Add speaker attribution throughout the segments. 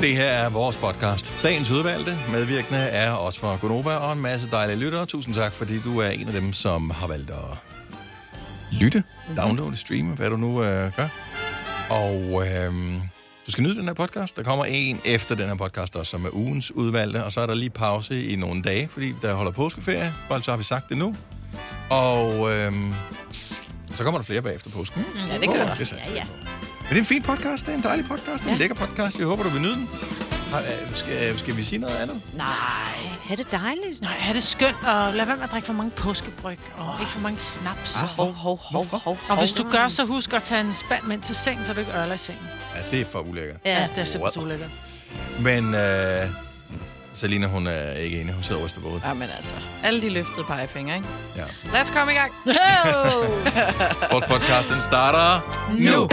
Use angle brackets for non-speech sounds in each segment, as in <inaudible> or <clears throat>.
Speaker 1: Det her er vores podcast. Dagens udvalgte medvirkende er også fra Gonova og en masse dejlige lyttere. Tusind tak, fordi du er en af dem, som har valgt at
Speaker 2: Mhm.
Speaker 1: lytte, downloade, streame, hvad du nu øh, gør. Og øh, du skal nyde den her podcast. Der kommer en efter den her podcast også, som er ugens udvalgte. Og så er der lige pause i nogle dage, fordi der holder påskeferie. Bare så har vi sagt det nu. Og øh, så kommer der flere bagefter påsken.
Speaker 2: Mm, Ja, det gør
Speaker 1: Åh,
Speaker 2: der.
Speaker 1: det. satser
Speaker 2: Ja,
Speaker 1: vi
Speaker 2: ja.
Speaker 1: på. Men det er en fin podcast, det er en dejlig podcast, det er en
Speaker 2: Ja.
Speaker 1: lækker podcast. Jeg håber, du vil nyde den. Har, øh, skal, skal vi sige noget andet?
Speaker 2: Nej, er det dejligt.
Speaker 3: Nej, er det skønt, og lad være med at drikke for mange påskebryg, og ikke for mange snaps.
Speaker 2: Ah, hov, hov, hov, hov,
Speaker 3: Og hvis du gør, så husk at tage en spand med ind til seng, så du ikke ørler i sengen.
Speaker 1: Ja, det er for ulækkert.
Speaker 3: Ja,
Speaker 2: Ja,
Speaker 3: det er simpelthen så
Speaker 1: Wow.
Speaker 3: ulækkert.
Speaker 1: Men øh, Selina, hun er ikke enig. Hun sidder og ryster på hovedet.
Speaker 2: ja men altså. Alle de løftede pegefinger, ikke?
Speaker 1: Ja.
Speaker 2: Lad os komme i gang.
Speaker 1: Vores podcast, den starter
Speaker 2: nu.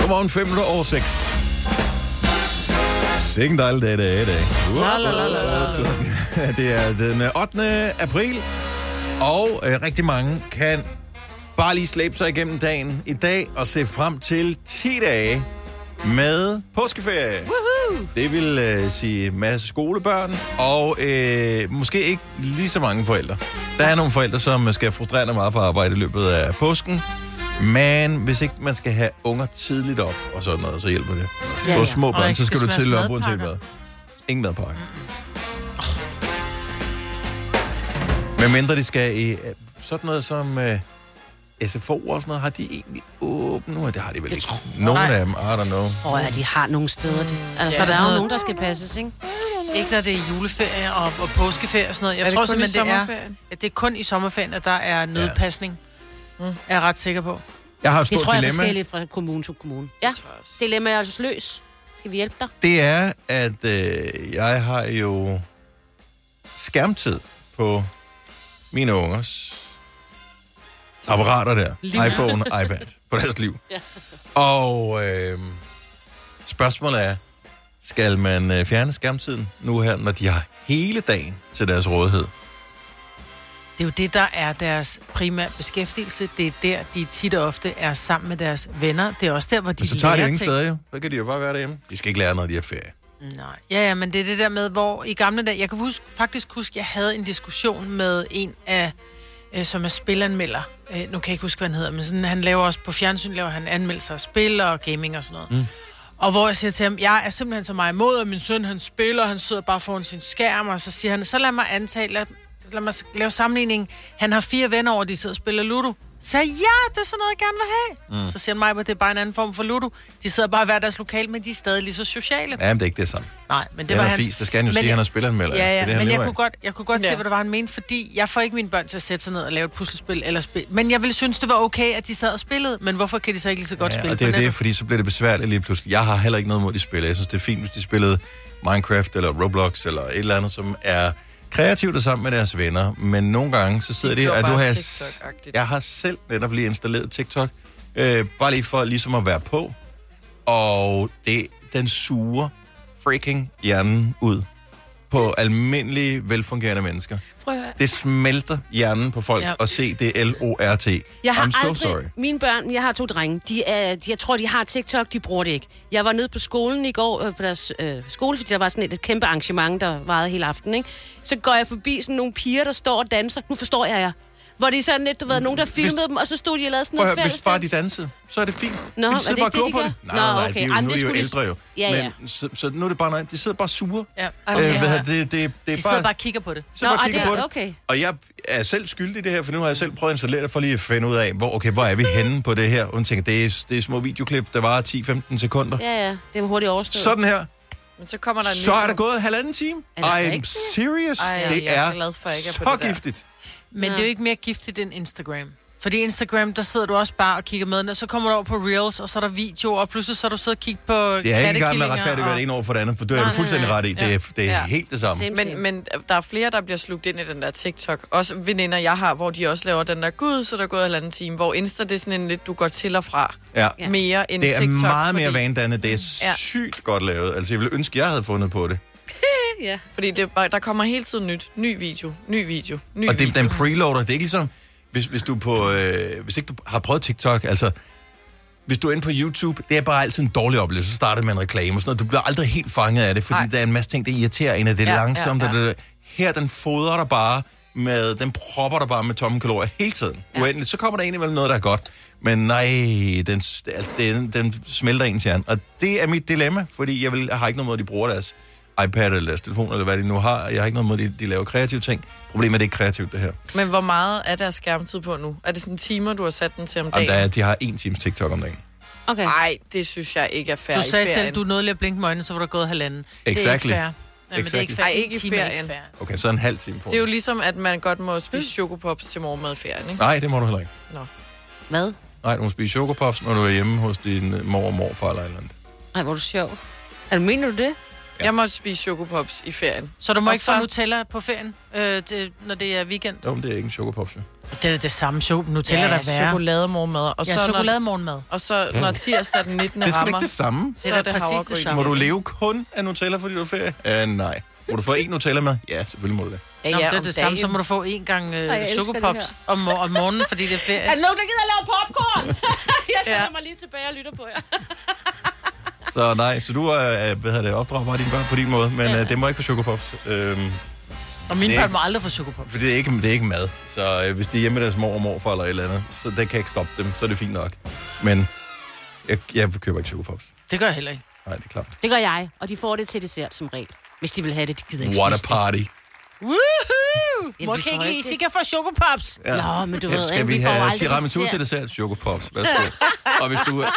Speaker 1: Godmorgen, 5 minutter over 6. Sikke en dejlig dag, det er i dag.
Speaker 2: La, la, la, la, la.
Speaker 1: <laughs> Det er den øh, 8. april, og øh, rigtig mange kan bare lige slæbe sig igennem dagen i dag og se frem til 10 dage med påskeferie. Woohoo! Det vil øh, sige en masse skolebørn, og øh, måske ikke lige så mange forældre. Der er nogle forældre, som skal frustrerende meget på arbejde i løbet af påsken, men hvis ikke man skal have unger tidligt op og sådan noget, så hjælper det. Ja,
Speaker 2: Ja,
Speaker 1: ja.
Speaker 2: ja.
Speaker 1: Du små
Speaker 3: Og
Speaker 1: børn,
Speaker 3: ikke
Speaker 1: så skal du
Speaker 3: skal
Speaker 1: tidligt op
Speaker 3: smages
Speaker 1: uanset hvad.
Speaker 3: madpakker.
Speaker 1: Ingen madpakke. Med mindre de skal i øh, sådan noget som øh, SFO og sådan noget, har de egentlig åbent nu? Det har de vel ikke. Nogle
Speaker 3: Nej.
Speaker 1: af dem, I don't know.
Speaker 4: Åh oh, ja, de har nogle steder. De. Altså,
Speaker 3: Ja,
Speaker 4: ja, der er jo
Speaker 3: sådan
Speaker 4: nogen, der skal passes, ikke?
Speaker 3: Ikke når det er juleferie og, og påskeferie og sådan noget. Jeg
Speaker 2: Er det
Speaker 3: tror
Speaker 2: kun i
Speaker 3: simpelthen, det er,
Speaker 2: sommerferien?
Speaker 3: ja, det er kun i sommerferien, at der er nødpasning. Ja. Er jeg ret sikker på.
Speaker 1: Jeg har et
Speaker 4: Mm. Det
Speaker 1: stort
Speaker 4: tror jeg er
Speaker 1: dilemma.
Speaker 4: forskelligt fra kommune til kommune. Ja, dilemma er altså løs. Skal vi hjælpe dig?
Speaker 1: det er, at øh, jeg har jo skærmtid på mine ungers apparater der. iPhone, iPad. På deres liv. Og øh, spørgsmålet er, skal man øh, fjerne skærmtiden nu her, når de har hele dagen til deres rådighed?
Speaker 3: Det er jo det, der er deres primære beskæftigelse. Det er der, de tit og ofte er sammen med deres venner. Det er også der, hvor de
Speaker 1: Men så tager de
Speaker 3: lærer
Speaker 1: jo ingen
Speaker 3: ting.
Speaker 1: steder jo. Så kan de jo bare være derhjemme. De skal ikke lære noget, de har ferie.
Speaker 3: Nej. Ja, ja, men det er det der med, hvor i gamle dage, jeg kan huske, faktisk huske, jeg havde en diskussion med en af, øh, som er spilanmelder. Øh, nu kan jeg ikke huske, hvad han hedder, men sådan, han laver også på fjernsyn, laver han anmeldelser af spil og gaming og sådan noget. Mm. Og hvor jeg siger til ham, jeg er simpelthen så meget imod, at min søn han spiller, han sidder bare foran sin skærm, og så siger han, så lad mig antage, lad, lad mig s- lave sammenligning. Han har fire venner over, de sidder og spiller Ludo. Så sagde jeg, ja, det er sådan noget, jeg gerne vil have. Mm. Så siger han mig, at det er bare en anden form for Ludo. De sidder bare i hver deres lokal, men de er stadig lige så sociale.
Speaker 1: Ja, men det er ikke det samme.
Speaker 3: Nej, men det
Speaker 1: Det
Speaker 3: var
Speaker 1: han er
Speaker 3: hans...
Speaker 1: fis. Det skal han jo
Speaker 3: Men-
Speaker 1: sige, han er spilleranmelder.
Speaker 3: Ja,
Speaker 1: Det er
Speaker 3: ja,
Speaker 1: det,
Speaker 3: men
Speaker 1: han
Speaker 3: jeg
Speaker 1: lever af.
Speaker 3: kunne godt, jeg kunne godt ja. se,
Speaker 2: Ja.
Speaker 3: hvad det var, han mente, fordi jeg får ikke mine børn til at sætte sig ned og lave et puslespil eller spil. Men jeg ville synes, det var okay, at de sad og spillede, men hvorfor kan de så ikke lige så godt
Speaker 1: Ja,
Speaker 3: spille
Speaker 1: og det er
Speaker 3: på
Speaker 1: jo det,
Speaker 3: nettet?
Speaker 1: fordi så bliver det besværligt lige pludselig. Jeg har heller ikke noget mod de spiller. Jeg synes, det er fint, hvis de spillede Minecraft eller Roblox eller et eller andet, som er kreativt og sammen med deres venner. Men nogle gange, så sidder
Speaker 2: Det
Speaker 1: de,
Speaker 2: var
Speaker 1: og du
Speaker 2: bare
Speaker 1: har... jeg-
Speaker 2: TikTok-agtigt.
Speaker 1: Jeg har selv netop lige installeret TikTok, øh, bare lige for ligesom at være på. Og det, den suger freaking hjernen ud på almindelige, velfungerende mennesker.
Speaker 4: Prøv at høre.
Speaker 1: Det smelter hjernen på folk
Speaker 3: Ja.
Speaker 1: at se det L-O-R-T.
Speaker 4: Jeg har
Speaker 1: I'm so
Speaker 4: aldrig...
Speaker 1: sorry.
Speaker 4: Mine børn, jeg har to drenge, de er, de, jeg tror, de har TikTok, de bruger det ikke. Jeg var nede på skolen i går, øh, på deres øh, skole, fordi der var sådan et, et kæmpe arrangement, der varede hele aftenen, ikke? Så går jeg forbi sådan nogle piger, der står og danser. Nu forstår jeg jer. Hvor de sådan lidt, du ved, nogen, der filmede dem, og så stod de og lavede sådan
Speaker 1: Prøv at
Speaker 4: noget
Speaker 1: høre, hvis bare de
Speaker 4: fælles-
Speaker 1: dansede, så er det fint.
Speaker 4: Nå,
Speaker 1: Men
Speaker 4: er
Speaker 1: de sidder
Speaker 4: det ikke
Speaker 1: bare og
Speaker 4: det,
Speaker 1: glor
Speaker 4: de
Speaker 1: på det.
Speaker 4: gør?
Speaker 1: Nej, nej,
Speaker 4: Nå,
Speaker 1: nej,
Speaker 4: okay.
Speaker 1: de, er jo-
Speaker 4: Ej, men
Speaker 1: nu er
Speaker 4: det
Speaker 1: de jo
Speaker 4: skulle de-
Speaker 1: ældre jo.
Speaker 4: Ja, ja.
Speaker 1: Men, så, så nu er det bare noget, de sidder bare sure.
Speaker 3: Ja.
Speaker 1: Øh,
Speaker 3: Ej,
Speaker 1: hvad
Speaker 3: okay.
Speaker 1: hedder det, det, det, det
Speaker 3: De
Speaker 1: er
Speaker 3: sidder
Speaker 1: bare...
Speaker 3: bare og kigger på det.
Speaker 1: Så
Speaker 4: Nå,
Speaker 1: bare
Speaker 4: ej,
Speaker 1: kigge
Speaker 4: det
Speaker 1: på
Speaker 4: er-
Speaker 1: det.
Speaker 4: okay.
Speaker 1: Og jeg er selv skyldig i det her, for nu har jeg selv prøvet at installere det for lige at finde ud af, hvor, okay, hvor er vi henne på det her. Og hun tænker, det er, det er små videoklip, der varer 10-15 sekunder.
Speaker 4: Ja, ja, det er hurtigt overstået.
Speaker 1: Sådan her.
Speaker 2: Men så kommer der en ny
Speaker 1: Så er der
Speaker 2: nu.
Speaker 1: gået halvanden time.
Speaker 4: Er det
Speaker 1: I'm
Speaker 4: rigtigt?
Speaker 1: serious.
Speaker 2: Ej, jeg
Speaker 1: Det
Speaker 2: er
Speaker 1: er
Speaker 2: glad for, at jeg ikke er på
Speaker 1: så
Speaker 2: det der.
Speaker 1: giftigt.
Speaker 3: Men det er jo ikke mere giftigt end Instagram. Fordi Instagram, der sidder du også bare og kigger med, og så kommer du over på Reels, og så er der videoer, og pludselig så er du sidder og kigger på
Speaker 1: Det er ikke engang med
Speaker 3: kattekillinger,
Speaker 1: at retfærdiggøre det ene over for det andet, for det er du fuldstændig ret i. Det er, <laughs> det er
Speaker 2: Ja.
Speaker 1: helt det samme.
Speaker 4: Sim, sim.
Speaker 2: Men, men der er flere, der bliver slugt ind i den der TikTok. Også veninder, jeg har, hvor de også laver den der gud, så der er gået en eller anden time. Hvor Insta, det er sådan en lidt, du går til og fra.
Speaker 1: Ja.
Speaker 2: Mere end
Speaker 1: Det er
Speaker 2: TikTok.
Speaker 1: meget mere
Speaker 2: fordi,
Speaker 1: vanedannende. Det er
Speaker 2: Ja.
Speaker 3: <laughs>
Speaker 1: sygt godt lavet. Altså, jeg ville ønske, jeg havde fundet på det.
Speaker 4: Ja.
Speaker 2: Fordi det, er bare- der kommer hele tiden nyt. Ny video, ny video, ny
Speaker 1: Og det,
Speaker 2: video.
Speaker 1: den preloader, det er ikke ligesom... Hvis, hvis, du er på, øh, hvis ikke du har prøvet TikTok, altså... hvis du er inde på YouTube, det er bare altid en dårlig oplevelse. Så starter man en reklame og sådan noget. Du bliver aldrig helt fanget af det, fordi Ej.
Speaker 2: Nej.
Speaker 1: der er en masse ting, der irriterer en, og det er ja,
Speaker 2: Ja,
Speaker 1: langsomt. Ja,
Speaker 2: ja,
Speaker 1: ja.
Speaker 2: ja.
Speaker 1: Og det, her, den fodrer dig bare med, den propper dig bare med tomme kalorier hele tiden. Ja. Uendeligt. Så kommer der ind imellem noget, der er godt. Men nej, den, s- altså, den, den smelter ens hjerne. Og det er mit dilemma, fordi jeg, vil, jeg har ikke noget måde, de bruger deres iPad eller deres telefon, eller hvad de nu har. Jeg har ikke noget måde, de, de laver kreative ting. Problemet er, at det ikke er kreativt, det her.
Speaker 2: Men hvor meget er deres skærmtid på nu? Er det sådan timer, du har sat den til om
Speaker 1: Jamen,
Speaker 2: dagen?
Speaker 1: der er, de har en times TikTok om dagen.
Speaker 4: Okay.
Speaker 2: Nej, det synes jeg ikke er fair.
Speaker 3: Du
Speaker 2: i
Speaker 3: sagde selv,
Speaker 2: ferien.
Speaker 3: du nåede lige at blinke med øjnene, så var der gået halvanden. Det er ikke
Speaker 1: Exactly.
Speaker 3: fair. Nej, men det er ikke
Speaker 1: Exactly.
Speaker 3: fair.
Speaker 2: Ej,
Speaker 3: En
Speaker 2: ikke i
Speaker 3: time er
Speaker 2: ferien.
Speaker 3: fair.
Speaker 1: Okay, så en halv time for
Speaker 2: Det er jo ligesom, at man godt må spise chokopops til morgenmad i ferien, ikke?
Speaker 1: Nej, det må du heller ikke.
Speaker 2: Nå.
Speaker 4: Hvad?
Speaker 1: Nej, du må spise chokopops, når du er hjemme hos din øh, mor og morfar eller et eller andet.
Speaker 4: Nej, hvor er du sjov. Altså, mener du det?
Speaker 2: Jeg måtte spise chokopops i ferien.
Speaker 3: Så du må
Speaker 2: Og
Speaker 3: ikke
Speaker 2: så-
Speaker 3: få Nutella på ferien, øh, det, når det er weekend?
Speaker 1: Jo, men det er ikke en chokopops, jo.
Speaker 3: Det er det samme show, Nutella, der er værre.
Speaker 2: chokolademormad. Og,
Speaker 3: Ja,
Speaker 2: så når,
Speaker 3: chokolademorgenmad.
Speaker 2: og så når tirsdag den 19.
Speaker 1: Det er sgu da
Speaker 2: rammer,
Speaker 1: ikke det samme.
Speaker 2: så er Mm. det
Speaker 3: præcis det
Speaker 2: havregryn.
Speaker 3: samme.
Speaker 1: Må du leve kun af Nutella, fordi du er ferie? Ja, nej. Må du få en Nutella med? Ja, selvfølgelig må du det.
Speaker 2: Ja,
Speaker 3: Nå,
Speaker 2: ja,
Speaker 3: det er
Speaker 2: om
Speaker 3: det samme,
Speaker 2: dagen.
Speaker 3: så må du få en gang
Speaker 4: Ej,
Speaker 3: øh,
Speaker 4: jeg elsker det
Speaker 3: chokopops
Speaker 4: her.
Speaker 3: om, mor- om morgenen, fordi det er
Speaker 4: <laughs>
Speaker 3: ferie.
Speaker 4: Er der nogen, der gider at lave popcorn? <laughs> jeg sender
Speaker 2: Ja.
Speaker 4: mig lige tilbage og lytter på jer.
Speaker 1: Så nej, så du er, øh, hvad hedder det, opdrager bare dine børn på din måde, men øh, det må ikke få chokopops. Øhm,
Speaker 3: Og mine
Speaker 1: Det er-
Speaker 3: børn må aldrig få chokopops.
Speaker 1: for det er, ikke, det er ikke mad. Så øh, hvis de er hjemme med deres mor og morfar eller et eller andet, så det kan jeg ikke stoppe dem, så er det fint nok. Men jeg, jeg køber ikke chokopops.
Speaker 3: Det gør jeg heller ikke.
Speaker 1: Nej, det er klart.
Speaker 4: Det gør jeg, og de får det til dessert som regel. Hvis de vil have det, de gider ikke
Speaker 1: What a
Speaker 4: spise
Speaker 1: party.
Speaker 3: Woohoo!
Speaker 4: Jamen,
Speaker 3: Mor
Speaker 4: vi
Speaker 3: kan
Speaker 4: får
Speaker 3: ikke lide,
Speaker 4: ikke-
Speaker 3: så I kan få chokopops.
Speaker 1: Ja.
Speaker 4: Nå, men du
Speaker 1: Ja,
Speaker 4: ved,
Speaker 1: skal
Speaker 4: ikke,
Speaker 1: vi,
Speaker 4: vi får
Speaker 1: have
Speaker 4: aldrig
Speaker 1: tiramisu
Speaker 4: dessert.
Speaker 1: til dessert? Chokopops, værsgo.
Speaker 4: <laughs>
Speaker 1: og hvis du øh,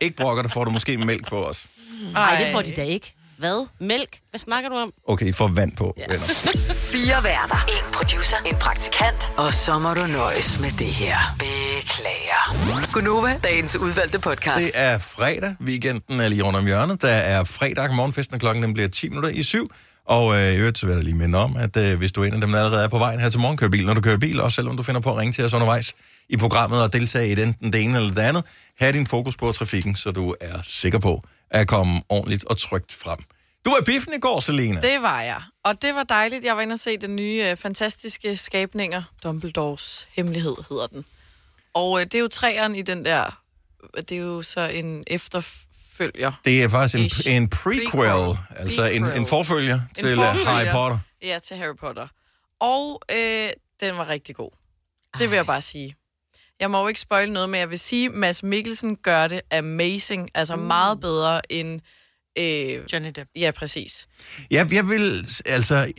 Speaker 1: ikke brokker, der får du måske mælk på os.
Speaker 4: det. Nej, det får de da ikke. Hvad? Mælk? Hvad snakker du om?
Speaker 1: Okay, I får vand på, ja. venner.
Speaker 4: <laughs>
Speaker 5: Fire værter. En producer. En praktikant. Og så må du nøjes med det her. Beklager. Gunova, dagens udvalgte podcast.
Speaker 1: Det er fredag. Weekenden er lige rundt om hjørnet. Der er fredag morgenfesten, og klokken den bliver 10 minutter i syv. Og øh, i øvrigt, så vil jeg da lige minde om, at øh, hvis du er en af dem, der allerede er på vejen her til morgen, kører bil, når du kører bil, også selvom du finder på at ringe til os undervejs i programmet og deltage i det, enten det ene eller det andet, have din fokus på trafikken, så du er sikker på at komme ordentligt og trygt frem. Du var i biffen i går, Selena. Det...
Speaker 2: Det var jeg. Og det var dejligt. Jeg var inde og se den nye øh, fantastiske skabninger. Dumbledores Hemmelighed hedder den. Og øh, det er jo træeren i den der... Det er jo så en efterfølger.
Speaker 1: det er faktisk
Speaker 2: Ish.
Speaker 1: en, en prequel, prequel,
Speaker 2: Prequel.
Speaker 1: altså en, en
Speaker 2: Prequel.
Speaker 1: forfølger en til forfølger. Harry Potter.
Speaker 2: Ja, til Harry Potter. Og øh, den var rigtig god. Det vil jeg bare sige. Jeg må jo ikke spoil noget, men jeg vil sige, at Mads Mikkelsen gør det amazing. Altså
Speaker 1: Uh.
Speaker 2: meget bedre end... Øh,
Speaker 3: Johnny Depp.
Speaker 2: ja, præcis.
Speaker 1: Ja, jeg vil, altså...
Speaker 3: Og
Speaker 1: jeg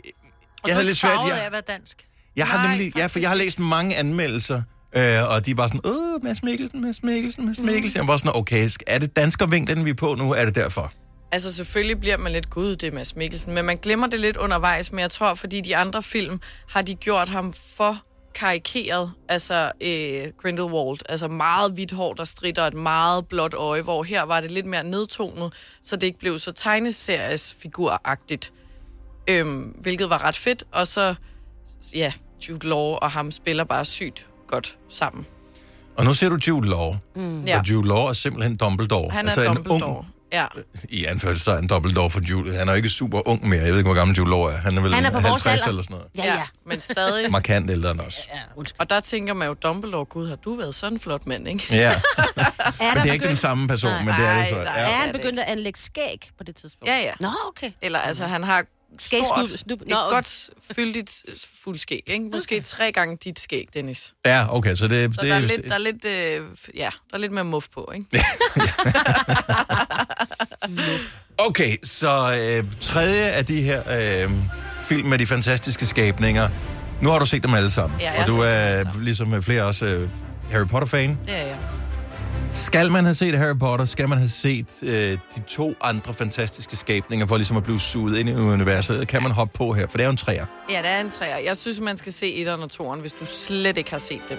Speaker 3: du
Speaker 1: havde
Speaker 3: er
Speaker 1: lidt
Speaker 3: ikke
Speaker 1: svært...
Speaker 3: farvet
Speaker 1: Jeg,
Speaker 3: af at være dansk.
Speaker 1: Jeg har
Speaker 2: Nej,
Speaker 1: nemlig, ja, for jeg har læst mange anmeldelser, øh, og de er bare sådan, åh, Mads Mikkelsen, Mads Mikkelsen,
Speaker 2: Mm.
Speaker 1: Mads Mikkelsen. Jeg var sådan, okay, sk- er det danskervink, den vi er på nu, er det derfor?
Speaker 2: Altså selvfølgelig bliver man lidt gud, det er Mads Mikkelsen, men man glemmer det lidt undervejs, men jeg tror, fordi de andre film har de gjort ham for karikeret, altså øh, Grindelwald, altså meget hvidt hår, der stritter og et meget blåt øje, hvor her var det lidt mere nedtonet, så det ikke blev så tegneseries figuragtigt, øhm, hvilket var ret fedt, og så, ja, Jude Law og ham spiller bare sygt godt sammen.
Speaker 1: Og nu ser du Jude Law, mm.
Speaker 2: Ja,
Speaker 1: og Jude Law er simpelthen Dumbledore.
Speaker 2: han er
Speaker 1: altså En
Speaker 2: Dumbledore.
Speaker 1: ung,
Speaker 2: Ja.
Speaker 1: I anførselstegn Dumbledore for Jude. Han er jo ikke super ung mere. Jeg ved ikke, hvor gammel Jude Law er. Han er vel
Speaker 4: Han er på vores
Speaker 1: 50
Speaker 4: alder.
Speaker 1: eller sådan noget.
Speaker 4: Ja, ja.
Speaker 2: men stadig.
Speaker 1: Markant ældre end os.
Speaker 4: ja undskyld.
Speaker 2: Og der tænker man jo, Dumbledore, gud, har du været sådan en flot mand, ikke? <laughs>
Speaker 1: Ja,
Speaker 4: Er
Speaker 1: men
Speaker 4: der
Speaker 1: det er ikke den samme person,
Speaker 4: Nej.
Speaker 1: men det er det så.
Speaker 2: Nej, nej.
Speaker 1: Ja.
Speaker 4: Er han
Speaker 2: Ja, det-
Speaker 4: begyndt at anlægge skæg på det tidspunkt?
Speaker 2: Ja, ja.
Speaker 4: Nå, okay.
Speaker 2: Eller altså, han har
Speaker 4: Skæg,
Speaker 2: stort,
Speaker 4: snu- snu-
Speaker 2: et
Speaker 4: Nå, okay.
Speaker 2: godt fyldigt øh, fuldskæg, ikke? Måske okay. tre gange dit skæg, Dennis. Så
Speaker 1: Ja, okay, så det,
Speaker 2: der er lidt, der er lidt, øh, ja, der er lidt mere muff på, ikke?
Speaker 1: Okay, så øh, tredje af de her øh, film med de fantastiske skabninger. Nu har du set dem alle sammen.
Speaker 2: Ja, jeg
Speaker 1: og
Speaker 2: har
Speaker 1: du
Speaker 2: set dem alle
Speaker 1: er
Speaker 2: sammen.
Speaker 1: ligesom flere også øh, Harry Potter-fan.
Speaker 2: Det er jeg.
Speaker 1: Skal man have set Harry Potter, skal man have set øh, de to andre fantastiske skabninger, for ligesom at blive suget ind i universet. Kan man hoppe på her, for det er jo en træer.
Speaker 2: Ja, der er en træer. Jeg synes, man skal se etteren og toeren, hvis du slet ikke har set dem.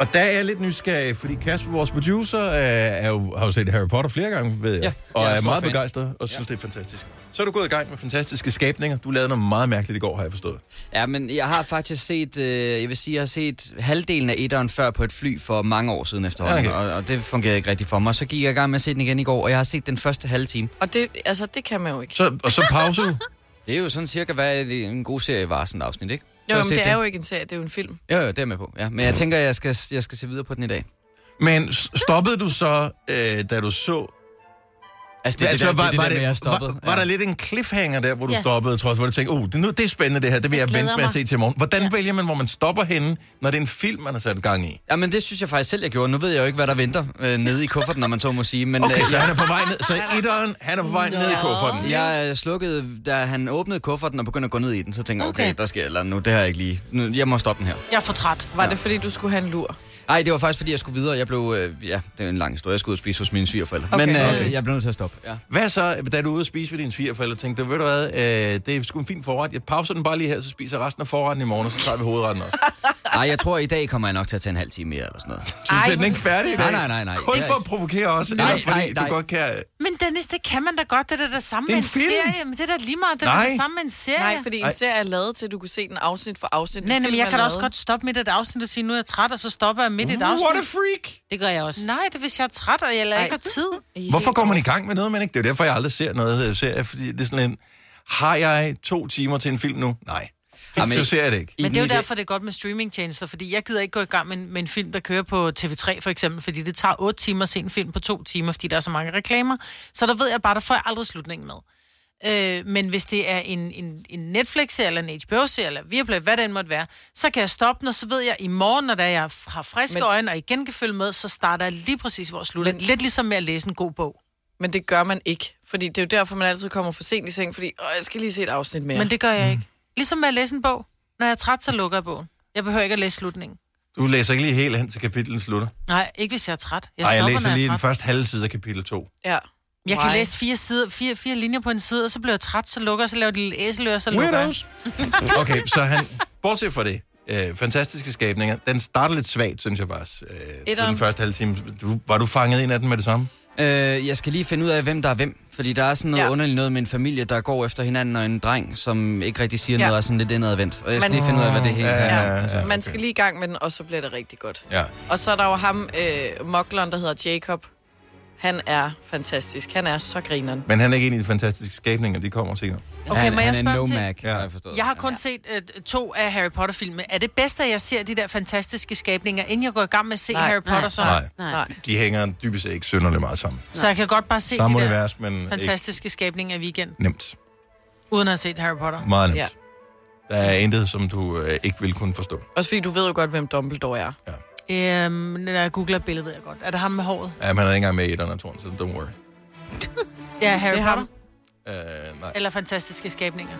Speaker 1: Og der er jeg lidt nysgerrig, fordi Kasper, vores producer, øh, er jo, har jo set Harry Potter flere gange, ved jeg. Ja, og er, meget fan. begejstret og synes, ja. det er fantastisk. Så er du gået i gang med fantastiske skabninger. Du lavede noget meget mærkeligt i går, har jeg forstået.
Speaker 6: Ja, men jeg har faktisk set, øh, jeg vil sige, jeg har set halvdelen af etteren før på et fly for mange år siden efterhånden,
Speaker 1: Okay.
Speaker 6: okay. og, og det fungerede ikke rigtig for mig. Så gik jeg i gang med at se den igen i går, og jeg har set den første halve time.
Speaker 2: Og det, altså, det kan man jo ikke.
Speaker 1: Så, og så pause du.
Speaker 6: <laughs> Det er jo sådan cirka, hvad en god serie var, sådan et afsnit, ikke? Så har
Speaker 2: Jo,
Speaker 6: jeg
Speaker 2: men
Speaker 6: set
Speaker 2: det er jo ikke en serie, det er jo en film.
Speaker 6: Jo, jo, det er jeg med på, ja. Men jeg tænker, jeg skal, jeg skal se videre på den i dag.
Speaker 1: Mm. Men s- stoppede du så, øh, da du så...
Speaker 6: Altså, det er det der- det er det der med, jeg stoppede.
Speaker 1: var, var
Speaker 6: Ja.
Speaker 1: der lidt en cliffhanger der, hvor du
Speaker 4: Ja.
Speaker 1: ja. stoppede, trods, hvor du tænkte, oh, det, nu, det er spændende det her, det vil jeg,
Speaker 4: glæder
Speaker 1: vente med at
Speaker 4: mig."
Speaker 1: se til i morgen. Hvordan ja. vælger man, hvor man stopper henne, når det er en film, man har sat gang i?
Speaker 6: Jamen, det synes jeg faktisk selv, jeg gjorde. Nu ved jeg jo ikke, hvad der venter øh, nede i kufferten, når man så må sige. Men,
Speaker 1: Okay,
Speaker 6: øh,
Speaker 1: så
Speaker 6: jeg-
Speaker 1: han er på vej ned, så etteren, han er på vej ned i kufferten.
Speaker 6: Jeg øh, slukkede, da han åbnede kufferten og begyndte at gå ned i den. Så tænkte jeg, okay,
Speaker 4: Okay.
Speaker 6: okay der sker et eller andet nu. Det har jeg ikke lige. Nu, jeg må stoppe den her.
Speaker 3: Jeg er for træt.
Speaker 2: Var det, fordi du skulle have en lur?
Speaker 6: Nej, det var faktisk, fordi jeg skulle videre. Jeg blev, øh, ja, det er en lang historie. Jeg skulle ud og spise hos mine svigerforældre.
Speaker 2: Okay.
Speaker 6: Okay. Men øh,
Speaker 1: Okay.
Speaker 6: okay. jeg blev nødt til at stoppe. Ja.
Speaker 1: Hvad så, da du er ude at spise ved dine svigerforældre, tænkte du, ved du hvad, øh, det er sgu en fin forret, jeg pauser den bare lige her, så spiser jeg resten af forretten i morgen, og så tager vi hovedretten
Speaker 6: <laughs>
Speaker 1: også.
Speaker 6: Ej, jeg tror, i dag kommer jeg nok til at tage en halv time mere eller sådan noget.
Speaker 1: Så er den ikke færdig i dag?
Speaker 6: Nej, nej, nej, nej.
Speaker 1: Kun
Speaker 6: Jeg-
Speaker 1: for at provokere os,
Speaker 6: Nej,
Speaker 1: eller fordi
Speaker 6: nej, nej.
Speaker 1: du godt kan...
Speaker 3: Men Dennis, det kan man da godt. Det er da det samme
Speaker 1: Det er
Speaker 3: med
Speaker 1: en
Speaker 3: en
Speaker 1: film.
Speaker 3: serie. Men det er da lige meget. Det er
Speaker 1: Nej.
Speaker 3: da det samme med en serie.
Speaker 2: Nej, fordi en
Speaker 1: Ej.
Speaker 2: serie er lavet til, at du kunne se den afsnit for afsnit. En
Speaker 3: Nej, nej,
Speaker 2: film
Speaker 3: men jeg
Speaker 2: er
Speaker 3: kan da også
Speaker 2: lavet-
Speaker 3: godt stoppe midt i et afsnit og sige, nu er jeg træt, og så stopper jeg midt i et
Speaker 1: Mm, What a
Speaker 3: afsnit.
Speaker 1: freak!
Speaker 4: Det gør jeg også.
Speaker 3: Nej, det er, hvis jeg er træt, og jeg lader
Speaker 2: Ej.
Speaker 3: ikke har tid.
Speaker 1: Hvorfor går man i gang med noget, man ikke... Det er jo derfor, jeg aldrig ser noget øh, serie, fordi det er sådan en... Har jeg to timer til en film nu? Nej. Jamen,
Speaker 6: Jamen,
Speaker 1: så ser jeg det ikke.
Speaker 3: Men det er jo
Speaker 6: Enig i
Speaker 3: derfor, det er godt med streamingtjenester, fordi jeg gider ikke gå i gang med en, med en film, der kører på TV3 for eksempel, fordi det tager 8 timer at se en film på 2 timer, fordi der er så mange reklamer. Så der ved jeg bare, der får jeg aldrig slutningen med. Øh, men hvis det er en, en, en Netflix-serie, eller en HBO-serie, eller Viaplay, hvad det end måtte være, så kan jeg stoppe den, og så ved jeg i morgen, når da jeg har friske
Speaker 2: Men-
Speaker 3: men... øjne, og igen kan følge med, så starter jeg lige præcis, hvor jeg slutter.
Speaker 2: Men-
Speaker 3: Men... Lidt ligesom med at læse en god bog.
Speaker 2: Men det gør man ikke. Fordi det er jo derfor, man altid kommer for sent i seng, fordi Åh, jeg skal lige se et afsnit mere. Mm.
Speaker 3: Ja. Men det gør jeg ikke. Ligesom med at læse en bog. Når jeg er træt, så lukker jeg bogen. Jeg behøver ikke at læse slutningen.
Speaker 1: Du læser ikke lige helt hen til kapitlet slutter.
Speaker 3: Nej, ikke hvis jeg er træt. Jeg
Speaker 1: Nej, jeg
Speaker 3: stopper,
Speaker 1: læser
Speaker 3: når
Speaker 1: lige
Speaker 3: jeg er
Speaker 1: den
Speaker 3: træt.
Speaker 1: første halve side af kapitel 2.
Speaker 2: Ja.
Speaker 3: Jeg kan
Speaker 2: Why?
Speaker 3: læse fire, sider, fire, fire linjer på en side, og så bliver jeg træt, så lukker jeg, så laver de lille æseløer, så lukker jeg.
Speaker 1: Weirdos. Okay, så han, bortset fra det, øh, fantastiske skabninger. Den starter lidt svagt, synes jeg faktisk. Øh, på
Speaker 2: Etteren.
Speaker 1: den første halve time. Du, var du fanget ind af den med det samme?
Speaker 6: Øh, jeg skal lige finde ud af, hvem der er hvem. Fordi der er sådan noget
Speaker 2: Ja.
Speaker 6: ja. underligt noget med en familie, der går efter hinanden, og en dreng, som ikke rigtig siger
Speaker 2: Ja.
Speaker 6: ja. noget, og er sådan lidt indadvendt. Og jeg skal
Speaker 2: Men-
Speaker 6: lige finde ud af, hvad det her
Speaker 1: Ja,
Speaker 6: handler
Speaker 1: ja,
Speaker 6: om. Altså.
Speaker 1: ja.
Speaker 2: Man skal lige i gang med den, og så bliver det rigtig godt.
Speaker 1: Ja.
Speaker 2: Og så er der jo ham, øh, mokleren, der hedder Jacob. Han er fantastisk. Han er så grineren.
Speaker 1: Men han er ikke en af de fantastiske skabninger, de kommer senere.
Speaker 3: Okay,
Speaker 6: han,
Speaker 3: må jeg
Speaker 6: han er
Speaker 3: spørge
Speaker 6: en
Speaker 3: om ting?
Speaker 6: nomad,
Speaker 1: Ja.
Speaker 6: har jeg forstået.
Speaker 3: <laughs> Jeg har kun set øh, to af Harry Potter-filmene. Er det bedst, at jeg ser de der fantastiske skabninger, inden jeg går i gang med at se
Speaker 2: Nej,
Speaker 3: nej, Harry Potter?
Speaker 4: nej,
Speaker 3: så,
Speaker 1: Nej.
Speaker 4: Nej.
Speaker 2: Nej.
Speaker 1: De hænger dybest set ikke synderligt meget sammen.
Speaker 3: så jeg kan godt bare se
Speaker 1: Samme
Speaker 3: de der
Speaker 1: univers, men ikke
Speaker 3: fantastiske skabninger i weekend,
Speaker 1: nemt.
Speaker 3: uden at have set Harry Potter.
Speaker 1: Meget nemt.
Speaker 2: Ja.
Speaker 1: Ja. Der er intet, som du øh, ikke vil kunne forstå.
Speaker 2: Også fordi du ved jo godt, hvem Dumbledore er.
Speaker 3: Øhm, når jeg googler billedet, ved jeg godt. Er det ham med håret?
Speaker 1: Ja, man er ikke engang med i etteren, tror jeg, så don't worry.
Speaker 3: Ja, Harry
Speaker 2: Det
Speaker 3: Potter.
Speaker 2: er ham.
Speaker 3: Ham.
Speaker 1: Uh, nej,
Speaker 3: Eller fantastiske skabninger.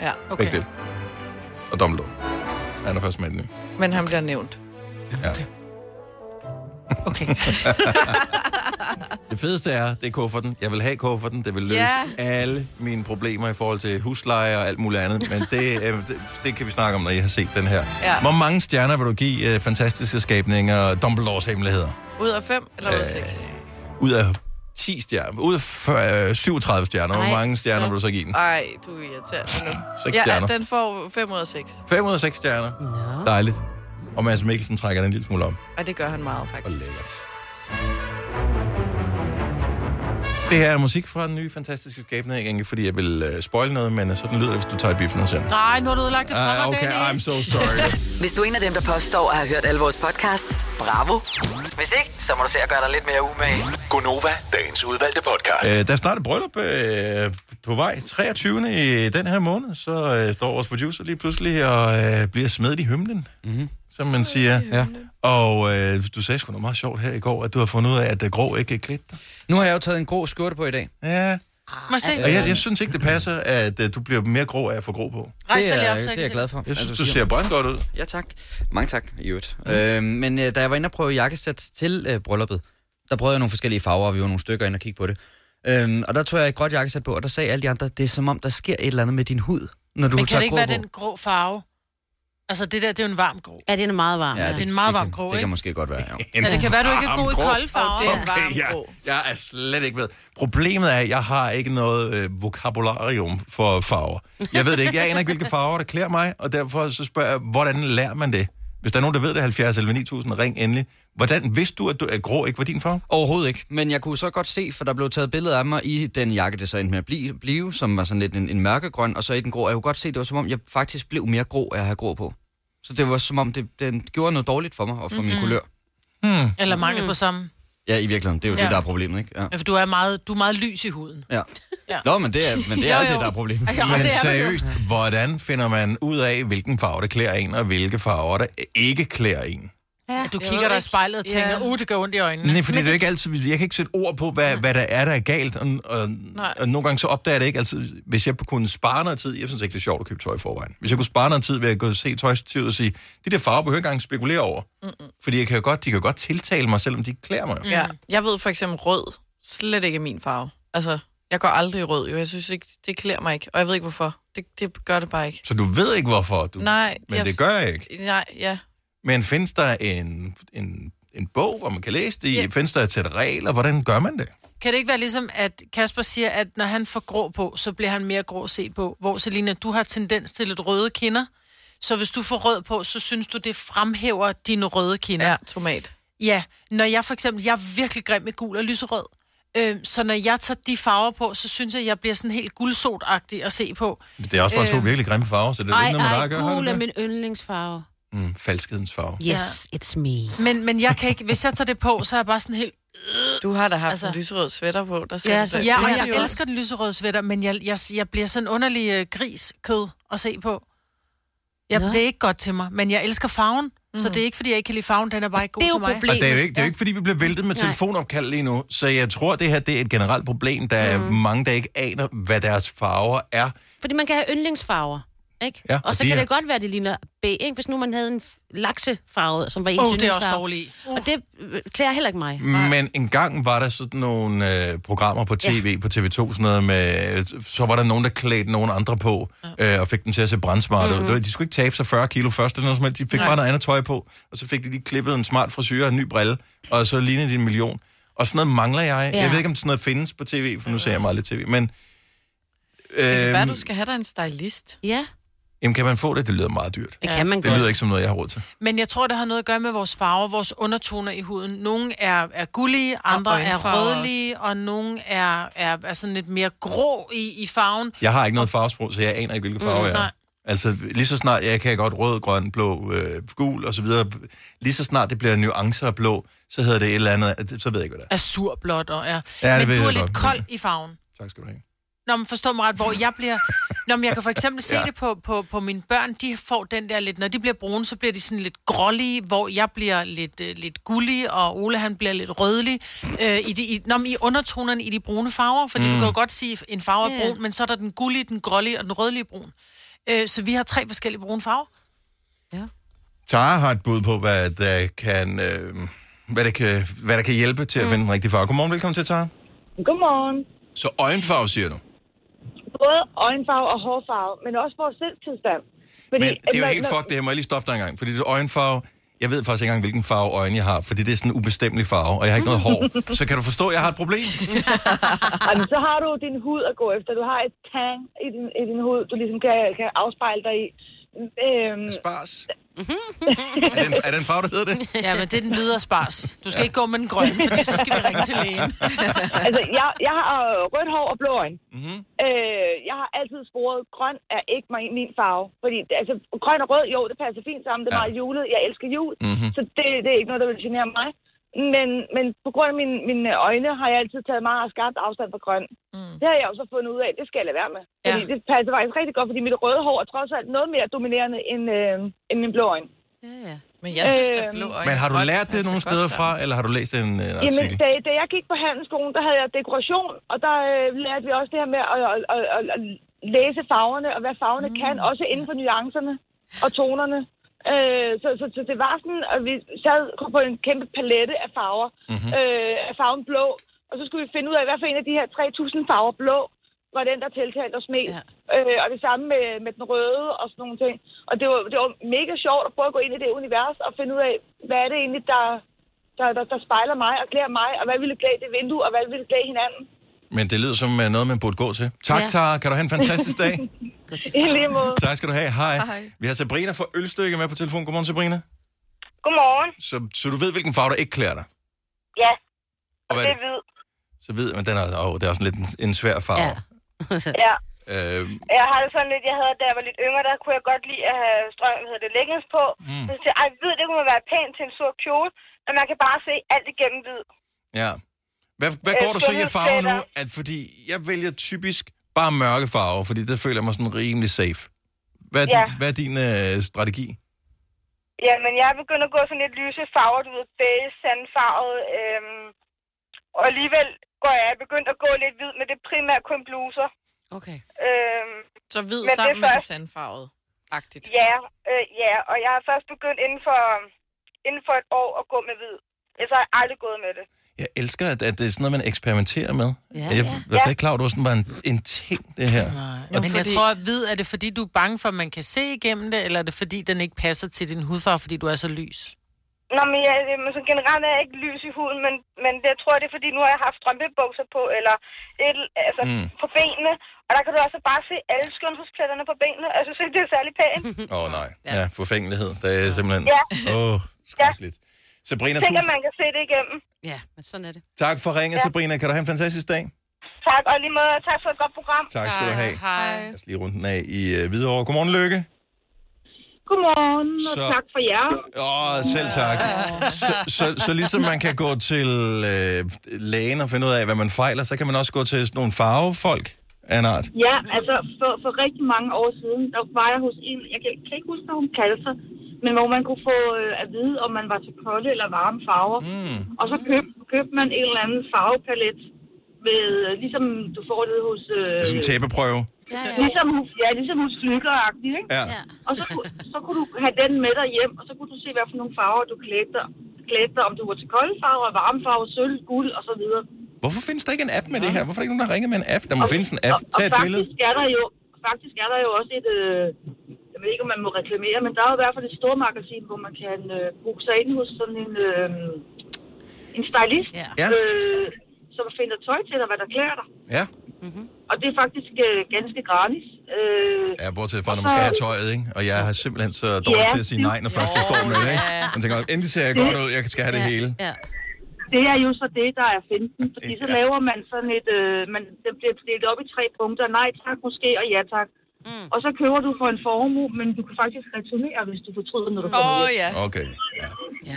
Speaker 2: Ja.
Speaker 1: okay. ikke det. Og Dumbledore. Han er først med i den nye.
Speaker 2: Men han bliver nævnt.
Speaker 3: okay.
Speaker 1: <laughs> Det fedeste er, det er kufferten. Jeg vil have kufferten. Det vil løse
Speaker 2: Ja.
Speaker 1: alle mine problemer i forhold til husleje og alt muligt andet. Men det, øh, det, det kan vi snakke om, når I har set den her.
Speaker 2: Ja.
Speaker 1: Hvor mange stjerner vil du give øh, fantastiske skabninger og Dumbledores hemmeligheder?
Speaker 2: Ud af fem, eller ud af seks?
Speaker 6: Øh,
Speaker 1: Ud af 10 stjerner. Ud af f- øh, 37 stjerner. Hvor
Speaker 4: Ej,
Speaker 1: mange stjerner vil du så give den?
Speaker 2: Ej, du er irriterende nu.
Speaker 1: Seks
Speaker 2: Ja,
Speaker 1: stjerner.
Speaker 2: den får 5 ud af 6.
Speaker 1: 5 ud af 6 stjerner.
Speaker 4: Nå.
Speaker 1: Dejligt. Og Mads Mikkelsen trækker den en lille smule om.
Speaker 2: Og det gør han meget,
Speaker 1: Og
Speaker 2: faktisk.
Speaker 1: lækkert. Det her er musik fra den nye fantastiske skabning, ikke fordi jeg vil øh, spoil noget, men øh, sådan lyder det, hvis du tager i biffen og ser den.
Speaker 3: Nej, nu har du ødelagt det for mig,
Speaker 1: Ah, okay, I'm
Speaker 3: Dennis.
Speaker 1: so sorry.
Speaker 3: <laughs>
Speaker 5: Hvis du er en af dem, der påstår at have hørt alle vores podcasts, bravo. Hvis ikke, så må du se at gøre dig lidt mere umage.
Speaker 7: Gunova, dagens udvalgte podcast.
Speaker 1: øh, der starter bryllup øh, på vej 23. i den her måned, så øh, står vores producer lige pludselig og øh, bliver smedt i hymnen,
Speaker 6: Mhm.
Speaker 1: mm-hmm. som man siger.
Speaker 6: Ja.
Speaker 1: Og øh, du sagde sgu noget meget sjovt her i går, at du har fundet ud af, at øh, grå ikke er klædt dig.
Speaker 6: Nu har jeg jo taget en grå skjorte på i dag.
Speaker 1: Ja,
Speaker 3: Må jeg se?
Speaker 1: og jeg, jeg synes ikke, det passer, at øh, du bliver mere grå af at få grå på.
Speaker 3: Rejs
Speaker 6: det,
Speaker 3: dig lige
Speaker 6: er,
Speaker 3: op, så
Speaker 6: det
Speaker 3: jeg
Speaker 6: er
Speaker 3: kan
Speaker 6: jeg
Speaker 3: se
Speaker 6: glad for.
Speaker 1: Jeg
Speaker 6: at
Speaker 1: synes,
Speaker 6: du
Speaker 1: du
Speaker 6: siger.
Speaker 1: ser brandgodt ud.
Speaker 6: Ja, tak. Mange tak, i øvrigt. Øh, men øh, da jeg var inde og prøve jakkesæt til øh, brylluppet, der prøvede jeg nogle forskellige farver, og vi var nogle stykker ind og kigge på det. Øhm, og der tog jeg et gråt jakkesæt på, og der sagde alle de andre, det er som om, der sker et eller andet med din hud, når du
Speaker 3: Men kan
Speaker 6: tager
Speaker 3: det ikke
Speaker 6: grå
Speaker 3: være
Speaker 6: på.
Speaker 3: den grå farve? Altså, det der, det er jo en varm grå.
Speaker 4: Ja, den er meget varm. Ja,
Speaker 3: det er
Speaker 4: det...
Speaker 3: en meget varm
Speaker 6: kan-
Speaker 3: grå,
Speaker 6: Det
Speaker 3: ikke?
Speaker 6: kan måske godt være, ja.
Speaker 3: Ja, det kan være, du ikke er god i
Speaker 1: Varm grå.
Speaker 3: kolde farver.
Speaker 2: Og det er varm
Speaker 1: Ja,
Speaker 2: grå.
Speaker 1: jeg er slet ikke ved. Problemet er, at jeg har ikke noget øh, vokabularium for farver. Jeg ved det ikke. Jeg aner ikke, hvilke farver, der klæder mig, og derfor så spørger jeg, hvordan lærer man det? Hvis der er nogen, der ved det, 70 eller 9000, ring endelig. Hvordan vidste du, at du er grå ikke var din farve?
Speaker 6: Overhovedet ikke, men jeg kunne så godt se, for der blev taget billeder af mig i den jakke, det så endte med at blive, blive som var sådan lidt en, en mørkegrøn, og så i den grå. Jeg kunne godt se, det var som om, jeg faktisk blev mere grå af at have grå på. Så det var som om, det, den gjorde noget dårligt for mig og for mm-hmm. min kulør.
Speaker 1: Hmm.
Speaker 3: Eller mangel på samme.
Speaker 6: Ja, i virkeligheden. Det er jo ja.
Speaker 3: Ja.
Speaker 6: det, der er problemet, ikke? Ja.
Speaker 3: Ja, for du er meget, du er meget lys i huden.
Speaker 6: ja.
Speaker 3: Ja.
Speaker 6: Nå, men det er, men det, er
Speaker 3: Jo, jo.
Speaker 6: det, der er problemet.
Speaker 3: Ja,
Speaker 1: Men
Speaker 3: det er der jo.
Speaker 1: seriøst, hvordan finder man ud af, hvilken farve der klæder en, og hvilke farver der ikke klæder en?
Speaker 4: Ja.
Speaker 3: Du kigger dig i spejlet og tænker,
Speaker 2: Ja.
Speaker 3: uh, det gør ondt i øjnene.
Speaker 1: Nej, fordi det er jo ikke altid, jeg kan ikke sætte ord på, hvad, hvad der er, der er galt, og, og, og nogle gange så opdager jeg det ikke. Altså, hvis jeg kunne spare noget tid, jeg synes ikke, det er sjovt at købe tøj i forvejen. Hvis jeg kunne spare noget tid ved at gå og se tøjstativet og sige, de der farver behøver jeg ikke engang spekulere over. Mm-mm. Fordi jeg kan jo godt, de kan jo godt tiltale mig, selvom de ikke klæder mig. Mm.
Speaker 2: Ja. Jeg ved for eksempel rød slet ikke er min farve. Altså, jeg går aldrig i rød, jo. Jeg synes ikke, det klæder mig ikke. Og jeg ved ikke, hvorfor. Det, det gør det bare ikke.
Speaker 1: Så du ved ikke, hvorfor du...
Speaker 2: Nej,
Speaker 1: men
Speaker 2: jeg-
Speaker 1: det gør jeg ikke.
Speaker 2: Nej, ja.
Speaker 1: Men findes der en, en, en bog, hvor man kan læse det i? Yeah. Findes der et sæt regler? Hvordan gør man det?
Speaker 3: Kan det ikke være ligesom, at Kasper siger, at når han får grå på, så bliver han mere grå set på? Hvor Selina, du har tendens til lidt røde kinder, så hvis du får rød på, så synes du, det fremhæver dine røde kinder.
Speaker 2: Ja, tomat.
Speaker 3: Ja, når jeg for eksempel, jeg er virkelig grim med gul og lyserød. Øh, så når jeg tager de farver på, så synes jeg, at jeg bliver sådan helt guldsotagtig at se på.
Speaker 1: Det er også bare to
Speaker 3: Øh.
Speaker 1: virkelig grimme farver, så det er jo
Speaker 4: Ej,
Speaker 1: ikke noget,
Speaker 4: ej,
Speaker 1: man bare gør. har
Speaker 4: gul
Speaker 1: det
Speaker 4: er
Speaker 1: det?
Speaker 4: min yndlingsfarve.
Speaker 1: Mm, falskhedens farve.
Speaker 4: Yes, it's me.
Speaker 3: Men, men jeg kan ikke, hvis jeg tager det på, så er jeg bare sådan helt...
Speaker 2: Du har da haft altså,
Speaker 3: Altså-
Speaker 2: en lyserød sweater på. Der
Speaker 4: Ja,
Speaker 2: ja,
Speaker 4: så-
Speaker 2: det.
Speaker 3: Ja,
Speaker 2: Det
Speaker 3: og
Speaker 2: har
Speaker 3: jeg
Speaker 2: de jo også.
Speaker 3: elsker den lyserøde sweater, men jeg, jeg, jeg bliver sådan underlig øh, griskød at se på. Ja,
Speaker 4: Nå. Mhm.
Speaker 3: det er ikke godt til mig, men jeg elsker farven, mm. så det er ikke, fordi jeg ikke kan lide farven, den er bare ikke god
Speaker 4: Det er jo
Speaker 3: til mig.
Speaker 4: problemet.
Speaker 1: Og det er jo ikke, det er jo ikke fordi vi bliver væltet med
Speaker 4: Nej.
Speaker 1: telefonopkald lige nu, så jeg tror, det her det er et generelt problem. Der er
Speaker 4: Mm.
Speaker 1: mange, der ikke aner, hvad deres farver er.
Speaker 4: Fordi man kan have yndlingsfarver. Ikke?
Speaker 1: Ja, og
Speaker 4: og så
Speaker 1: de
Speaker 4: kan
Speaker 1: er-
Speaker 4: det godt være, at det ligner B, ikke? hvis nu man havde en f- laksefarve, som var ens
Speaker 3: Åh, oh, det er også
Speaker 4: yndlingsfarve.
Speaker 3: dårligt.
Speaker 4: Og det øh, klæder heller ikke mig.
Speaker 1: Men engang var der sådan nogle øh, programmer på tv, ja. på TV2, sådan noget med, så var der nogen, der klædte nogen andre på, øh, og fik dem til at se brandsmart
Speaker 4: Mhm.
Speaker 1: ud. Mm-hmm. De skulle ikke tabe sig 40 kilo først, eller noget som helst. De fik Nej. bare noget andet tøj på, og så fik de lige klippet en smart frisyr og en ny brille, og så lignede de en million. Og sådan noget mangler jeg. Ja.
Speaker 4: Ja.
Speaker 1: Jeg ved ikke, om sådan noget findes på tv, for nu ser jeg meget lidt tv, men...
Speaker 2: Det kan
Speaker 1: Øh,
Speaker 2: være, du skal have dig en stylist.
Speaker 4: Ja,
Speaker 1: jamen, kan man få det? Det lyder meget dyrt.
Speaker 4: det kan man
Speaker 1: Det lyder
Speaker 4: godt.
Speaker 1: ikke som noget, jeg har råd til.
Speaker 3: Men jeg tror, det har noget at gøre med vores farver, vores undertoner i huden. Nogle er, er gullige, andre er
Speaker 2: øjenfarver også.
Speaker 3: rødlige, og nogle er, er, er sådan lidt mere grå i, i farven.
Speaker 1: Jeg har ikke noget farvesprog, så jeg aner ikke, hvilke
Speaker 4: Mm,
Speaker 1: farver jeg er.
Speaker 3: nej.
Speaker 1: Altså, lige så snart, jeg kan godt rød, grøn, blå, øh, gul og så videre. Lige så snart det bliver nuancer af blå, så hedder det et eller andet, så ved jeg ikke, hvad det er.
Speaker 3: Azurblåt og er.
Speaker 1: Ja,
Speaker 3: men
Speaker 1: det ved
Speaker 3: du er
Speaker 1: jeg
Speaker 3: lidt
Speaker 1: godt.
Speaker 3: kold i farven.
Speaker 1: Tak skal du have.
Speaker 3: Nå, men forstå mig ret, hvor jeg
Speaker 1: <laughs>
Speaker 3: bliver... Nå, men jeg kan for eksempel se ja. det på, på, på mine børn. De får den der lidt... Når de bliver brune, så bliver de sådan lidt grålige, hvor jeg bliver lidt, øh, lidt gullig, og Ole han bliver lidt rødlig. Øh, i, de, i, nå, men i undertonerne i de brune farver, fordi mm. du kan jo godt sige, en farve er
Speaker 4: Ja.
Speaker 3: brun, men så er der den gullige, den grålige og den rødlige brun. Øh, så vi har tre forskellige brune farver.
Speaker 1: Tara har et bud på, hvad der kan, øh, hvad der kan, hvad der kan hjælpe til at
Speaker 4: Mm.
Speaker 1: finde den rigtige farve. Godmorgen, velkommen til, Tara.
Speaker 8: Godmorgen.
Speaker 1: Så øjenfarve, siger du?
Speaker 8: Både øjenfarve og hårfarve, men også vores selvtilstand. Fordi,
Speaker 1: Men det er jo
Speaker 8: at-
Speaker 1: helt fuck, det her må jeg lige stoppe dig en gang. Fordi det er øjenfarve, jeg ved faktisk ikke engang, hvilken farve øjne jeg har, fordi det er sådan en ubestemmelig farve, og jeg har ikke noget hår. Så kan du forstå, at jeg har et problem?
Speaker 8: <laughs> Jamen, så har du din hud at gå efter. Du har et tang i din, i din hud, du ligesom kan, kan afspejle dig i. Øhm,
Speaker 1: Spars. er, den, er den farve, der hedder det?
Speaker 3: Ja, men det er den videre spars. Du skal ja. ikke gå med den grønne, for så skal vi ringe til lægen.
Speaker 8: altså, jeg, jeg har rødt hår og blå øjne. Mm-hmm. Øh, jeg har altid sporet, grøn er ikke mig, min farve. Fordi, altså, grøn og rød, jo, det passer fint sammen. Det er
Speaker 1: Ja.
Speaker 8: ja. meget julet. Jeg elsker jul, mm-hmm. så det, det er ikke noget, der vil genere mig. Men, men på grund af mine, mine øjne har jeg altid taget meget skarpt afstand fra grøn. Mm. Det har jeg også fundet ud af, det skal jeg lade være med. Fordi
Speaker 3: Ja.
Speaker 8: det passer faktisk rigtig godt, fordi mit røde hår er trods alt noget mere dominerende end, øh, end min blå øjne.
Speaker 4: Ja, ja.
Speaker 2: Men jeg synes, der er
Speaker 8: Øhm,
Speaker 2: blå øjne.
Speaker 1: Men har du
Speaker 2: Grønt
Speaker 1: lært det
Speaker 2: passer
Speaker 1: nogle
Speaker 2: godt
Speaker 1: steder
Speaker 2: sammen.
Speaker 1: fra, eller har du læst en øh,
Speaker 8: Jamen,
Speaker 1: artikel?
Speaker 8: da, da jeg gik på handelsskolen, der havde jeg dekoration, og der øh, lærte vi også det her med at, at, at, at, at læse farverne, og hvad farverne mm. kan, også inden for nuancerne og tonerne. Øh, så, så, så det var sådan, at vi sad på en kæmpe palette af farver,
Speaker 1: Mhm.
Speaker 8: mm-hmm. øh, af farven blå, og så skulle vi finde ud af, hvad for en af de her 3.000 farver blå var den, der tiltalte os mest.
Speaker 4: Ja.
Speaker 8: Ja. Øh, og det samme med, med den røde og sådan nogle ting. Og det var, det var mega sjovt at prøve at gå ind i det univers og finde ud af, hvad er det egentlig, der, der, der, der spejler mig og klæder mig, og hvad ville klæde det vindue, og hvad ville klæde hinanden.
Speaker 1: Men det lyder som øh, noget, man burde gå til. Tak,
Speaker 4: Ja.
Speaker 1: Tara. Kan du have en fantastisk
Speaker 8: <laughs>
Speaker 1: dag?
Speaker 4: Gå til
Speaker 8: I
Speaker 4: farve.
Speaker 8: lige måde.
Speaker 1: tak skal du have. Hej.
Speaker 2: Hej.
Speaker 1: Vi har Sabrina fra Ølstykke med på telefon. Godmorgen, Sabrina.
Speaker 8: Godmorgen.
Speaker 1: Så, så du ved, hvilken farve, der ikke klæder dig.
Speaker 8: Ja,
Speaker 1: Og hvad er det?
Speaker 2: <laughs>
Speaker 8: hvid.
Speaker 1: Så ved man, den er, åh, det er også lidt en, en svær farve.
Speaker 8: Ja.
Speaker 1: Ja. Øh,
Speaker 8: Jeg har det sådan lidt, jeg havde, da jeg var lidt yngre, der kunne jeg godt lide at have strøm, hedder det, leggings på. Mm. Så tænkte jeg, ej, hvid, det kunne man være pænt til en sort kjole. men man kan bare se alt igennem hvid.
Speaker 1: Ja. Hvad, hvad
Speaker 8: Øh,
Speaker 1: går der så i af farver nu?
Speaker 8: sundhedsklæder.
Speaker 1: At fordi jeg vælger typisk bare mørke farver, fordi der føler jeg mig sådan rimelig safe. Hvad er, ja.
Speaker 8: Ja.
Speaker 1: din, hvad er din øh, strategi?
Speaker 8: Jamen, jeg er begyndt at gå sådan lidt lyse farver, du ved, beige, sandfarvet. Øhm, og alligevel går jeg, jeg er begyndt at gå lidt hvid, men det er primært kun bluser.
Speaker 4: Okay.
Speaker 8: Øhm,
Speaker 2: Så hvid
Speaker 8: Men det er
Speaker 2: sammen med det
Speaker 8: først-
Speaker 2: sandfarvede. Agtigt.
Speaker 8: ja, øh, ja, og jeg har først begyndt inden for, inden for et år at gå med hvid. Ellers har jeg aldrig gået med det.
Speaker 1: Jeg elsker, at, at det er sådan noget, man eksperimenterer med.
Speaker 4: Ja,
Speaker 1: jeg jeg
Speaker 8: ja.
Speaker 1: var slet ikke klar, over, at det var sådan bare en, en ting, det her.
Speaker 3: Nej, men jeg
Speaker 2: fordi-
Speaker 3: tror, at hvid, er det fordi, du er bange for, at man kan se igennem det, eller er det fordi, den ikke passer til din hudfarve, fordi du er så lys?
Speaker 8: Nå, men jeg, men så generelt er jeg ikke lys i huden, men, men jeg tror, det er fordi, nu har jeg haft strømpebukser på, eller et, altså,
Speaker 1: Mm.
Speaker 8: mm. på benene. Og der kan du altså bare se alle skønhedspletterne på benene. Jeg synes ikke, det er særlig pænt.
Speaker 1: Åh oh, nej, ja, forfængelighed. Det er simpelthen...
Speaker 8: Ja.
Speaker 1: Åh, oh, skrækkeligt. Sabrina,
Speaker 8: Jeg tænker,
Speaker 1: tusind
Speaker 8: man kan se det igennem.
Speaker 4: Ja, men sådan er det.
Speaker 1: tak for ringet,
Speaker 8: Ja.
Speaker 1: Sabrina. Kan du have en fantastisk dag?
Speaker 8: Tak, og lige måde, og tak for et godt program.
Speaker 1: Tak skal du have.
Speaker 2: Hej.
Speaker 1: Lad os lige runde den af i øh, Hvidovre. Godmorgen, Lykke.
Speaker 8: Godmorgen,
Speaker 1: og Så- tak
Speaker 8: for jer.
Speaker 1: Åh, oh, selv tak. Så,
Speaker 8: <laughs>
Speaker 1: så, så ligesom man kan gå til øh, lægen og finde ud af, hvad man fejler, så kan man også gå til sådan nogle farvefolk af en art.
Speaker 8: Ja, altså for, for rigtig mange år siden, der var jeg hos en, jeg kan, kan ikke huske, hvad hun kaldte sig, men hvor man kunne få øh, at vide, om man var til kolde eller varme farver. Mm. Og så køb, købte man en eller anden farvepalet, med, øh, ligesom du får det hos... Øh,
Speaker 1: Ligesom tæppeprøve.
Speaker 4: Ja,
Speaker 8: ligesom, ja, ligesom hos flyggeragtigt, ikke?
Speaker 1: Ja.
Speaker 4: ja.
Speaker 8: Og så, kunne- så kunne du have den med dig hjem, og så kunne du se, hvad for nogle farver du klædte dig, klædte dig om du var til kolde farver, varme farver, sølv, guld og så videre.
Speaker 1: Hvorfor findes der ikke en app med det her? Hvorfor er der ikke nogen, der ringer med en app? Der må findes en app.
Speaker 8: Og, og
Speaker 1: Tag et
Speaker 8: faktisk
Speaker 1: billede.
Speaker 8: er der jo faktisk er der jo også et, øh, jeg ved ikke om man må reklamere, men der er jo i hvert fald et stort magasin, hvor man kan øh, booke sig ind hos sådan en, øh, en stylist,
Speaker 4: Ja.
Speaker 1: Ja.
Speaker 8: øh, som finder tøj til dig, hvad der klæder dig.
Speaker 1: Ja,
Speaker 8: Og det er faktisk øh, ganske gratis. Øh,
Speaker 1: ja bortset fra, når man skal have tøjet, ikke? Og jeg har simpelthen så dårligt
Speaker 8: Ja.
Speaker 1: til at sige nej, når først jeg står med det, ikke? Man tænker, endelig ser jeg godt ud, jeg skal have det hele.
Speaker 4: Ja.
Speaker 8: det er jo så det, der er finten, fordi så
Speaker 1: Ja.
Speaker 8: laver man sådan et, øh, man, det bliver delt op i tre punkter, nej tak måske og ja tak. Mm. Og så køber du for en formue, men du kan faktisk returnere, hvis du fortryder, når du
Speaker 2: Åh
Speaker 8: kommer
Speaker 2: oh,
Speaker 8: hjem.
Speaker 2: ja.
Speaker 1: Okay, ja.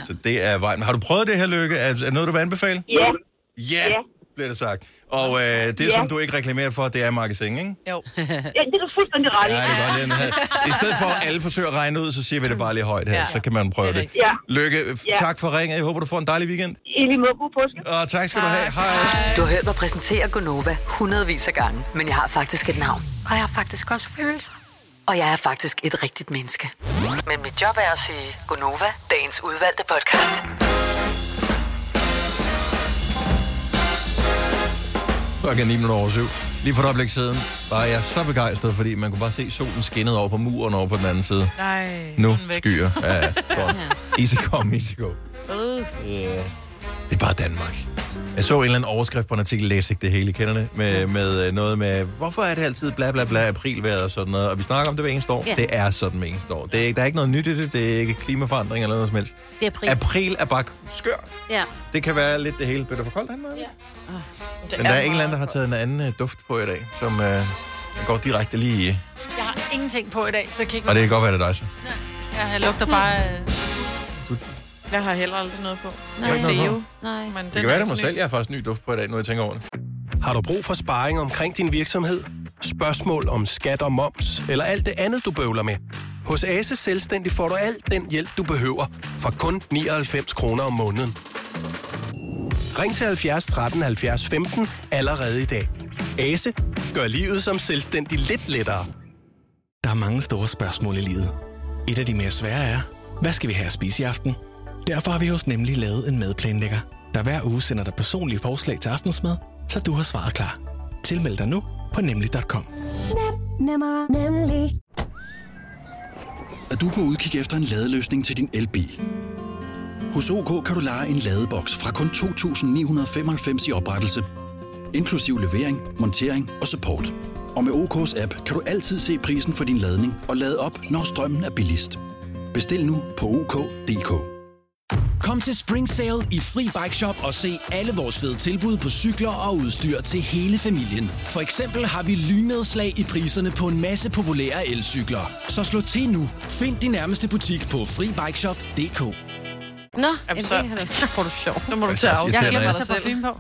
Speaker 1: Så det er vejen. Har du prøvet det her, Lykke? Er er det noget, du vil anbefale?
Speaker 8: Ja,
Speaker 1: Ja,
Speaker 8: Ja.
Speaker 1: bliver det sagt. Og øh, det,
Speaker 8: Ja.
Speaker 1: som du ikke reklamerer for, det er marketing, ikke?
Speaker 2: Jo.
Speaker 8: ja det er du fuldstændig ret i.
Speaker 1: Ja, det var den her. I stedet for at alle forsøger at regne ud, så siger vi det bare lige højt her, ja.
Speaker 2: Ja.
Speaker 1: så kan man prøve
Speaker 2: Det er
Speaker 1: det.
Speaker 2: rigtigt.
Speaker 8: Ja.
Speaker 1: Lykke, f-
Speaker 8: Ja.
Speaker 1: tak for ringet. Jeg håber, du får en dejlig weekend.
Speaker 8: I lige måde, god påske.
Speaker 1: Og tak skal du have. Hej.
Speaker 5: Du har hørt mig præsentere Gonova hundredvis af gange, men jeg har faktisk et navn. Og jeg har faktisk også følelser. Og jeg er faktisk et rigtigt menneske. Men mit job er at sige Gonova, dagens udvalgte podcast.
Speaker 1: Klokken er 9 minutter over syv. Lige for et øjeblik siden var jeg så begejstret, fordi man kunne bare se solen skinnede over på muren over på den anden side.
Speaker 2: Nej.
Speaker 1: Nu
Speaker 3: den væk.
Speaker 1: skyer. Ja, ja. Godt. Easy come, easy go. Yeah. Det er bare Danmark. Jeg så en eller anden overskrift på en artikel, læste ikke det hele, I kender det, med, med øh, noget med, hvorfor er det altid bla bla bla aprilvejr og sådan noget, og vi snakker om det hver eneste år.
Speaker 4: Ja.
Speaker 1: Det er sådan hver eneste år. Det er, ikke- der er ikke noget nyt i det, det er ikke klimaforandring eller noget som helst.
Speaker 4: Det er april.
Speaker 1: April er bare skør.
Speaker 4: Ja.
Speaker 1: Det kan være lidt det hele. Bliver det for koldt, han var? Ja.
Speaker 2: Det
Speaker 1: Men der er
Speaker 2: meget
Speaker 1: en eller anden, der har taget en anden øh, duft på i dag, som øh, går direkte lige i.
Speaker 2: Mm.
Speaker 3: Jeg har ingenting på i dag, så det kan ikke
Speaker 1: Og det kan godt være, det er dig, så.
Speaker 3: være- Jeg lugter bare... Øh...
Speaker 2: godt. Jeg har heller aldrig noget på.
Speaker 4: Nej.
Speaker 2: Jo, det er jo.
Speaker 4: Nej.
Speaker 2: Men den
Speaker 1: Det
Speaker 2: er
Speaker 1: kan være, det er
Speaker 2: ikke
Speaker 1: mig
Speaker 2: ny.
Speaker 1: selv. Jeg har faktisk ny duft på i dag, nu jeg tænker over det.
Speaker 9: Har du brug for sparring omkring din virksomhed? Spørgsmål om skat og moms, eller alt det andet, du bøvler med? Hos Ase Selvstændig får du alt den hjælp, du behøver, for kun 99 kroner om måneden. Ring til 70 13 70 15 allerede i dag. Ase gør livet som selvstændig lidt lettere.
Speaker 10: Der er mange store spørgsmål i livet. Et af de mere svære er, hvad skal vi have at spise i aften? Derfor har vi hos Nemlig lavet en madplanlægger, der hver uge sender dig personlige forslag til aftensmad, så du har svaret klar. Tilmeld dig nu på nemlig.com.
Speaker 11: Nemmer, nemlig.
Speaker 10: Er du på udkig efter en ladeløsning til din elbil? Hos OK kan du lege en ladeboks fra kun 2.995 i oprettelse, inklusiv levering, montering og support. Og med OK's app kan du altid se prisen for din ladning og lade op, når strømmen er billigst. Bestil nu på OK.dk.
Speaker 9: Kom til Spring Sale i Fri Bike Shop og se alle vores fede tilbud på cykler og udstyr til hele familien. For eksempel har vi lynedslag i priserne på en masse populære elcykler. Så slå til nu. Find din nærmeste butik på FriBikeShop.dk.
Speaker 4: Nå,
Speaker 2: Jamen, så, så får du sjov. Så må du
Speaker 1: Altså,
Speaker 2: tage
Speaker 3: Altså, Jeg
Speaker 2: af.
Speaker 3: irriterer mig,
Speaker 2: Jeg glemmer
Speaker 3: ja.
Speaker 2: dig
Speaker 3: Tag
Speaker 2: selv.
Speaker 3: parfume på.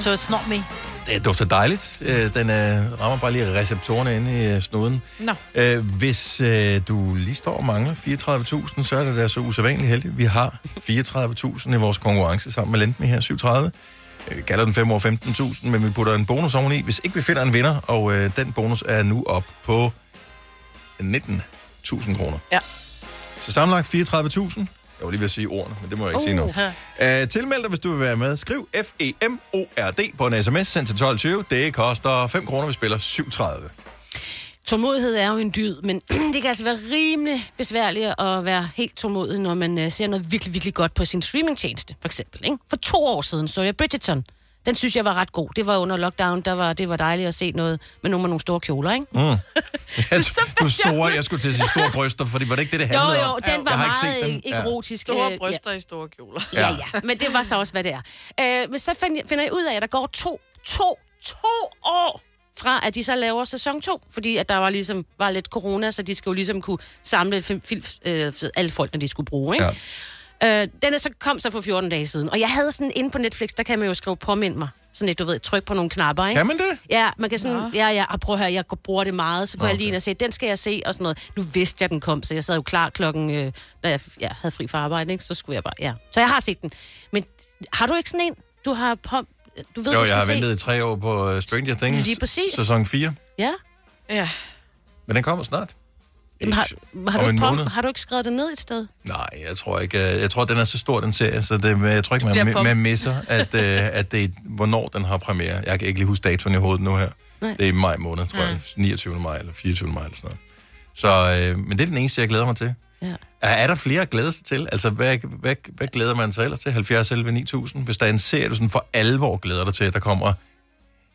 Speaker 3: Så it's not me.
Speaker 1: Det dufter dejligt. Øh, Den øh, rammer bare lige receptorerne inde i øh, snuden.
Speaker 3: Nå.
Speaker 1: Øh, hvis øh, du lige står og mangler 34.000, så er det da så usædvanligt heldigt. Vi har 34.000 i vores konkurrence sammen med Lenten her, 37. Øh, kalder den 5 år 15.000, men vi putter en bonus oveni, hvis ikke vi finder en vinder, og øh, den bonus er nu op på 19.000 kroner.
Speaker 2: Ja.
Speaker 1: Så sammenlagt 34.000. Jeg var lige ved at sige ordene, men det må jeg ikke uh. sige
Speaker 2: Oh.
Speaker 1: nu. Uh, tilmeld dig, hvis du vil være med. Skriv E F-E-M-O-R-D på en sms, send til 1220. Det koster 5 kroner, vi spiller 37.
Speaker 4: Tålmodighed er jo en dyd, men <clears throat> det kan altså være rimelig besværligt at være helt tålmodig, når man øh, ser noget virkelig, virkelig godt på sin streamingtjeneste, for eksempel. Ikke? For to år siden så jeg Bridgerton. Den synes jeg var ret god. Det var under lockdown, der var, det var dejligt at se noget med nogle med nogle store kjoler, ikke? <laughs>
Speaker 1: Mm. Jeg, du store, jeg skulle til at sige store bryster, for det var det ikke det, det
Speaker 4: Jo,
Speaker 1: handlede
Speaker 4: jo,
Speaker 1: om.
Speaker 4: den var
Speaker 1: jeg har ikke
Speaker 4: meget
Speaker 1: set den.
Speaker 4: ikke erotisk.
Speaker 2: Store
Speaker 4: øh,
Speaker 2: bryster i store kjoler.
Speaker 4: Ja. ja, ja, men det var så også, hvad det er. Øh, men så fandt jeg, finder jeg ud af, at der går to, to, to år fra, at de så laver sæson 2, fordi at der var ligesom var lidt corona, så de skal jo ligesom kunne samle fil, fil, øh, alle folk, når de skulle bruge, ikke? Ja. Øh, den er så, kom så for 14 dage siden, og jeg havde sådan inde på Netflix, der kan man jo skrive påmind mig. Sådan lidt, du ved, tryk på nogle knapper, ikke?
Speaker 1: Kan man det?
Speaker 4: Ja, man kan sådan, ja, ja, ah, prøv at høre, jeg går- bruger det meget, så går okay. jeg lige ind og siger, den skal jeg se, og sådan noget. Nu vidste jeg, den kom, så jeg sad jo klar klokken, øh, da jeg ja, havde fri fra arbejde, ikke? så skulle jeg bare, ja. Så jeg har set den. Men har du ikke sådan en, du har pom, du ved,
Speaker 1: Jo,
Speaker 4: du
Speaker 1: jeg har
Speaker 4: skal
Speaker 1: ventet i tre år på øh, Stranger Things,
Speaker 4: Lige præcis.
Speaker 1: sæson 4.
Speaker 4: se? Ja.
Speaker 2: Ja.
Speaker 1: Men den kommer snart.
Speaker 4: Jamen, har, har,
Speaker 1: Om
Speaker 4: du
Speaker 1: en
Speaker 4: ikke pom,
Speaker 1: måned.
Speaker 4: har du ikke skrevet det ned et sted?
Speaker 1: Nej, jeg tror ikke. øh, Jeg tror, den er så stor, den serie, så det, jeg tror ikke,
Speaker 4: Bliver
Speaker 1: man,
Speaker 4: pop.
Speaker 1: man misser, at, øh, <laughs> at det, er- hvornår den har premiere. Jeg kan ikke lige huske datoen i hovedet nu her.
Speaker 4: Nej.
Speaker 1: Det er i maj måned, tror jeg. 29. maj eller 24. maj eller sådan noget. Så, øh, men det er den eneste, jeg glæder mig til.
Speaker 4: Ja.
Speaker 1: Er, er der flere at glæde sig til? Altså, hvad, hvad, hvad glæder man sig ellers til? 70 11 9000? Hvis der er en serie, du sådan for alvor glæder dig til, at der kommer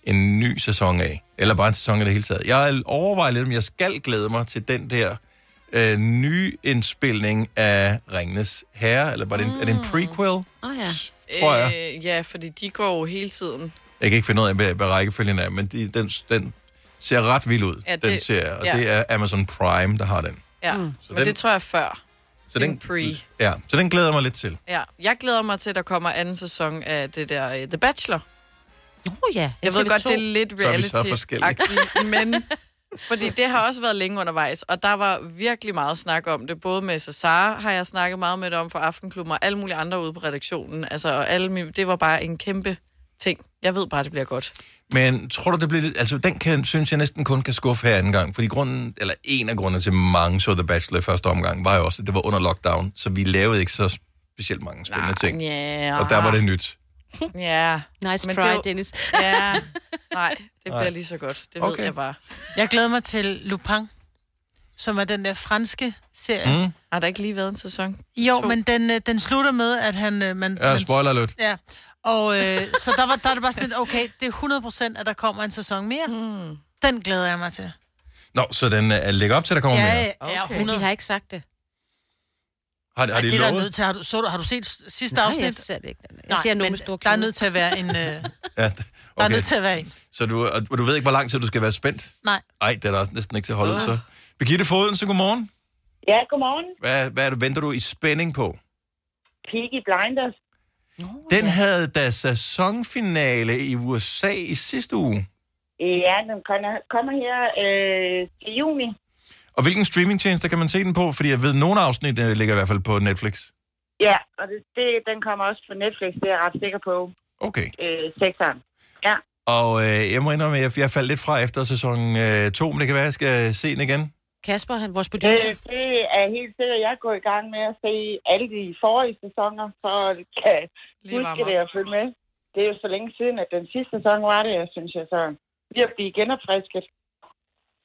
Speaker 1: en ny sæson af. Eller bare en sæson af det hele taget. Jeg overvejer lidt, om jeg skal glæde mig til den der øh, nye indspilning af Ringnes Herre. Eller var det en, er det en prequel?
Speaker 4: Åh oh, ja.
Speaker 1: Tror jeg.
Speaker 2: Øh, ja, fordi de går jo hele tiden.
Speaker 1: Jeg kan ikke finde ud af, hvad, hvad rækkefølgen er, men de, den, den ser ret vild ud,
Speaker 2: Ja,
Speaker 1: ja, det, den
Speaker 2: det-
Speaker 1: serie. Og
Speaker 2: ja.
Speaker 1: ja. det er Amazon Prime, der har den.
Speaker 2: Ja. Mm.
Speaker 1: Så
Speaker 2: Men
Speaker 1: den-
Speaker 2: det tror jeg før.
Speaker 1: Så
Speaker 2: En
Speaker 1: den,
Speaker 2: pre.
Speaker 1: Ja, så den glæder jeg mig lidt til.
Speaker 2: Ja. Jeg glæder mig til, at der kommer anden sæson af det der øh, The Bachelor.
Speaker 4: Nå ja.
Speaker 2: Jeg ved
Speaker 4: TV2.
Speaker 2: godt, det er lidt
Speaker 1: Så er vi så
Speaker 2: reality
Speaker 1: <laughs>
Speaker 2: men... Fordi det har også været længe undervejs, og der var virkelig meget snak om det. Både med Cesar har jeg snakket meget med det om for Aftenklubben, og alle mulige andre ude på redaktionen. Altså, og alle, mine- det var bare en kæmpe ting. Jeg ved bare, det bliver godt.
Speaker 1: Men tror du, det bliver lidt... Altså, den kan, synes jeg næsten kun kan skuffe her anden gang. Fordi grunden, eller en af grundene til at mange så The Bachelor i første omgang, var jo også, at det var under lockdown, så vi lavede ikke så specielt mange spændende ting.
Speaker 2: Ja.
Speaker 1: Og der var det nyt.
Speaker 2: Ja.
Speaker 4: Nice
Speaker 2: Men
Speaker 4: try,
Speaker 2: det er jo-
Speaker 4: Dennis.
Speaker 3: <laughs>
Speaker 2: Ja. Nej, det
Speaker 1: Nej.
Speaker 2: bliver lige så godt. Det
Speaker 1: Okay.
Speaker 2: ved jeg bare.
Speaker 3: Jeg glæder mig til Lupin, som er den der franske serie.
Speaker 1: Mm.
Speaker 2: Har der ikke lige været en sæson?
Speaker 3: Mm. Jo, men den, øh, den slutter med, at han... øh, Man,
Speaker 1: Ja,
Speaker 3: man-
Speaker 1: spoiler lidt.
Speaker 3: Ja, og øh, så der, var, der er det bare sådan lidt, okay, det er 100% at der kommer en sæson mere. Mm. Den glæder jeg mig til.
Speaker 1: Nå, så den uh, lægger op til, at der kommer
Speaker 3: ja,
Speaker 1: mere.
Speaker 3: ja, okay.
Speaker 4: Men de
Speaker 3: 100.
Speaker 4: har ikke sagt det.
Speaker 1: Har, har
Speaker 3: Ej,
Speaker 1: de
Speaker 3: det er der
Speaker 1: lovet?
Speaker 3: nødt til. Har du, så, du- har du set s- sidste
Speaker 4: Nej,
Speaker 3: afsnit?
Speaker 4: jeg ser det ikke. Jeg ser nogen
Speaker 3: men
Speaker 4: med store
Speaker 3: der er
Speaker 4: kjoler.
Speaker 3: nødt til at være en... Øh, der
Speaker 1: Ja,
Speaker 3: er
Speaker 1: okay.
Speaker 3: nødt til at være en.
Speaker 1: Så du, og du ved ikke, hvor lang tid du skal være spændt?
Speaker 3: Nej.
Speaker 1: Ej, det er der også næsten ikke til at holde ud, så. Birgitte Foden, så godmorgen.
Speaker 8: Ja, godmorgen.
Speaker 1: Hvad, hvad er det, venter du i spænding på?
Speaker 3: Oh,
Speaker 8: Piggy Blinders.
Speaker 1: Den havde da sæsonfinale i USA i sidste uge.
Speaker 8: Ja, den kommer- kommer her øh, til juni.
Speaker 1: Og hvilken streamingtjeneste kan man se den på? Fordi jeg ved, nogle afsnit øh, ligger i hvert fald på Netflix.
Speaker 8: Ja, og det, det, den kommer også på Netflix, det er jeg ret sikker på.
Speaker 1: Okay.
Speaker 8: Øh, sekseren. Ja.
Speaker 1: Og øh, jeg må indrømme, at jeg, jeg faldt lidt fra efter sæson 2, øh, to, men det kan være, at jeg skal se den igen.
Speaker 4: Kasper, han, vores
Speaker 8: Øh,
Speaker 4: producer.
Speaker 8: det er helt sikkert, jeg går i gang med at se alle de forrige sæsoner, så kan
Speaker 2: Lige varme
Speaker 8: huske
Speaker 2: op.
Speaker 8: det og følge med. Det er jo så længe siden, at den sidste sæson var det, jeg synes, jeg så lige at blive genopfrisket.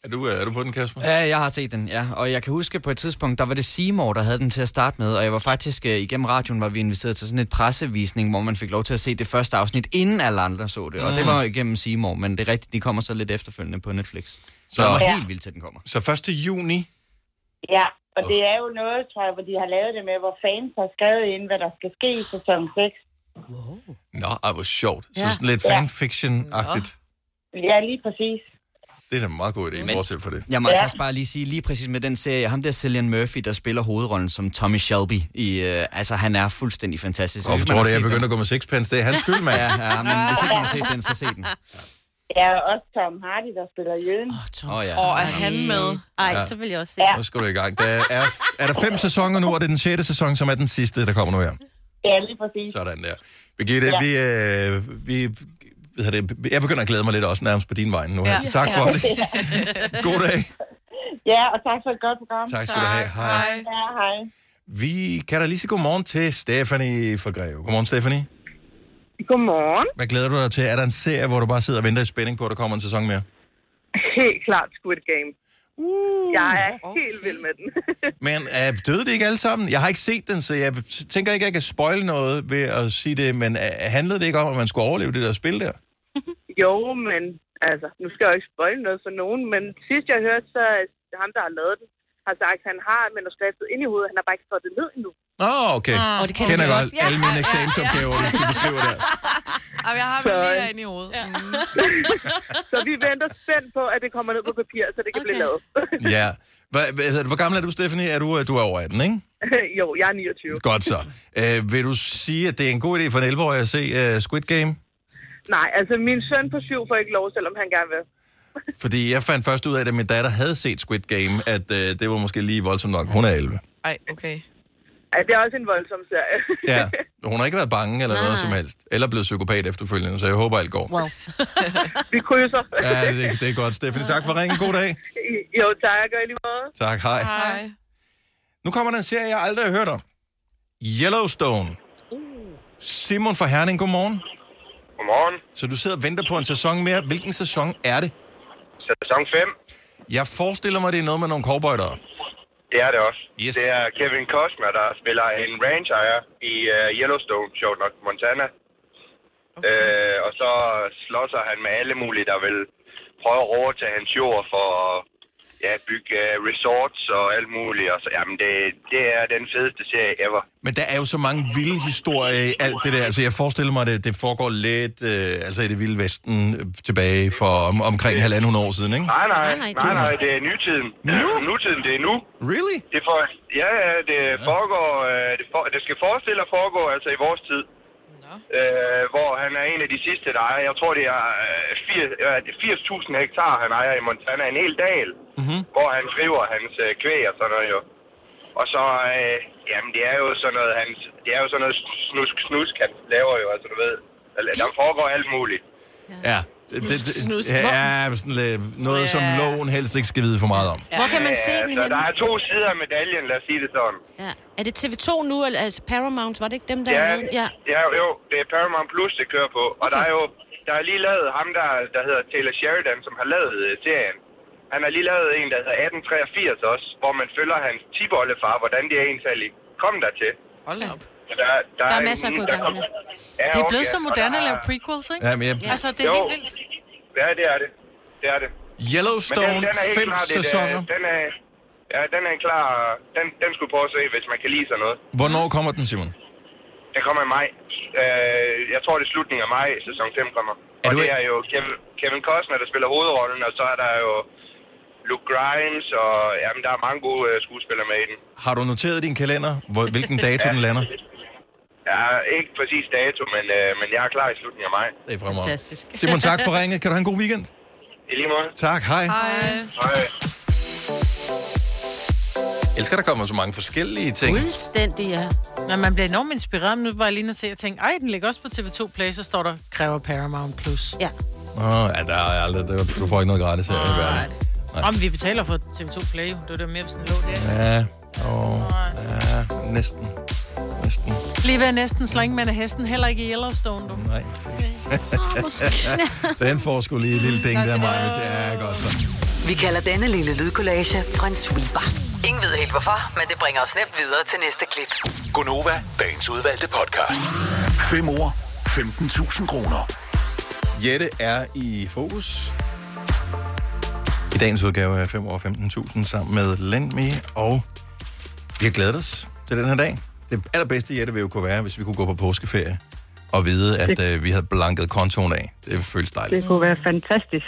Speaker 1: Er du, øh, er du på den, Kasper?
Speaker 6: Ja, jeg har set den, ja. Og jeg kan huske på et tidspunkt, der var det Seymour, der havde den til at starte med. Og jeg var faktisk, øh, igennem radioen var vi inviteret til sådan et pressevisning, hvor man fik lov til at se det første afsnit, inden alle andre så det. Og det
Speaker 1: Mm.
Speaker 6: var igennem Seymour, men det er rigtigt, de kommer så lidt efterfølgende på Netflix. Så,
Speaker 1: Så-
Speaker 6: så jeg var
Speaker 8: Ja.
Speaker 6: helt vild til, at den kommer.
Speaker 1: Så 1. juni.
Speaker 8: Ja, og det er jo noget, tror jeg, hvor de har lavet det med, hvor fans har skrevet ind, hvad der skal ske i sæson 6.
Speaker 1: Nå, ej, hvor sjovt. Ja.
Speaker 4: Ja.
Speaker 1: Så sådan lidt fanfiction-agtigt.
Speaker 8: Ja, lige præcis.
Speaker 1: Det er da en meget god idé, bortset for det.
Speaker 6: Jeg må altså også bare lige sige, lige præcis med den serie, ham der Cillian Murphy, der spiller hovedrollen som Tommy Shelby, i, øh, altså han er fuldstændig fantastisk.
Speaker 1: Hvorfor
Speaker 6: Hvis man
Speaker 1: tror
Speaker 6: har
Speaker 1: du, jeg
Speaker 6: set
Speaker 1: begynder
Speaker 6: den-
Speaker 1: at gå med sixpence? Det er hans skyld, mand.
Speaker 6: Ja, ja, men hvis ikke man har set den, så se den.
Speaker 12: Ja, og også Tom Hardy, der spiller jøden. Åh,
Speaker 6: Åh oh, ja.
Speaker 2: Og er han med?
Speaker 12: Ej,
Speaker 1: Ja.
Speaker 12: så
Speaker 4: vil jeg også
Speaker 12: se. Ja,
Speaker 1: Så skal du i gang. Der er, er der fem sæsoner nu, og det er den sjette sæson, som er den sidste, der kommer nu her.
Speaker 12: ja lige præcis.
Speaker 1: Sådan der. Birgitte, ja.
Speaker 12: Ja.
Speaker 1: vi, øh, vi, hvad hedder det, jeg begynder at glæde mig lidt også nærmest på din vej nu. Ja. Så tak
Speaker 2: <laughs>
Speaker 1: for det. God dag.
Speaker 12: ja, og tak for et godt program.
Speaker 1: Tak skal du have. Hej. Hej.
Speaker 12: Ja, hej.
Speaker 1: Vi kan da lige sige godmorgen til Stephanie fra Greve. Godmorgen, Stephanie.
Speaker 13: Godmorgen. <laughs>
Speaker 1: Hvad glæder du dig til? Er der en serie, hvor du bare sidder og venter i spænding på, at der kommer en sæson mere?
Speaker 13: Helt klart Squid Game. Uh, jeg er okay. helt vild med den. <laughs>
Speaker 1: Men øh, døde det ikke alle sammen? Jeg har ikke set den, så jeg tænker ikke, at jeg kan spoil noget ved at sige det, men øh, handlede det ikke om, at man skulle overleve det der spil der?
Speaker 13: jo, men altså, nu skal jeg jo ikke spoil noget for nogen, men sidst jeg hørte, så er ham, der har lavet den, har sagt, at han har manuskriptet ind i hovedet, han har bare ikke fået det ned endnu.
Speaker 1: Nå, oh, okay.
Speaker 13: Ah, Åh, det kender
Speaker 1: kender
Speaker 13: jeg
Speaker 1: godt.
Speaker 13: godt.
Speaker 1: Alle mine eksamensopgaver, du du beskriver der.
Speaker 2: Jamen, jeg har
Speaker 13: Så,
Speaker 2: mig lige
Speaker 13: øh,
Speaker 2: herinde i hovedet. Mm. Ja.
Speaker 13: <laughs> så vi venter spændt på, at det kommer ned på papir, så det kan okay. blive lavet.
Speaker 1: Ja. Hvad, hvad hedder det? Hvor gammel er du, Stephanie? Er du, øh, du er over 18, ikke?
Speaker 13: <laughs> jo, jeg er 29.
Speaker 1: Godt så. Øh, vil du sige, at det er en god idé for en 11-årig at se uh, Squid Game?
Speaker 13: Nej, altså min søn på syv får ikke lov, selvom han gerne vil.
Speaker 1: Fordi jeg fandt først ud af, at min datter havde set Squid Game, at uh, det var måske lige voldsomt nok. Hun er 11.
Speaker 2: Ej, okay.
Speaker 13: Ej, det er også en voldsom serie. <laughs>
Speaker 1: Ja. <laughs> Hun har ikke været bange eller Nej. noget som helst. Eller blevet psykopat efterfølgende, så jeg håber, alt går.
Speaker 13: Wow. <laughs> vi krydser.
Speaker 1: Ja, det, det er godt, Stephanie. Tak for ringen. God dag.
Speaker 13: Jo, tak. Og i lige måde.
Speaker 1: Tak, hej. Hej. Nu kommer der en serie, jeg aldrig har hørt om. Yellowstone. Simon fra Herning, godmorgen.
Speaker 14: Godmorgen.
Speaker 1: Så du sidder og venter på en sæson mere. Hvilken sæson er det?
Speaker 14: Sæson 5.
Speaker 1: Jeg forestiller mig, det er noget med nogle cowboydere.
Speaker 14: Det er det også. Yes. Det er Kevin Costner, der spiller en ranchejer i uh, Yellowstone, sjovt nok, Montana. Okay. Øh, og så slåsser han med alle mulige, der vil prøve at overtage hans jord for at ja, bygge uh, resorts og alt muligt. Og så, jamen, det, det er den fedeste serie ever.
Speaker 1: Men der er jo så mange vilde historier i alt det der. Altså, jeg forestiller mig, det, det foregår lidt øh, altså i det vilde vesten øh, tilbage for om, omkring halvanden år siden, ikke?
Speaker 14: Nej, nej, nej, nej, nej det er nutiden. Nu? Nutiden, det er nu.
Speaker 1: Really?
Speaker 14: Det for, ja, ja, det foregår, øh, det, for, det skal forestille at foregå altså i vores tid. Øh, hvor han er en af de sidste, der ejer, jeg tror det er øh, 80 øh, det er 80.000 hektar, han ejer i Montana, en hel dal, mm-hmm. hvor han driver hans øh, kvæg og sådan noget jo. Og så, øh, jamen det er jo sådan noget, hans, det er jo sådan noget snusk, snusk, han laver jo, altså du ved. Eller, Der foregår alt muligt.
Speaker 1: Ja. Det, det, det
Speaker 14: Snusk, snusk.
Speaker 1: ja, sådan lidt, noget, som loven helst ikke skal vide for meget om.
Speaker 4: Hvor kan man se
Speaker 14: Ja,
Speaker 4: den
Speaker 14: Øh, så
Speaker 4: henne?
Speaker 14: der er to sider af medaljen, lad os sige det sådan.
Speaker 4: <laughs> Ja. Er det TV2 nu, eller altså Paramount? Var det ikke dem, der
Speaker 14: Ja,
Speaker 4: er med?
Speaker 14: ja. ja, jo, det er Paramount Plus, det kører på. Og der er jo, der er lige lavet ham, der, der hedder Taylor Sheridan, som har lavet øh, serien. Han har lige lavet en, der hedder 1883 også, hvor man følger hans tibollefar, hvordan det er egentlig særlig kom der til.
Speaker 2: Hold da op.
Speaker 14: Der, der, der
Speaker 3: er masser at gå i gang med.
Speaker 14: Ja,
Speaker 3: Det er blevet
Speaker 14: okay.
Speaker 3: så
Speaker 14: Og
Speaker 3: moderne
Speaker 14: der
Speaker 3: at
Speaker 14: er-
Speaker 3: lave prequels, ikke?
Speaker 1: Jamen, jeg-
Speaker 3: Altså, det er
Speaker 14: Jo.
Speaker 3: helt vildt.
Speaker 14: Ja, det er det. Det er det.
Speaker 1: Yellowstone,
Speaker 14: Men helt
Speaker 1: fem
Speaker 14: klart et, øh,
Speaker 1: sæsoner.
Speaker 14: Den er, ja, den er en klar... Den, den skulle prøve at se, hvis man kan lide sådan noget.
Speaker 1: Hvornår kommer den, Simon?
Speaker 14: Den kommer i maj. Øh, jeg tror, det er slutningen af maj, sæson 5 kommer. Og det er jo Kevin, Kevin Costner, der spiller hovedrollen, og så er der jo Luke Grimes, og jamen, der er mange gode øh, skuespillere med i den.
Speaker 1: Har du noteret i din kalender, hvor, hvilken dato den lander?
Speaker 14: Ja, ikke præcis dato, men, øh, men jeg er klar i slutningen af maj.
Speaker 1: Det er fremragende. Fantastisk. Simon, tak
Speaker 14: <laughs>
Speaker 1: for ringet. Kan du have en god weekend?
Speaker 14: I lige måde.
Speaker 1: Tak, hej.
Speaker 14: Hej.
Speaker 1: Jeg elsker, der kommer så mange forskellige ting.
Speaker 3: Fuldstændig, ja. Når man bliver enormt inspireret, men nu var jeg lige inde og se og tænkte, ej, den ligger også på TV2 Play, så står der, kræver Paramount Plus. Ja.
Speaker 1: Åh, oh, ja, der er aldrig, der, du får ikke noget gratis her i verden. Nej.
Speaker 3: Om vi betaler for TV2 Play, jo. det var det mere, hvis den lå der.
Speaker 1: Ja, åh, ja, næsten. Næsten,
Speaker 3: Lige ved at næsten slænge med hesten, heller ikke i Yellowstone, du.
Speaker 1: nej.
Speaker 3: måske.
Speaker 1: <laughs> den får sgu lige et lille ding der, Maja. Ja, godt så.
Speaker 5: Vi kalder denne lille lydkollage en sweeper. Ingen ved helt hvorfor, men det bringer os nemt videre til næste klip.
Speaker 7: Gonova, dagens udvalgte podcast. 5 år, 15.000 kroner.
Speaker 1: Jette er i fokus. I dagens udgave er 5 år 15.000 sammen med Lendme, og vi har glædet os til den her dag. Det allerbedste, Jette, ville jo kunne være, hvis vi kunne gå på påskeferie og vide, at øh, vi havde blanket kontoen af. Det føles dejligt.
Speaker 12: Det kunne være fantastisk.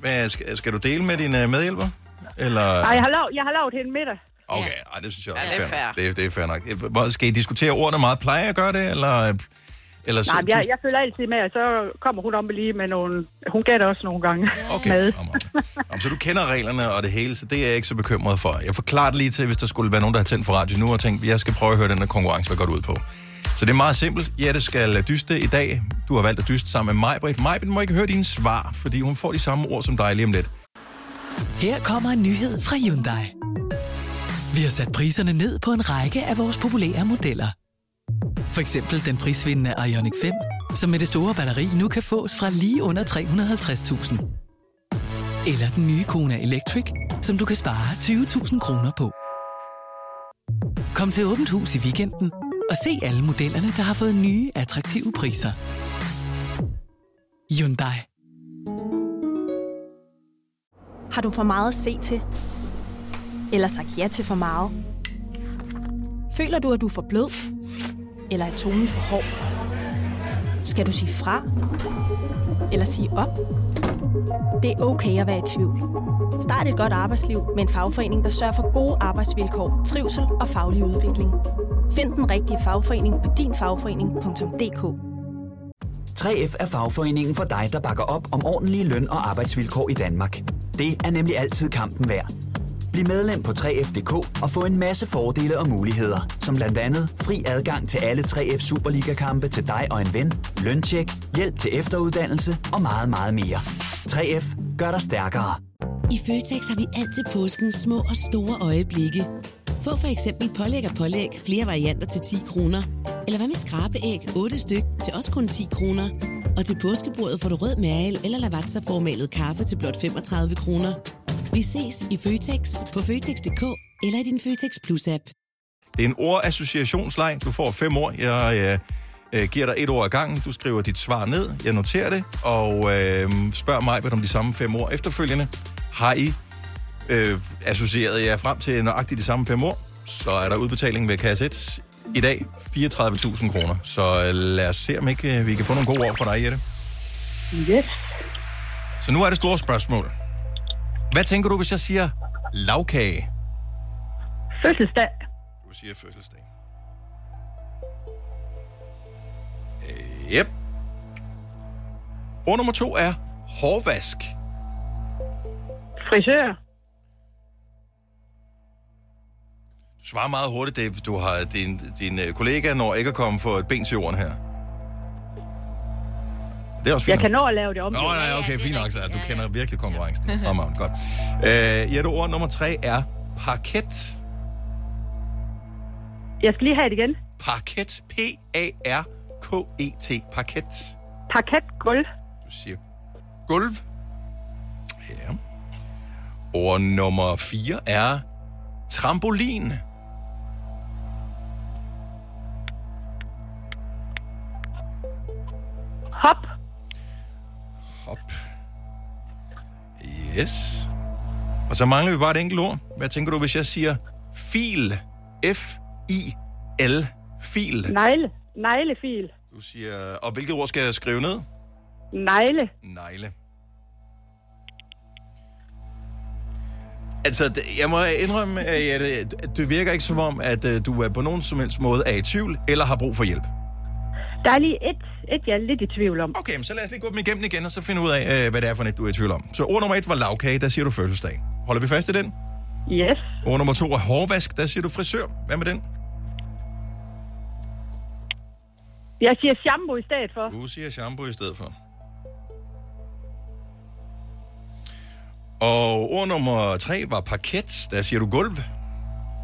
Speaker 1: Hvad, skal, skal du dele med dine øh, medhjælper? Eller...
Speaker 12: Ej, jeg har lavet, jeg har lavet hende middag.
Speaker 1: Okay, ej, det synes jeg også
Speaker 12: Ja, det er fair.
Speaker 1: Det, det er fair nok. Eh, hvor- Skal I diskutere ordene meget? Plejer jeg at gøre det, eller... øh, eller
Speaker 12: Nej, men jeg, jeg følger altid med, og så kommer hun om lige med nogle... Hun gætter også nogle gange okay. med.
Speaker 1: Om, så du kender reglerne og det hele, så det er jeg ikke så bekymret for. Jeg forklarer det lige til, hvis der skulle være nogen, der har tændt for radio nu og tænkt, jeg skal prøve at høre den her konkurrence, hvad går det ud på? Så det er meget simpelt. Jette skal dyste i dag. Du har valgt at dyste sammen med Majbrit. Majbrit må ikke høre dine svar, fordi hun får de samme ord som dig lige om lidt.
Speaker 15: Her kommer en nyhed fra Hyundai. Vi har sat priserne ned på en række af vores populære modeller. For eksempel den prisvindende Ioniq 5, som med det store batteri nu kan fås fra lige under 350.000. Eller den nye Kona Electric, som du kan spare 20.000 kroner på. Kom til Åbent Hus i weekenden og se alle modellerne, der har fået nye, attraktive priser. Hyundai.
Speaker 16: Har du for meget at se til? Eller sagt ja til for meget? Føler du, at du er for blød? Eller er tonen for hård? Skal du sige fra? Eller sige op? Det er okay at være i tvivl. Start et godt arbejdsliv med en fagforening, der sørger for gode arbejdsvilkår, trivsel og faglig udvikling. Find den rigtige fagforening på dinfagforening.dk
Speaker 17: 3F er fagforeningen for dig, der bakker op om ordentlige løn- og arbejdsvilkår i Danmark. Det er nemlig altid kampen værd. Bliv medlem på 3F.dk og få en masse fordele og muligheder, som blandt andet fri adgang til alle 3F Superliga-kampe til dig og en ven, løntjek, hjælp til efteruddannelse og meget, meget mere. 3F gør dig stærkere.
Speaker 18: I Føtex har vi altid påskens små og store øjeblikke. Få for eksempel pålæg og pålæg flere varianter til 10 kroner. Eller hvad med skrabeæg 8 styk til også kun 10 kroner. Og til påskebordet får du rød mal eller lavatserformalet kaffe til blot 35 kroner. Vi ses i Føtex på Føtex.dk eller i din Føtex Plus-app.
Speaker 1: Det er en ordassociationsleg. Du får fem ord. Jeg øh, øh, giver dig et ord ad gangen. Du skriver dit svar ned. Jeg noterer det. Og øh, spørger mig om de samme fem ord efterfølgende. Har I øh, associeret jer frem til nøjagtigt de samme fem ord? Så er der udbetaling ved kasse 1 i dag. 34.000 kroner. Så øh, lad os se, om ikke øh, vi kan få nogle gode ord for dig, Jette.
Speaker 12: Yes.
Speaker 1: Så nu er det store spørgsmål. Hvad tænker du, hvis jeg siger lavkage?
Speaker 12: Fødselsdag.
Speaker 1: Du siger fødselsdag. Øh, Yep. Ord nummer to er hårvask.
Speaker 12: Frisør.
Speaker 1: Du svarer meget hurtigt, Dave. Du har din, din øh, kollega når ikke at komme for et ben til jorden her. Det er også fint.
Speaker 12: Jeg kan nå at lave det om.
Speaker 1: Nå, nej, okay, fint nok. Så du kender virkelig
Speaker 12: <laughs>
Speaker 1: konkurrencen. Fremragende, godt. Øh, Jette, ord nummer tre er parket.
Speaker 12: Jeg skal lige have det igen.
Speaker 1: Parket. P-A-R-K-E-T. E Parket.
Speaker 12: Parket, gulv.
Speaker 1: siger gulv. Ja. Ord nummer 4 er trampolin.
Speaker 12: Hop.
Speaker 1: Hop. Yes. Og så mangler vi bare et enkelt ord. Hvad tænker du, hvis jeg siger fil? F-I-L. Fil.
Speaker 12: Negle. Neglefil.
Speaker 1: Du siger, og hvilket ord skal jeg skrive ned?
Speaker 12: Negle.
Speaker 1: Negle. Altså, det- jeg må indrømme, øh, Jette, at det virker ikke som om, at øh, du er på nogen som helst måde er i tvivl, eller har brug for hjælp.
Speaker 12: Der er lige et, et jeg er lidt i tvivl om.
Speaker 1: Okay, men så lad os lige gå dem igennem igen, og så finde ud af, øh, hvad det er for net, du er i tvivl om. Så ord nummer et var lavkage, der siger du fødselsdag. Holder vi fast i den?
Speaker 12: Yes.
Speaker 1: Ord nummer to er hårvask, der siger du frisør. Hvad med den?
Speaker 12: Jeg siger shampoo i stedet for.
Speaker 1: Du siger shampoo i stedet for. Og ord nummer tre var parket, der siger du gulv.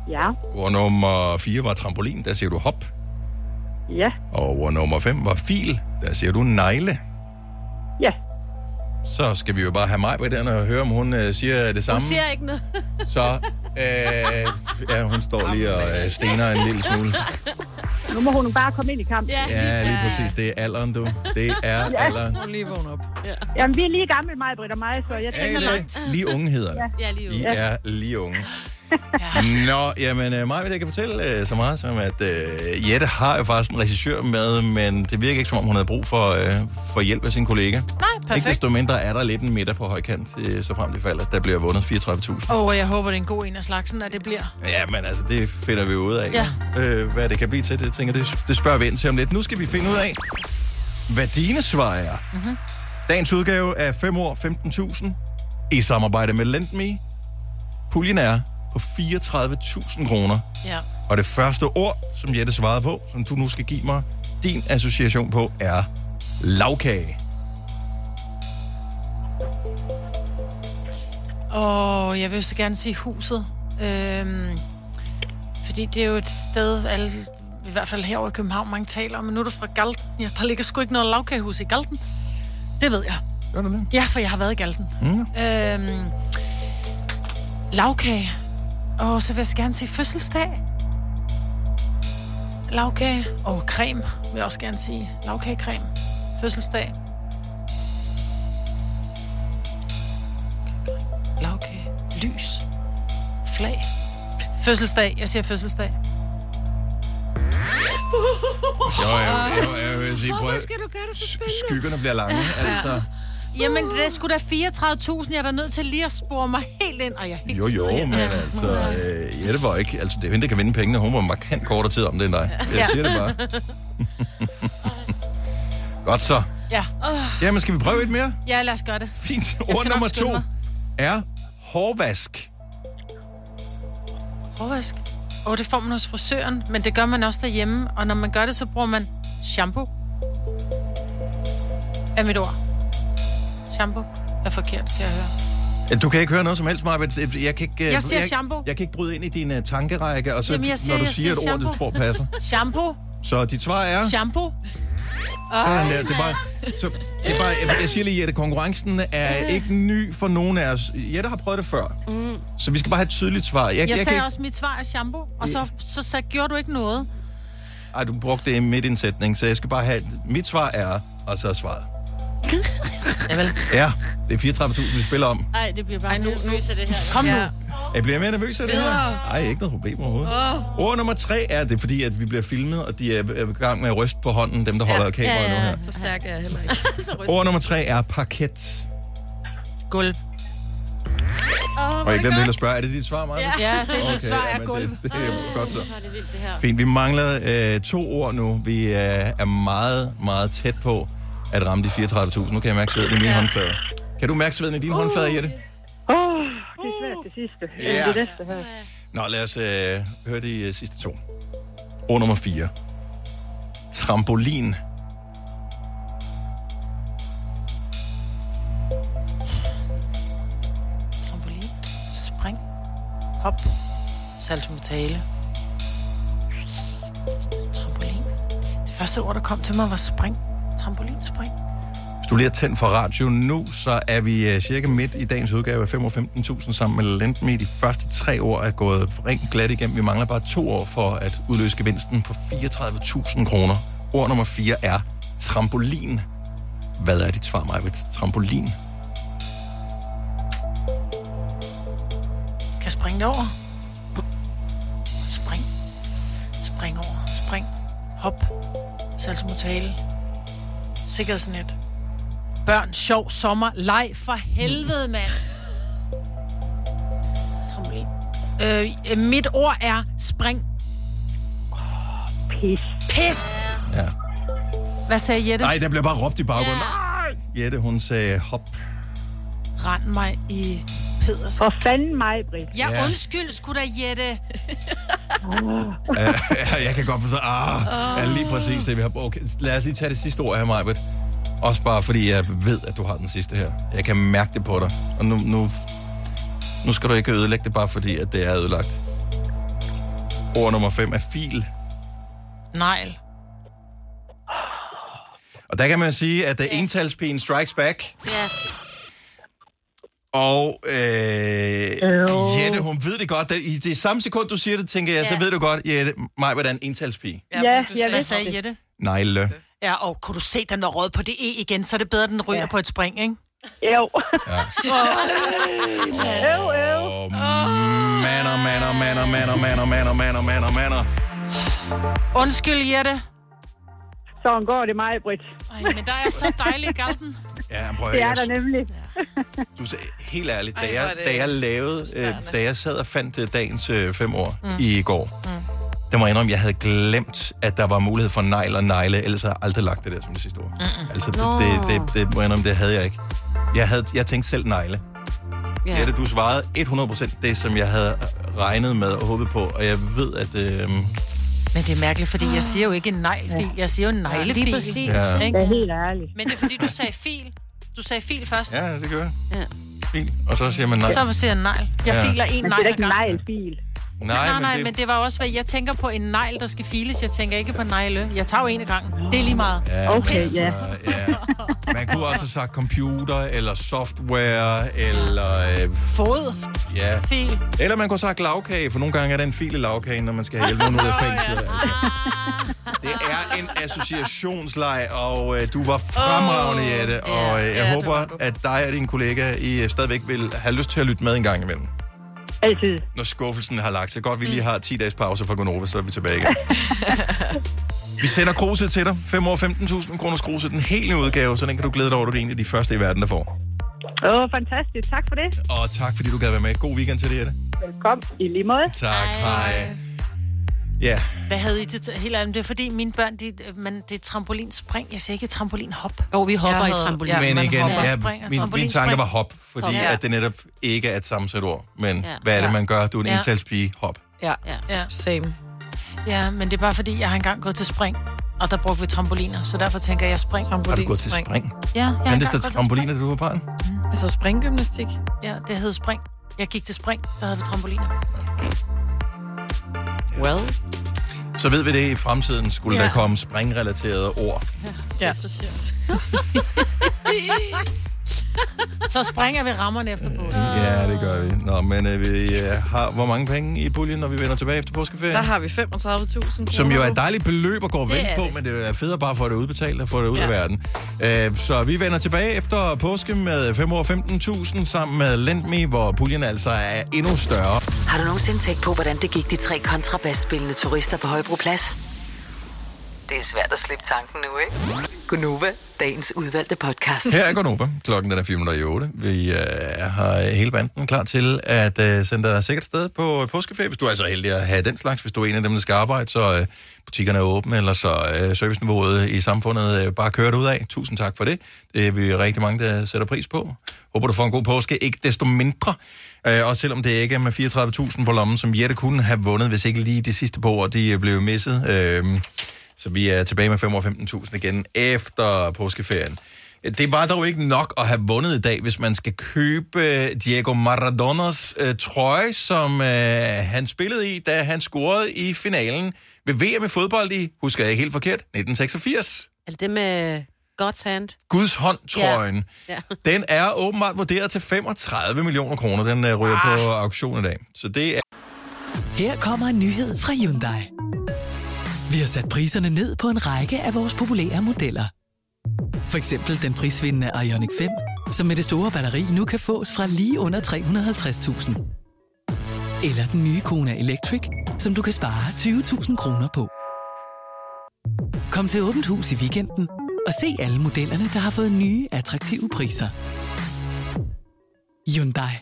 Speaker 12: Ja.
Speaker 1: Ord nummer 4 var trampolin, der siger du hop.
Speaker 12: Ja.
Speaker 1: Og ord nummer 5 var fil, der siger du negle.
Speaker 12: Ja.
Speaker 1: Så skal vi jo bare have mig på den og høre, om hun øh, siger det samme.
Speaker 4: Hun siger ikke noget.
Speaker 1: Så, øh, ja, hun står lige og øh, stener en lille smule.
Speaker 12: Nu må hun bare komme ind i kampen.
Speaker 1: Ja, lige præcis. Det er alderen, du. Det er
Speaker 12: Ja.
Speaker 1: alderen.
Speaker 2: Hun lige vågner op. Ja.
Speaker 12: Jamen, vi er lige gamle, mig, Britt og mig, så jeg
Speaker 1: Er I
Speaker 12: tænker...
Speaker 1: det? Lige unge hedder det.
Speaker 12: Ja, lige
Speaker 1: I er lige unge. Nå, jamen, øh, Maja, jeg kan fortælle øh, så meget som, at øh, Jette har jo faktisk en regissør med, men det virker ikke, som om hun havde brug for, øh, for hjælp af sin kollega.
Speaker 3: Nej,
Speaker 1: Perfekt. Ikke
Speaker 3: Perfekt.
Speaker 1: desto mindre er der lidt en middag på højkant, øh, så frem det falder. Der bliver vundet 34.000.
Speaker 3: Og jeg håber, det er en god en af slagsen, at det bliver.
Speaker 1: Ja, men altså, det finder vi ud af.
Speaker 3: Ja.
Speaker 1: Øh, hvad det kan blive til, det, tænker, jeg, det, det spørger vi ind til om lidt. Nu skal vi finde ud af, hvad dine svar er.
Speaker 19: Mm-hmm.
Speaker 1: Dagens udgave er 5 år 15.000 i samarbejde med LendMe. Puljen er på 34.000 kroner.
Speaker 3: Ja.
Speaker 1: Og det første ord, som Jette svarede på, som du nu skal give mig din association på, er lavkage.
Speaker 3: Og jeg vil så gerne sige huset. Øhm, fordi det er jo et sted, alle, i hvert fald herovre i København, mange taler om. Men nu er du fra Galten. Ja, der ligger sgu ikke noget lavkagehus i Galten. Det ved jeg.
Speaker 1: Gør det det?
Speaker 3: Ja, for jeg har været i Galten.
Speaker 1: Mm.
Speaker 3: Øhm, lavkage. Og så vil jeg så gerne sige fødselsdag. Lavkage og creme, vil jeg også gerne sige. Lavkagecreme. Fødselsdag. Lavkage. Lys. Flag. Fødselsdag. Jeg siger fødselsdag.
Speaker 1: Jo, jo, jo, jo, jeg vil sige, prøv,
Speaker 3: skal du gøre det så
Speaker 1: skyggerne bliver lange, altså.
Speaker 3: Jamen, det er sgu da 34.000. Jeg er da nødt til lige at spore mig helt ind. Og jeg er helt
Speaker 1: Jo,
Speaker 3: smed
Speaker 1: jo,
Speaker 3: hen.
Speaker 1: men altså, øh, Jette var ikke, altså det er jo hende, der kan vinde pengene, hun var markant kortere tid om det end dig. Jeg siger det bare. Godt så.
Speaker 3: Ja.
Speaker 1: Jamen, skal vi prøve et mere?
Speaker 3: Ja, lad os gøre det.
Speaker 1: Fint.
Speaker 3: Jeg
Speaker 1: Ord
Speaker 3: skal nok
Speaker 1: nummer
Speaker 3: skynde
Speaker 1: to
Speaker 3: mig.
Speaker 1: er hårvask.
Speaker 3: Hårvask. Og det får man hos frisøren, men det gør man også derhjemme. Og når man gør det, så bruger man shampoo. Er mit ord. Shampoo er forkert, kan jeg høre.
Speaker 1: Du kan ikke høre noget som helst, Maja. Jeg, kan ikke, øh,
Speaker 3: Jeg siger
Speaker 1: jeg,
Speaker 3: shampoo.
Speaker 1: Jeg kan ikke bryde ind i din uh, tankerække, og så
Speaker 3: Jamen, jeg siger-
Speaker 1: når du
Speaker 3: jeg
Speaker 1: siger et
Speaker 3: siger
Speaker 1: ord, du tror
Speaker 3: shampoo.
Speaker 1: passer.
Speaker 3: Shampoo.
Speaker 1: Så dit svar er...
Speaker 3: Shampoo.
Speaker 1: Sådan der. Det er bare, så, det er bare, jeg, jeg siger lige, Jette, konkurrencen er ikke ny for nogen af os. Jette har prøvet det før,
Speaker 3: Mm.
Speaker 1: så vi skal bare have et tydeligt svar.
Speaker 3: Jeg, jeg,
Speaker 1: kan
Speaker 3: sagde
Speaker 1: ikke-
Speaker 3: også, at mit svar er shampoo, og så, så, så gjorde du ikke noget.
Speaker 1: Ej, du brugte det midt i en sætning, så jeg skal bare have... Mit svar er, og så er svaret.
Speaker 3: Javel.
Speaker 1: Ja, det er 34.000, vi spiller om.
Speaker 3: Nej, det bliver bare <laughs> Ej, nu, nu. det her. Kom nu.
Speaker 1: Ja. Jeg bliver mere nervøs af det
Speaker 3: Videre.
Speaker 1: her. Nej, ikke noget problem overhovedet.
Speaker 3: Åh.
Speaker 1: Oh. Ord nummer tre er det, er fordi at vi bliver filmet, og de er er i gang med at ryste på hånden, dem der holder ja. kameraet nu her.
Speaker 2: så stærk er jeg heller ikke.
Speaker 1: Ord nummer tre er parket.
Speaker 3: Gulv.
Speaker 1: Oh og jeg glemte helt at spørge, er det dit svar, Maja?
Speaker 4: Ja, ja det er okay, svar er
Speaker 1: jamen,
Speaker 4: gulv.
Speaker 1: Det, det er godt så.
Speaker 4: Hvor er det vildt, det her.
Speaker 1: Fint, vi mangler øh, to ord nu. Vi øh, er meget, meget tæt på at ramme de 34.000. Nu kan jeg mærke sveden i mine ja. håndflader. Kan du mærke sveden i dine uh. håndflader, Jette?
Speaker 12: Åh, oh, det er svært det sidste.
Speaker 1: Ja.
Speaker 12: Yeah. Det næste her.
Speaker 1: Nå, lad os øh, høre de øh, sidste to. Ord nummer 4. Trampolin.
Speaker 3: Trampolin. Spring. Hop. Saltomotale. Trampolin. Det første ord, der kom til mig, var spring. Trampolin, spring.
Speaker 1: Hvis du lige har tændt for radio nu, så er vi øh, cirka midt i dagens udgave af 5 og 15.000 sammen med Lendme. De første tre år er gået rent glat igennem. Vi mangler bare to år for at udløse gevinsten på 34.000 kroner. Ord nummer 4 er trampolin. Hvad er dit svar, Majved? Trampolin?
Speaker 3: Kan jeg springe derover? Spring. Spring over. Spring. Hop. Saltomotale. Sikkerhedsnet. Børn, sjov, sommer, leg for helvede, mand. Trampolin. Øh, øh, mit ord er spring. Pis. Pis!
Speaker 1: Ja.
Speaker 3: Hvad sagde Jette?
Speaker 1: Nej, der bliver bare råbt i baggrunden. Ja. Jette, hun sagde hop.
Speaker 3: Rend mig i Peders.
Speaker 12: For fanden mig, Britt.
Speaker 3: Ja,
Speaker 1: Ja.
Speaker 3: undskyld, skulle da
Speaker 12: <laughs>
Speaker 3: Jette.
Speaker 1: Øh, <laughs> jeg kan godt forstå. Ah, oh. ja, lige præcis det, vi har okay, Lad os lige tage det sidste ord her, Majbet. Også bare fordi jeg ved, at du har den sidste her. Jeg kan mærke det på dig. Og nu, nu, nu skal du ikke ødelægge det, bare fordi at det er ødelagt. Ord nummer 5 er fil.
Speaker 3: Negl.
Speaker 1: Og der kan man sige, at yeah. entalspigen strikes back.
Speaker 4: Ja.
Speaker 1: Og øh, Jette, hun ved det godt. Da- I det samme sekund, du siger det, tænker jeg, yeah. så ved du godt, Jette, Majbet er en entalspige.
Speaker 3: Ja,
Speaker 12: Ja,
Speaker 3: du
Speaker 12: jeg
Speaker 3: sagde, hvad
Speaker 12: vidste
Speaker 3: sagde
Speaker 12: det.
Speaker 3: Jette?
Speaker 1: Negle.
Speaker 3: Ja, og kunne du se, den var rød på det E igen, så er det bedre, den ryger ja. på et spring, ikke? Jo.
Speaker 1: Ja.
Speaker 12: Øv, øv.
Speaker 1: Manner, manner, manner, manner, manner, manner, manner, manner, manner.
Speaker 3: Undskyld, Jette.
Speaker 12: Sådan går det mig, Britt.
Speaker 3: Ej, men der er så dejlig i galten.
Speaker 1: Ja, prøv at
Speaker 12: det
Speaker 1: høre,
Speaker 12: er
Speaker 1: jeg
Speaker 12: der nemlig.
Speaker 1: Du ser, helt ærligt, da
Speaker 12: Ej,
Speaker 1: jeg,
Speaker 12: hvor er det
Speaker 1: da jeg lavede, øh, da jeg sad og fandt øh, dagens øh, fem år
Speaker 12: Mm.
Speaker 1: mm. i går,
Speaker 12: Mm.
Speaker 1: der må jeg indrømme, jeg havde glemt, at der var mulighed for negl og negle, ellers havde jeg aldrig lagt det der som det sidste ord. Mm. Altså, det, det, det, det må jeg indrømme, det havde jeg ikke. Jeg, havde, jeg tænkte selv negle.
Speaker 4: Ja.
Speaker 1: Ja. Jette, du svarede 100% det, som jeg havde øh, regnet med og håbet på, og jeg ved, at... Øh,
Speaker 3: Men det er mærkeligt, fordi jeg siger jo ikke en neglefil. Jeg siger jo en neglefil.
Speaker 4: lige præcis,
Speaker 1: Ja. ikke?
Speaker 12: Det er helt ærligt.
Speaker 3: Men det er fordi, du sagde fil. Du sagde fil først.
Speaker 1: ja, det gør jeg.
Speaker 3: Ja.
Speaker 1: Fint. Og så siger man nej.
Speaker 3: Så siger jeg negl. Jeg
Speaker 1: Ja.
Speaker 3: filer en
Speaker 1: Men det er
Speaker 3: negl.
Speaker 1: da
Speaker 3: ikke
Speaker 12: neglefil.
Speaker 1: Nej,
Speaker 3: nej,
Speaker 1: men
Speaker 3: nej,
Speaker 1: det-
Speaker 3: men det var også, hvad jeg tænker på en negl, der skal files. Jeg tænker ikke på negle. Jeg tager jo en af gangen. Det er lige meget.
Speaker 1: Ja, Okay,
Speaker 3: Pis.
Speaker 1: ja. Man kunne også have sagt computer, eller software, eller... Øh,
Speaker 3: Fod.
Speaker 1: ja.
Speaker 3: Fil.
Speaker 1: Eller man kunne have sagt lavkage, for nogle gange er der en fil i lavkagen, når man skal have nogen ud af
Speaker 19: <laughs>
Speaker 1: fængslet. Altså. Det er en associationsleg, og øh, du var fremragende,
Speaker 19: Åh,
Speaker 1: Jette,
Speaker 19: ja.
Speaker 1: og øh, jeg
Speaker 19: Ja, det var
Speaker 1: håber, at dig og dine kollegaer I øh, stadigvæk vil have lyst til at lytte med en gang imellem.
Speaker 12: Altid.
Speaker 1: Når skuffelsen har lagt sig. Godt, vi lige har 10 dages pause fra Gonova, så er vi tilbage igen. Vi sender kruset til dig. 5 år 15.000 kroners kruset. Den helt nye udgave, så den kan du glæde dig over, du er en af de første i verden, der får.
Speaker 12: Åh, fantastisk. Tak for det.
Speaker 1: Og tak, fordi du gad være med. God weekend til dig, Jette.
Speaker 12: Velkommen i lige måde.
Speaker 1: Tak, hej. hej. Ja,
Speaker 3: Hvad havde I det til- helt andet? Det er fordi, mine børn, de, men det er trampolinspring. Jeg siger ikke trampolinhop. Jo, vi
Speaker 4: hopper i trampolin.
Speaker 1: men
Speaker 4: man
Speaker 1: igen,
Speaker 4: hopper og
Speaker 1: ja,
Speaker 4: springer.
Speaker 1: min, min tanke var hop, fordi
Speaker 4: Hop.
Speaker 1: ja. at det netop ikke er et sammensat ord. Men
Speaker 3: Ja.
Speaker 1: ja. hvad er det, man gør? Du er en
Speaker 3: Ja.
Speaker 1: ja. entalspige. Hop.
Speaker 3: Ja. ja, same. Ja, men det er bare fordi, jeg har engang gået til spring, og der brugte vi trampoliner, så derfor tænker jeg spring.
Speaker 1: Har du gået til spring?
Speaker 3: Ja, jeg har
Speaker 1: Men det
Speaker 3: engang
Speaker 1: står
Speaker 3: gået til
Speaker 1: trampoliner, da du var barn?
Speaker 3: Altså springgymnastik? Ja, det hed spring. Jeg gik til spring, der havde vi trampoliner.
Speaker 1: Well. Så ved vi det i fremtiden, skulle
Speaker 3: Ja.
Speaker 1: ja. der komme springrelaterede ord.
Speaker 3: Ja. <laughs> Så springer vi rammerne efter båden.
Speaker 1: Ja, det gør vi. Nå, men øh, vi øh, har hvor mange penge i puljen, når vi vender tilbage efter påskeferien?
Speaker 2: Der har vi 35.000
Speaker 1: Som jo er et dejligt beløb at gå og
Speaker 2: Det
Speaker 1: vente
Speaker 2: er
Speaker 1: på,
Speaker 2: det.
Speaker 1: men det er federe bare at få det udbetalt og få det ud
Speaker 2: Ja.
Speaker 1: ja. af verden. Øh, så vi vender tilbage efter påske med 5 år 15.000 sammen med Lendme, hvor puljen altså er endnu større.
Speaker 5: Har du nogensinde tænkt på, hvordan det gik de tre kontrabasspillende turister på Højbroplads? Det er svært at slippe tanken nu, ikke? Gunova, dagens udvalgte podcast.
Speaker 1: Her er Gonova. Klokken den er 408. Vi øh, har hele banden klar til at øh, sende dig sikkert sted på øh, påskeferie, hvis du er altså heldig at have den slags. Hvis du er en af dem, der skal arbejde, så øh, butikkerne er åbne, eller så øh, serviceniveauet i samfundet øh, bare kører ud af. Tusind tak for det. Det er vi rigtig mange, der sætter pris på. Håber, du får en god påske. Ikke desto mindre. Øh, og selvom det ikke er med 34.000 på lommen, som Jette kunne have vundet, hvis ikke lige de sidste par år, de øh, blev misset. Øh, så vi er tilbage med 5 år 15.000 igen efter påskeferien. Det var dog ikke nok at have vundet i dag, hvis man skal købe øh, Diego Maradonas øh, trøje, som øh, han spillede i, da han scorede i finalen ved VM i fodbold i, husker jeg ikke helt forkert, 1986.
Speaker 4: Er det det med God's hand?
Speaker 1: Guds hånd-trøjen.
Speaker 4: Ja.
Speaker 1: Ja. Den er åbenbart vurderet til 35 millioner kroner. Den øh, ryger ah. på auktion i dag. Så det er...
Speaker 15: Her kommer en nyhed fra Hyundai. Vi har sat priserne ned på en række af vores populære modeller. For eksempel den prisvindende Ioniq 5, som med det store batteri nu kan fås fra lige under 350.000. Eller den nye Kona Electric, som du kan spare 20.000 kroner på. Kom til Åbent Hus i weekenden og se alle modellerne, der har fået nye, attraktive priser. Hyundai.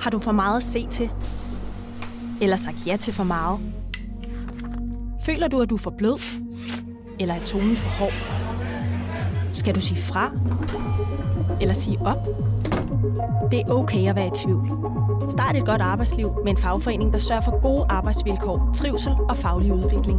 Speaker 16: Har du for meget at se til? Eller sagt ja til for meget? Føler du, at du er for blød? Eller er tonen for hård? Skal du sige fra? Eller sige op? Det er okay at være i tvivl. Start et godt arbejdsliv med en fagforening, der sørger for gode arbejdsvilkår, trivsel og faglig udvikling.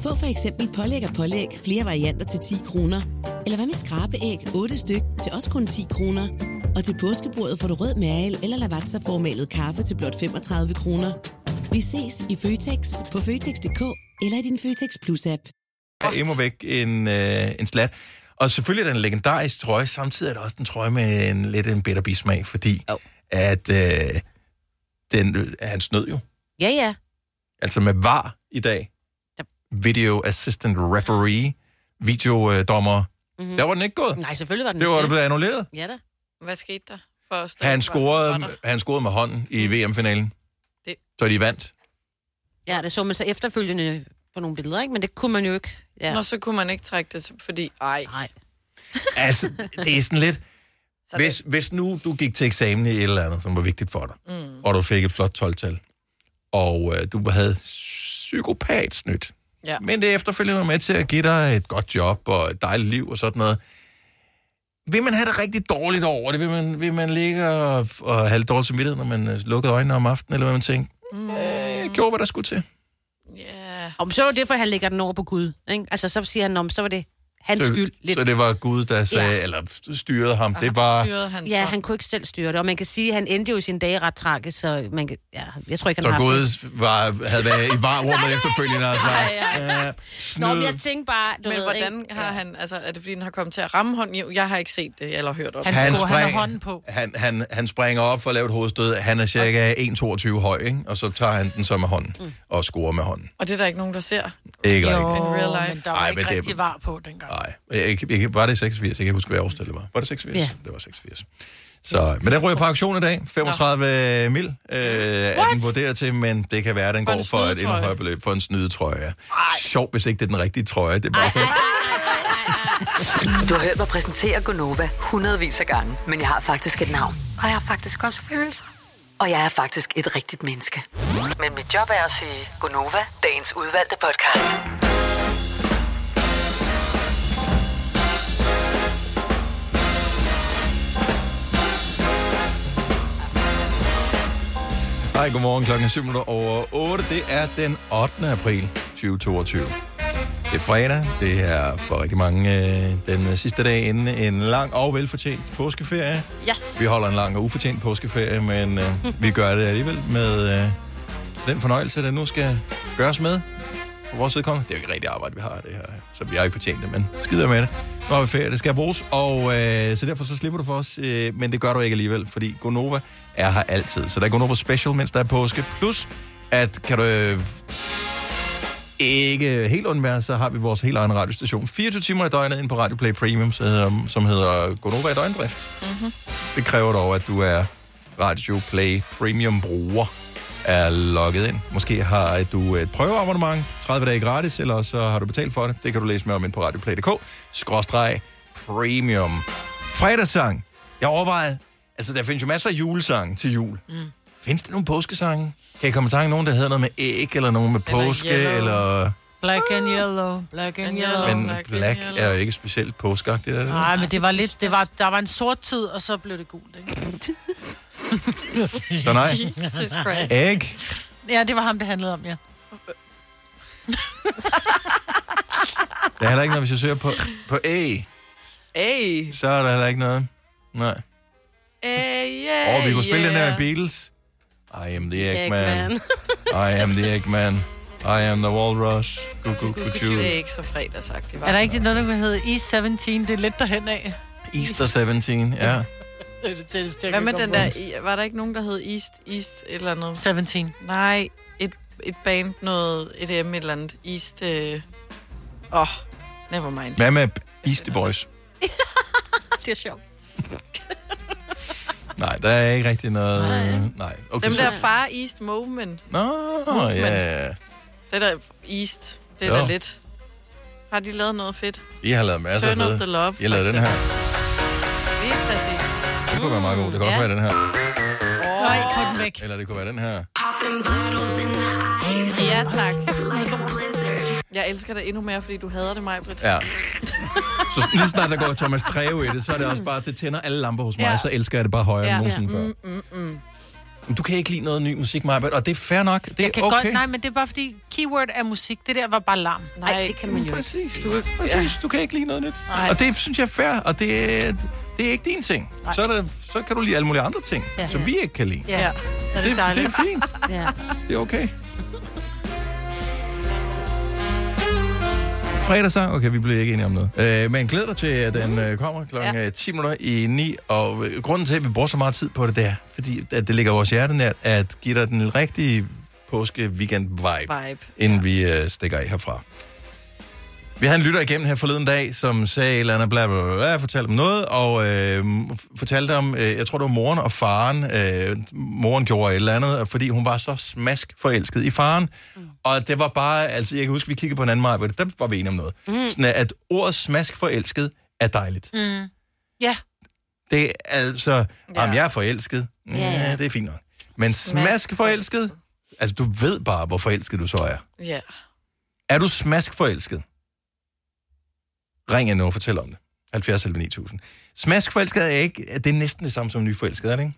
Speaker 18: Få for eksempel pålæg og pålæg flere varianter til 10 kroner. Eller hvad med skrabeæg 8 styk til også kun 10 kroner. Og til påskebordet får du rød mal eller lavatserformalet kaffe til blot 35 kroner. Vi ses i Føtex på Føtex.dk eller i din Føtex Plus-app.
Speaker 1: er immer væk en, øh, en slat. Og selvfølgelig er den legendarisk trøje, samtidig er det også en trøje med en, lidt en bitter bismag, fordi oh. at øh, den, øh, han snød jo.
Speaker 4: Ja, ja.
Speaker 1: Altså med VAR i dag. Video Assistant Referee, videodommer. Mm-hmm. Der var den ikke gået.
Speaker 4: Nej, selvfølgelig var den
Speaker 1: Det var
Speaker 3: Mm-hmm.
Speaker 4: ikke
Speaker 1: det blevet annulleret.
Speaker 4: Ja da.
Speaker 2: Hvad skete der for os? der
Speaker 1: Han
Speaker 2: ikke var- var
Speaker 1: scorede,
Speaker 2: der?
Speaker 1: han scorede med hånden i VM-finalen.
Speaker 2: Det-
Speaker 1: Så de vandt.
Speaker 4: Ja, det så man så efterfølgende på nogle billeder, ikke? Men det kunne man jo ikke. Ja.
Speaker 2: Nå, så kunne man ikke trække det, fordi... Ej.
Speaker 4: Nej.
Speaker 1: Altså, det er sådan lidt... Hvis, hvis nu du gik til eksamen i et eller andet, som var vigtigt for dig,
Speaker 2: Mm.
Speaker 1: og du fik et flot 12-tal, og øh, du havde psykopatsnyt,
Speaker 2: Ja.
Speaker 1: men det efterfølgende var med til at give dig et godt job og et dejligt liv og sådan noget, vil man have det rigtig dårligt over det? Vil man, vil man ligge og, og have lidt dårlig samvittighed, når man øh, lukkede øjnene om aftenen, eller hvad man tænker?
Speaker 2: Mm.
Speaker 1: Jeg gjorde, hvad der skulle til.
Speaker 4: Yeah. Om så er det derfor, han lægger den over på Gud. Ikke? Altså, så siger han, om så var det hans
Speaker 1: så,
Speaker 4: skyld. Lidt.
Speaker 1: Så det var Gud, der sagde,
Speaker 4: Ja.
Speaker 1: ja. eller styrede ham. Det var...
Speaker 4: ja, han kunne ikke selv styre det. Og man kan sige, at han endte jo sin dag ret tragisk, så man kan, ja, jeg tror ikke, han
Speaker 1: Så
Speaker 4: har haft det.
Speaker 1: Gud var, havde været i varrummet efterfølgende altså. Øh, og sagt, "Ja, snyd."
Speaker 4: Nå, men jeg tænkte bare... Du
Speaker 2: men
Speaker 4: ved,
Speaker 2: hvordan har han... Altså, er det fordi, den har kommet til at ramme hånden? Jo, Jeg har ikke set det eller hørt om det.
Speaker 1: på. Han, han, han springer op for at lave et hovedstød. Han er cirka 1,22 høj, ikke? og så tager han den så med hånden mm. og scorer med hånden.
Speaker 2: Og det er der ikke nogen, der ser.
Speaker 1: Ikke
Speaker 2: jo,
Speaker 1: rigtigt.
Speaker 2: In real life.
Speaker 1: men der var Ej, ikke men det- rigtig
Speaker 3: var på dengang.
Speaker 1: Nej, jeg, jeg, jeg, var det 86? Jeg kan ikke huske, hvad årstal det var. Var det 86?
Speaker 3: Ja.
Speaker 1: Ja. Det var 86. Så, men den rører på auktion i dag. 35 mil øh, er den vurderet til, men det kan være, at den
Speaker 19: For en
Speaker 1: går for et endnu
Speaker 19: snydetrøje.
Speaker 1: højere beløb for en snydetrøje. ja. Sjovt, hvis ikke det er den rigtige trøje. Det er bare sådan,
Speaker 5: Du har hørt mig præsentere Gonova hundredvis af gange, men jeg har faktisk et navn. Og jeg har faktisk også følelser. Og jeg er faktisk et rigtigt menneske. Men mit job er at sige Gonova, dagens udvalgte podcast.
Speaker 1: Hej, godmorgen. Klokken er 7 minutter over 8. Det er den 8. april 2022. Det er fredag. Det er for rigtig mange øh, den øh, sidste dag inden en lang og velfortjent påskeferie.
Speaker 20: Yes.
Speaker 1: Vi holder en lang og ufortjent påskeferie, men øh, vi gør det alligevel med øh, den fornøjelse, der nu skal gøres med. For vores vedkommende. Det er jo ikke rigtig arbejde, vi har det her. Så vi har ikke fortjent det, men skider med det. Nu har vi ferie, det skal bruges, og øh, så derfor så slipper du for os. Øh, men det gør du ikke alligevel, fordi Gonova er her altid. Så der er Gonova Special, mens der er påske. Plus, at kan du øh, ikke helt undvære, så har vi vores helt egen radiostation. 24 timer i døgnet ind på Radio Play Premium, så hedder- som hedder Gonova i døgndrift.
Speaker 19: Mm-hmm.
Speaker 1: Det kræver dog, at du er Radio Play Premium-bruger, er logget ind. Måske har du et prøveabonnement, 30 dage gratis, eller så har du betalt for det. Det kan du læse mere om ind på radioplay.dk, skråstreg premium. Fredagssang. Jeg overvejede, altså der findes jo masser af julesange til jul. Mm. Findes der nogle påskesange? Kan jeg komme i tanke om nogen, der hedder noget med æg, eller nogen med
Speaker 3: Eller
Speaker 1: påske,
Speaker 3: yellow.
Speaker 1: eller...
Speaker 3: Black and yellow, black and yellow.
Speaker 1: Men black er jo ikke specielt påskeagtigt, er det?
Speaker 3: Nej, men det var lidt, det var, der var en sort tid, og så blev det gult, ikke?
Speaker 1: Så nej.
Speaker 3: <laughs> Jesus Christ.
Speaker 1: Æg.
Speaker 3: Ja, det var ham, det handlede om, ja.
Speaker 1: Der er heller ikke noget, hvis jeg søger på, på æg.
Speaker 2: Æg.
Speaker 1: Så er der heller ikke noget. Nej.
Speaker 2: Æh,
Speaker 1: Og
Speaker 2: yeah,
Speaker 1: vi kunne spille
Speaker 2: yeah.
Speaker 1: den der med Beatles. I am the Eggman.
Speaker 2: Eggman.
Speaker 1: <laughs> I am the Eggman. I am the Walrus. Goo goo goo
Speaker 2: Det er
Speaker 1: choo.
Speaker 2: ikke så fredagsagtigt, var
Speaker 3: Er der ikke det noget, der kunne hedde E17? Det er lidt derhen af.
Speaker 1: Easter 17, ja.
Speaker 3: Det er det tætteste, jeg
Speaker 2: Hvad
Speaker 3: kan
Speaker 2: med
Speaker 3: komme
Speaker 2: den
Speaker 3: på.
Speaker 2: der... i- Var der ikke nogen, der hed East, East et eller andet?
Speaker 3: 17.
Speaker 2: Nej, et, et band, noget, et M et eller andet. East... Åh, øh... oh, never mind.
Speaker 1: Hvad med Easter Boys?
Speaker 2: det er sjovt.
Speaker 1: Nej, der er ikke rigtig noget... Nej.
Speaker 2: Okay,
Speaker 1: Okay,
Speaker 2: Dem
Speaker 1: så-
Speaker 2: der Far East Movement.
Speaker 1: Nå,
Speaker 2: Movement.
Speaker 1: ja.
Speaker 2: Det der East, det er
Speaker 1: Jo.
Speaker 2: da lidt. Har de lavet noget fedt?
Speaker 1: De har lavet masser af
Speaker 2: Turn up
Speaker 1: fede.
Speaker 2: the love,
Speaker 1: Jeg lavede den her.
Speaker 2: Lige præcis.
Speaker 1: Det kunne være meget god. Det kunne også
Speaker 2: Ja.
Speaker 1: være den her.
Speaker 3: Nej, få den væk.
Speaker 1: Eller det kunne være den her.
Speaker 2: Ja, tak. Jeg elsker dig endnu mere, fordi du hader det, mig, Britt.
Speaker 1: Ja. Så lige snart der går Thomas Treve i det, så er det også bare, det tænder alle lamper hos mig,
Speaker 2: Ja.
Speaker 1: så elsker jeg det bare højere ja. end nogensinde før.
Speaker 2: Mm, mm, mm.
Speaker 1: Men Du kan ikke lide noget ny musik, Maja, og det er fair nok. Det er
Speaker 3: Jeg kan
Speaker 1: okay.
Speaker 3: okay. godt, nej, men det er bare fordi, keyword er musik. Det der var bare larm. Nej, det kan man jo
Speaker 1: ikke. Du, Præcis, du kan ikke lide noget nyt.
Speaker 3: Nej.
Speaker 1: Og det synes jeg er fair, og det, det er ikke din ting. Så, er der, så kan du lide alle mulige andre ting,
Speaker 3: Ja.
Speaker 1: ja. som vi ikke kan lide.
Speaker 3: Ja, ja.
Speaker 1: Det, det, er fint.
Speaker 3: <laughs> ja.
Speaker 1: Det er okay. fredagssang? Okay, vi blev ikke enige om noget. Øh, men glæder dig til, at den øh, kommer kl. Ja. 10 minutter i 9. Og øh, grunden til, at vi bruger så meget tid på det, det er, fordi at det ligger vores hjerte nært, at give dig den rigtige påske-weekend-vibe,
Speaker 2: Vibe.
Speaker 1: inden ja. vi øh, stikker af herfra. Vi havde en lytter igennem her forleden dag, som sagde et eller andet bla bla bla, bla fortalte om noget, og øh, f- fortalte om, øh, jeg tror det var moren og faren, øh, moren gjorde et eller andet, og fordi hun var så smask forelsket i faren. Mm. Og det var bare, altså jeg kan huske, vi kiggede på en anden vej, der var vi enige om noget. Mm.
Speaker 3: Mm.
Speaker 1: Sådan, at ordet smask forelsket er dejligt.
Speaker 3: Mm. Ja.
Speaker 1: Det er altså, ja. om jeg er forelsket, ja,
Speaker 3: Ja,
Speaker 1: ja.
Speaker 3: ja.
Speaker 1: det er fint nok. Men
Speaker 2: Smask
Speaker 1: smask forelsket, altså du ved bare, hvor forelsket du så er.
Speaker 2: <laughs> Ja.
Speaker 1: Er du smaskforelsket? Ring ind nu og fortæl om det. 70 11 9000. Smaskforelsket er ikke, det er næsten det samme som nyforelsket, er det ikke?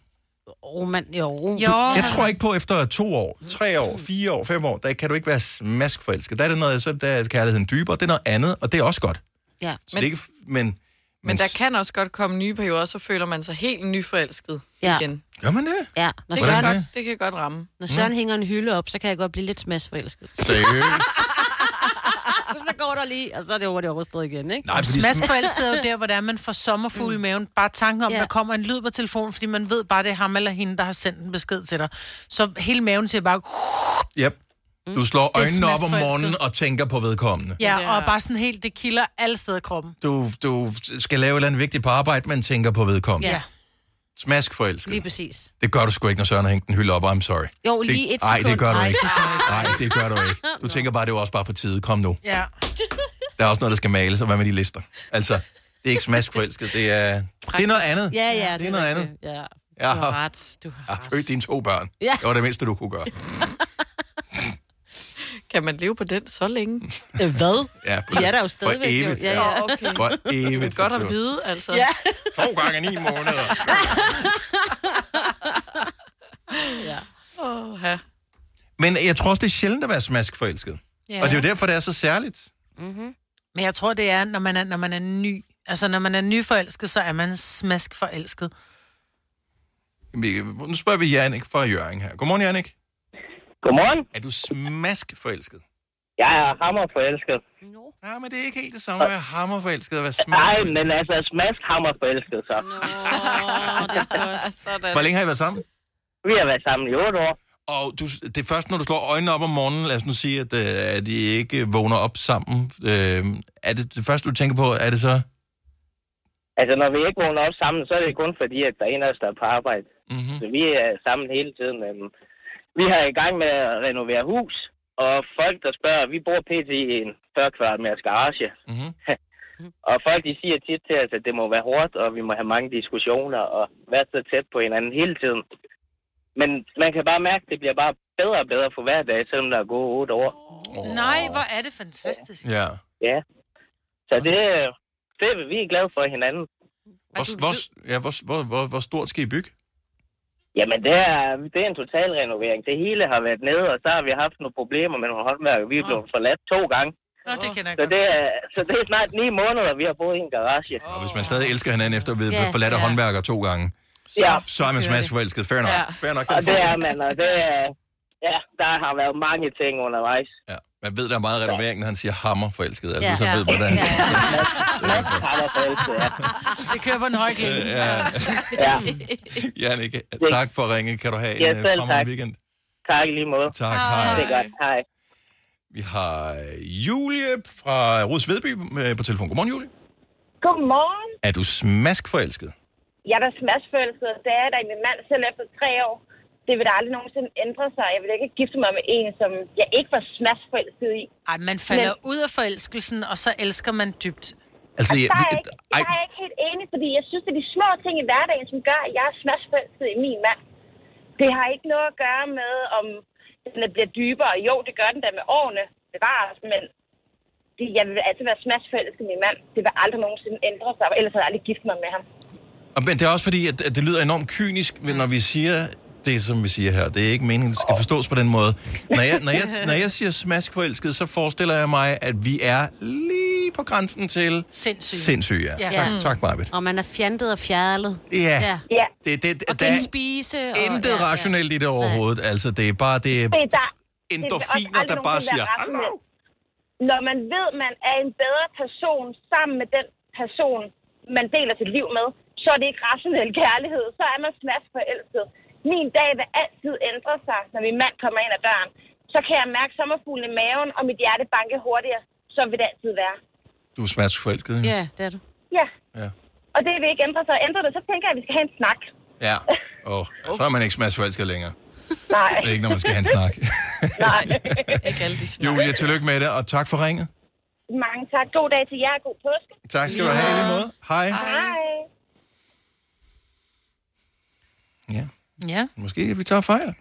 Speaker 4: Oh, man, jo.
Speaker 1: Du, jeg tror ikke på, efter to år, tre år, fire år, fem år, der kan du ikke være smaskforelsket. Der er det noget, så der er kærligheden dybere, det er noget andet, og det er også godt.
Speaker 4: Ja.
Speaker 1: Så men, det er
Speaker 2: Men,
Speaker 1: ikke, men, men,
Speaker 2: men der kan også godt komme nye perioder, så føler man sig helt nyforelsket
Speaker 4: Ja.
Speaker 2: igen.
Speaker 1: Gør man det?
Speaker 4: Ja, når
Speaker 2: Det
Speaker 4: Søren,
Speaker 2: kan, godt, det kan godt ramme.
Speaker 4: når Søren hænger en hylde op, så kan jeg godt blive lidt smadsforelsket.
Speaker 1: Mm. Seriøst?
Speaker 4: <laughs> så går der lige, og så er det over det overstået igen, ikke?
Speaker 1: Nej,
Speaker 3: Fordi... Smaskforelsket er jo der, hvor det er, man får sommerfugle i maven. Bare tanken om,
Speaker 4: Ja.
Speaker 3: Mm. ja. der kommer en lyd på telefonen, fordi man ved bare, det er ham eller hende, der har sendt en besked til dig. Så hele maven siger bare...
Speaker 1: Yep. Du slår
Speaker 3: Det er
Speaker 1: øjnene op om
Speaker 3: smaskforelsket.
Speaker 1: morgenen og tænker på vedkommende.
Speaker 3: Ja, og bare sådan helt, det kilder alle steder i kroppen.
Speaker 1: Du, du skal lave et eller andet vigtigt på arbejde, men tænker på vedkommende.
Speaker 3: Ja.
Speaker 1: Smaskforelsket.
Speaker 4: Lige præcis.
Speaker 1: Det gør du sgu ikke, når Søren har hængt en hylde op, I'm sorry.
Speaker 4: Jo,
Speaker 1: Det-
Speaker 4: lige et
Speaker 1: Ej, det
Speaker 4: sekund.
Speaker 1: gør du
Speaker 4: Ej,
Speaker 1: ikke.
Speaker 4: det gør jeg ikke.
Speaker 1: Nej, det gør du ikke.
Speaker 4: <laughs>
Speaker 1: Du tænker bare, det var også bare på tide. Kom nu.
Speaker 3: Ja.
Speaker 1: Der er også noget, der skal males, og hvad med de lister? Altså, det er ikke smaskforelsket, det er, det er noget andet.
Speaker 4: Ja, ja.
Speaker 1: det er noget
Speaker 4: rigtigt.
Speaker 1: andet.
Speaker 4: Ja.
Speaker 1: Jeg
Speaker 4: Du har ret. Du
Speaker 1: Jeg
Speaker 4: har
Speaker 1: har født dine to børn.
Speaker 4: Ja.
Speaker 1: Det var det mindste, du kunne gøre.
Speaker 2: Kan man leve på den så
Speaker 1: <laughs>
Speaker 2: længe?
Speaker 4: Hvad?
Speaker 1: Ja,
Speaker 2: Øh, De er der jo
Speaker 1: For
Speaker 2: stadigvæk, jo.
Speaker 1: evigt.
Speaker 2: Ja, ja. Nå, okay.
Speaker 1: For evigt.
Speaker 2: Det er godt at vide, altså.
Speaker 1: Ja. To gange ni måneder.
Speaker 4: ja.
Speaker 2: Åh, ja.
Speaker 1: Men jeg tror også, det er sjældent at være smaskforelsket.
Speaker 3: Ja.
Speaker 1: Og det er jo derfor, det er så særligt.
Speaker 3: Mm-hmm. Men jeg tror, det er, når man er, når man er ny. Altså, når man er nyforelsket, så er man smaskforelsket.
Speaker 1: Vi- Nu spørger vi Jannik fra Jørgen her. Godmorgen, Jannik.
Speaker 19: Godmorgen.
Speaker 1: Er du smaskforelsket?
Speaker 19: Jeg er hammerforelsket.
Speaker 1: Ja, men det er ikke helt det samme at være hammerforelsket og være
Speaker 19: Nej,
Speaker 1: smaskforelsket.
Speaker 19: men altså smask hammerforelsket så.
Speaker 1: Hvor længe har I været sammen?
Speaker 19: Vi har været sammen i otte år.
Speaker 1: Og du, det er først, når du slår øjnene op om morgenen, lad os nu sige, at, øh, at I ikke vågner op sammen. Øh, er det det første, du tænker på, er det så?
Speaker 19: Altså, når vi ikke vågner op sammen, så er det kun fordi, at der er en af os, der er på arbejde.
Speaker 1: Mm.
Speaker 19: Mm-hmm. Så vi er sammen hele tiden. øhm. Vi har i gang med at renovere hus, og folk, der spørger, vi bor pt. i en 40 kvadratmeters garage.
Speaker 1: Mm-hmm.
Speaker 19: og folk, de siger tit til os, at det må være hårdt, og vi må have mange diskussioner, og være så tæt på hinanden hele tiden. Men man kan bare mærke, at det bliver bare bedre og bedre for hver dag, selvom der er gået otte år.
Speaker 3: Oh. Nej, hvor er det
Speaker 19: <laughs>
Speaker 3: fantastisk.
Speaker 1: Ja.
Speaker 19: Ja. Så det, det er vi glade for hinanden.
Speaker 1: Hvor, hvor, ja, hvor, hvor, hvor, hvor stort skal I bygge?
Speaker 19: Jamen, det er, det er en total renovering. Det hele har været nede, og så har vi haft nogle problemer med nogle håndværker. Vi er blevet forladt to gange.
Speaker 3: Nå, det kender jeg
Speaker 19: Så
Speaker 3: godt.
Speaker 19: det, er, så det er snart ni måneder, vi har boet i en garage.
Speaker 1: Og hvis man stadig elsker hinanden efter at blive
Speaker 19: Ja,
Speaker 1: yeah, forladt af
Speaker 19: ja.
Speaker 1: håndværker to gange,
Speaker 19: Ja.
Speaker 1: så er man smaskforelsket. Fair nok.
Speaker 19: Ja.
Speaker 1: Fair nok.
Speaker 19: Og
Speaker 1: Den
Speaker 19: det
Speaker 1: får
Speaker 19: er
Speaker 1: man.
Speaker 19: man, og det er, ja, der har været mange ting undervejs.
Speaker 1: Man ved, der er meget renovering, når han siger hammerforelsket. Altså,
Speaker 19: Ja.
Speaker 1: så
Speaker 19: Ja.
Speaker 1: ved man, hvordan...
Speaker 19: <laughs>
Speaker 1: <laughs>
Speaker 19: Ja.
Speaker 3: Det kører på en høj klinge.
Speaker 1: Øh, Ja.
Speaker 19: Ja.
Speaker 1: Jannik, tak for at ringe. Kan du have
Speaker 19: Ja,
Speaker 1: en øh,
Speaker 19: selv
Speaker 1: fremragende
Speaker 19: tak.
Speaker 1: weekend?
Speaker 19: Tak i lige måde.
Speaker 1: Tak, hej.
Speaker 19: Det er godt, hej.
Speaker 1: Vi har øh, Julie fra Ruds Vedby øh, på telefon. Godmorgen, Julie.
Speaker 20: Godmorgen.
Speaker 1: Er du smaskforelsket?
Speaker 20: Jeg er da smadsfølelse, og det er jeg da i min mand selv efter tre år. Det vil da aldrig nogensinde ændre sig. Jeg vil da ikke gifte mig med en, som jeg ikke var smadsforelsket i.
Speaker 3: Ej, man falder Men... ud af forelskelsen, og så elsker man dybt.
Speaker 1: Altså,
Speaker 20: Altså,
Speaker 1: jeg,
Speaker 20: der er jeg,
Speaker 1: det,
Speaker 20: ikke, der er jeg ikke helt enig, fordi jeg synes, det er de små ting i hverdagen, som gør, at jeg er smadsforelsket i min mand. Det har ikke noget at gøre med, om den bliver dybere. Jo, det gør den da med årene. Det var men det, jeg vil altid være smadsforelsket i min mand. Det vil aldrig nogensinde ændre sig, ellers havde jeg aldrig gift mig med ham.
Speaker 1: og- men det er også fordi, at, at det lyder enormt kynisk, men når vi siger det, som vi siger her. Det er ikke meningen, det skal forstås på den måde. Når jeg, når jeg, når jeg siger smaskforelsket, så forestiller jeg mig, at vi er lige på grænsen til...
Speaker 3: Sindssyg.
Speaker 1: Sindssyg, ja. ja.
Speaker 2: Mm.
Speaker 1: Tak, tak Marbet.
Speaker 4: Og man er fjantet og fjærlet.
Speaker 1: Ja.
Speaker 4: ja.
Speaker 20: ja.
Speaker 1: Det, det,
Speaker 4: Og
Speaker 1: der
Speaker 4: kan
Speaker 1: er
Speaker 4: ikke spise. Og,
Speaker 1: intet ja, rationelt i det overhovedet. Altså, det er bare det,
Speaker 20: Det er der,
Speaker 1: endorfiner, der bare siger,
Speaker 20: "Hallo." når man ved, man er en bedre person sammen med den person, man deler sit liv med, så er det ikke rationel kærlighed. Så er man smask forelsket. Min dag vil altid ændre sig, når min mand kommer ind ad døren. Så kan jeg mærke sommerfuglen i maven, og mit hjerte banke hurtigere. Så vil det altid være.
Speaker 1: Du er smaskforelsket.
Speaker 4: Ja, det er du.
Speaker 20: Ja.
Speaker 1: Ja.
Speaker 20: Og det vil ikke ændre sig. Ændrer det, så tænker jeg, at vi skal have en
Speaker 1: <laughs>
Speaker 20: snak.
Speaker 1: Ja. Oh, så er man ikke smaskforelsket længere.
Speaker 20: Nej.
Speaker 1: Det er ikke, når man skal have en snak. <laughs>
Speaker 4: <laughs>
Speaker 20: Nej.
Speaker 2: ikke alle de snak.
Speaker 1: Julia, tillykke med det, og tak for ringet.
Speaker 20: Mange tak. God dag til jer, og god påske.
Speaker 1: Tak skal du have i lige måde. Hej.
Speaker 20: Hej.
Speaker 1: Ja,
Speaker 3: Ja.
Speaker 1: måske vi tager fejl.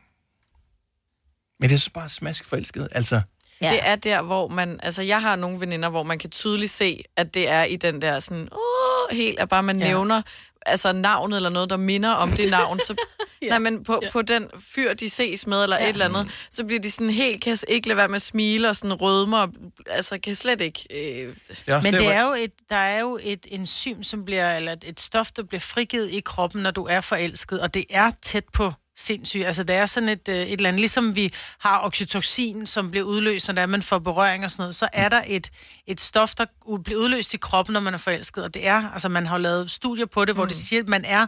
Speaker 1: Men det er så bare smaskforelsket, altså.
Speaker 2: Ja. Det er der, hvor man... Altså, jeg har nogle veninder, hvor man kan tydeligt se, at det er i den der sådan... Uh, helt, at bare man ja. nævner altså navnet eller noget, der minder om det navn, så... ja. Nej, men på, ja. på den fyr, de ses med, eller ja. et eller andet, så bliver de sådan helt, kan ikke lade være med at smile og sådan rødme, og, altså kan slet ikke... Øh,
Speaker 3: Men det er jo et, der er jo et enzym, som bliver, eller et- et stof, der bliver frigivet i kroppen, når du er forelsket, og det er tæt på sindssyg. Altså, det er sådan et, øh, et eller andet, ligesom vi har oxytocin, som bliver udløst, når det er, man får berøring og sådan noget, så er der et, et stof, der u- bliver udløst i kroppen, når man er forelsket, og det er, altså man har jo lavet studier på det, hvor mm. det siger, at man er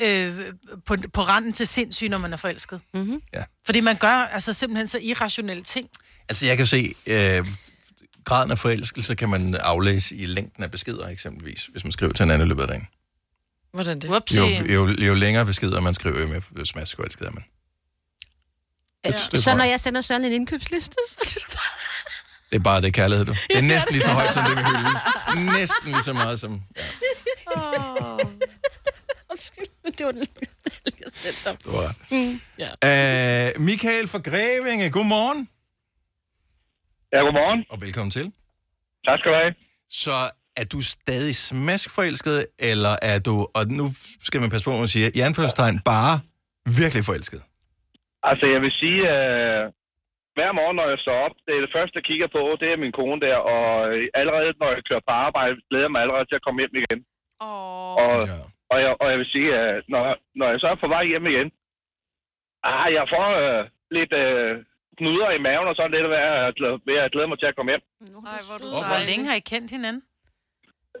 Speaker 3: øh, på, på randen til sindssyg, når man er forelsket. Mm-hmm.
Speaker 1: Ja.
Speaker 3: Fordi man gør altså simpelthen så irrationelle ting.
Speaker 1: Altså, jeg kan se, øh, graden af forelskelse kan man aflæse i længden af beskeder, eksempelvis, hvis man skriver til en anden i løbet af dagen.
Speaker 2: Hvordan det?
Speaker 1: Jo, jo, jo længere beskeder man skriver, jo mere smaskforelsket er man.
Speaker 4: Ja.
Speaker 1: det tror
Speaker 4: Så
Speaker 1: jeg.
Speaker 4: når jeg sender Søren en indkøbsliste, så er det
Speaker 2: <laughs>
Speaker 4: bare...
Speaker 1: Det er bare det kærlighed, du. Det er næsten lige så højt som det med hylden. Næsten lige så meget som...
Speaker 4: <laughs> Undskyld, men det var det <laughs> lige
Speaker 1: Du har
Speaker 4: Mm. Ja.
Speaker 1: ret. Øh, Michael fra Grevinge, godmorgen.
Speaker 21: Ja, godmorgen.
Speaker 1: Og velkommen til.
Speaker 21: Tak skal du have.
Speaker 1: Så er du stadig smaskforelsket, eller er du, og nu skal man passe på, at man siger, i anførselstegn, bare virkelig forelsket?
Speaker 21: Altså, jeg vil sige, øh, hver morgen, når jeg står op, det er det første, jeg kigger på, det er min kone der, og øh, allerede, når jeg kører på arbejde, glæder jeg mig allerede til at komme hjem igen. Oh. Og, og, jeg, og jeg vil sige, at når, når jeg så er på vej hjem igen, ah, jeg får øh, lidt øh, knuder i maven og sådan lidt ved at, ved at glæde mig til at komme hjem.
Speaker 3: Ej, hvor, du hvor længe har I kendt hinanden?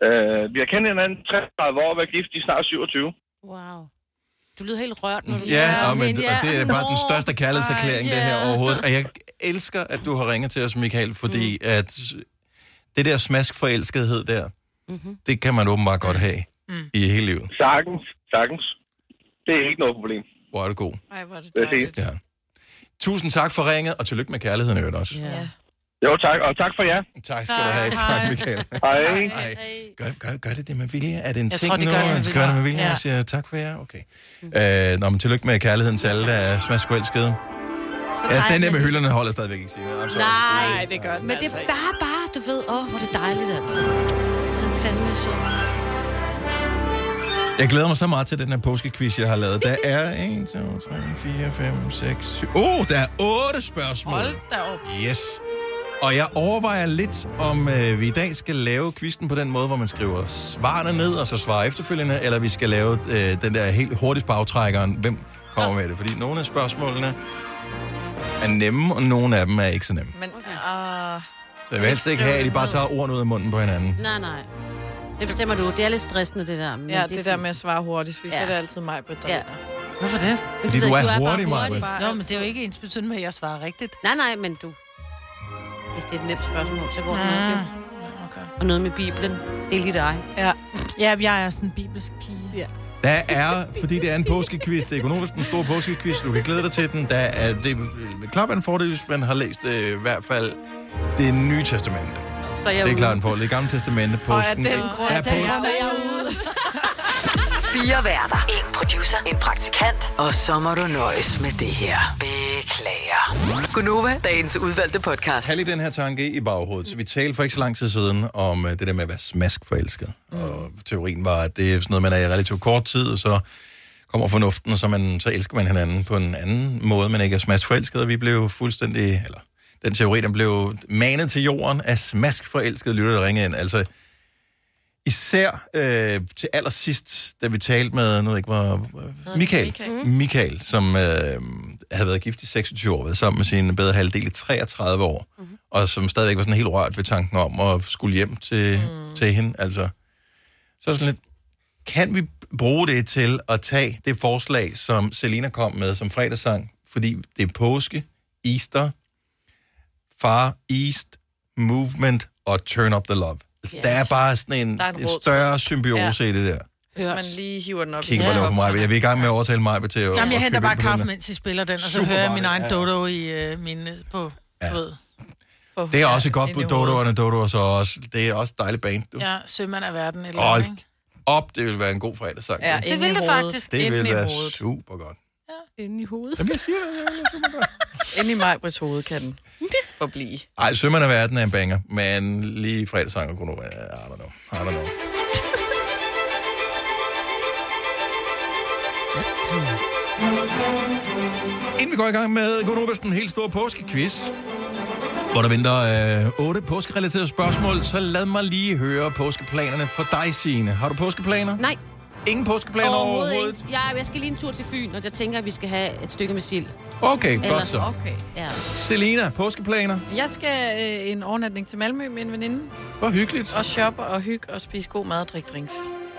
Speaker 21: Øh, vi har kendt hinanden 33 år og været gift i snart 27.
Speaker 4: Wow. Du lyder helt rørt, når du
Speaker 1: Ja, ja men,
Speaker 4: ja,
Speaker 1: og det er bare den største kærlighedserklæring,
Speaker 4: Ej,
Speaker 1: det her overhovedet. Og jeg elsker, at du har ringet til os, Michael, fordi mm. at det der smaskforelskethed der,
Speaker 21: Mhm.
Speaker 1: mm-hmm. det kan man åbenbart godt have mm. i hele livet.
Speaker 21: Sagtens, sagtens. Det er ikke noget problem.
Speaker 1: Hvor er du god.
Speaker 2: Ej, hvor er det
Speaker 21: Vil jeg sige.
Speaker 1: Ja. Tusind tak for ringet, og tillykke med kærligheden i øvrigt også.
Speaker 2: Ja.
Speaker 21: Jo, tak, og tak for jer.
Speaker 1: Tak skal du have.
Speaker 21: Hej.
Speaker 1: Tak, Michael.
Speaker 21: Hej.
Speaker 1: Hej. Gør, gør, gør det det med vilje? Er det en
Speaker 21: Jeg
Speaker 1: ting
Speaker 21: tror, de
Speaker 1: nu?
Speaker 21: gør det med
Speaker 1: at de
Speaker 21: vilje.
Speaker 1: gør det med vilje,
Speaker 21: Ja.
Speaker 1: og siger tak for jer? Okay. Øh, nå, men tillykke med kærligheden til alle, der er smaskforelskede. Ja, den der med hylderne holder stadigvæk ikke, Signe. I'm sorry.
Speaker 4: Nej,
Speaker 2: det gør den
Speaker 4: Men det,
Speaker 2: altså ikke.
Speaker 4: der er bare, du ved, åh, hvor er det dejligt, altså. Han er fandme sød.
Speaker 1: Jeg glæder mig så meget til den her påskequiz, jeg har lavet. Der er 1, 2, 3, 4, 5, 6, 7... Oh, der er 8 spørgsmål.
Speaker 3: Hold da op.
Speaker 1: Yes. Og jeg overvejer lidt, om øh, vi i dag skal lave quizzen på den måde, hvor man skriver svarene ned, og så svarer efterfølgende, eller vi skal lave øh, den der helt hurtigt bagtrækkeren, hvem kommer med det. Fordi nogle af spørgsmålene er nemme, og nogle af dem er ikke så nemme.
Speaker 2: Men, ah. okay.
Speaker 1: Så jeg vil helst ikke have, at de bare tager ordene ud af munden på hinanden.
Speaker 4: Nej, nej. Det bestemmer du. Det er lidt stressende, det der. Men
Speaker 2: Ja, det,
Speaker 4: er
Speaker 2: det der
Speaker 4: fint.
Speaker 2: med at svare hurtigt, hvis ja.
Speaker 4: Ja.
Speaker 2: er det altid mig på
Speaker 4: Ja.
Speaker 3: Hvorfor det?
Speaker 1: Fordi du er hurtig, Maja.
Speaker 3: Nå, men det er jo ikke ens betydende med, at jeg svarer rigtigt.
Speaker 4: Nej, nej, men du... Hvis det er et nemt spørgsmål, så går det nok, jo.
Speaker 3: Okay.
Speaker 4: Og noget med Bibelen. Det er lige dig.
Speaker 3: Ah. Ja. ja, jeg er sådan en bibelsk pige.
Speaker 4: Ja.
Speaker 1: Der er, fordi det er en påskequiz, det er økonomisk en stor påskequiz, du kan glæde dig til den. Der er, det er klart en fordel, hvis man har læst øh, i hvert fald det nye testamente.
Speaker 4: Så er jeg
Speaker 1: det er
Speaker 4: ude.
Speaker 1: klart en fordel. Det gamle testamente, påsken.
Speaker 4: grund,
Speaker 1: er på-
Speaker 4: jeg ude.
Speaker 5: Fire værter. En producer. En praktikant. Og så må du nøjes med det her. Beklager. Gunova, dagens udvalgte podcast.
Speaker 1: Have lige den her tanke i baghovedet. Så vi talte for ikke så lang tid siden om øh, det der med at være smaskforelsket. Mm. Og teorien var, at det er sådan noget, man er i relativt kort tid, og så kommer fornuften, og så, man, så elsker man hinanden på en anden måde, man ikke er smaskforelsket, og vi blev fuldstændig, eller den teori, den blev manet til jorden af smaskforelskede lytter, der ringede ind. Altså, især øh, til allersidst, da vi talte med, nu ved jeg ikke, hvor, Michael, Mm-hmm.
Speaker 22: Michael.
Speaker 1: Michael, som øh, havde været gift i 26 år, været sammen med sin bedre halvdel i 33 år, mm-hmm. og som stadigvæk var sådan helt rørt ved tanken om at skulle hjem til, mm. til hende. Altså, så er det sådan lidt, kan vi bruge det til at tage det forslag, som Selina kom med som fredagssang, fordi det er påske, Easter, Far East Movement og Turn Up The Love. Altså,
Speaker 2: Ja,
Speaker 1: der er
Speaker 2: altså,
Speaker 1: bare sådan en,
Speaker 2: der er en
Speaker 1: en
Speaker 2: rød
Speaker 1: større
Speaker 2: tråd.
Speaker 1: symbiose ja. i det der.
Speaker 2: Hvis man lige hiver den op.
Speaker 1: Kigger bare
Speaker 2: Ja.
Speaker 1: over på mig. Jeg er i gang med at overtale mig til at
Speaker 3: Jamen, jeg
Speaker 1: at
Speaker 3: henter
Speaker 1: købe
Speaker 3: bare
Speaker 1: ind på den
Speaker 3: kaffe,
Speaker 1: der.
Speaker 3: mens I spiller den, og så
Speaker 1: Super
Speaker 3: hører jeg
Speaker 1: meget,
Speaker 3: min egen
Speaker 1: ja.
Speaker 3: dodo i øh, min, øh, på, ja. ved.
Speaker 1: Det er også et godt
Speaker 3: ind
Speaker 1: på
Speaker 3: i
Speaker 1: Dodoerne, Dodo og så også. Det er også et dejligt band. Du.
Speaker 3: Ja, sømand af verden. Eller
Speaker 1: Hold
Speaker 3: Hold.
Speaker 1: op, det ville være en god fredagssang.
Speaker 3: Ja,
Speaker 1: ikke?
Speaker 3: Det inde ville i det hovedet. faktisk.
Speaker 1: Det
Speaker 3: Inde
Speaker 1: ville
Speaker 3: i
Speaker 1: være
Speaker 3: hovedet.
Speaker 1: super godt.
Speaker 4: Inde i hovedet.
Speaker 1: Jamen, jeg
Speaker 3: <laughs>
Speaker 1: siger
Speaker 2: Inde i mig, Brits hoved kan
Speaker 1: <laughs>
Speaker 2: den forblive.
Speaker 1: Ej, Sømmerne af verden er en banger, men lige fredagssang og kunne I don't know. I don't know. Inden vi går i gang med Gunovas den helt store påskequiz, hvor der venter øh, otte påskerelaterede spørgsmål, så lad mig lige høre påskeplanerne for dig, Signe. Har du påskeplaner?
Speaker 4: Nej.
Speaker 1: Ingen påskeplaner overhovedet?
Speaker 4: ikke. Ja, jeg skal lige en tur til Fyn, og jeg tænker, at vi skal have et stykke med sild.
Speaker 1: Okay, godt så.
Speaker 2: Okay.
Speaker 4: Ja.
Speaker 1: Selina, påskeplaner?
Speaker 2: Jeg skal øh, en overnatning til Malmø med en veninde.
Speaker 1: Hvor hyggeligt.
Speaker 2: Og shoppe og hygge og spise god mad og drikke drinks.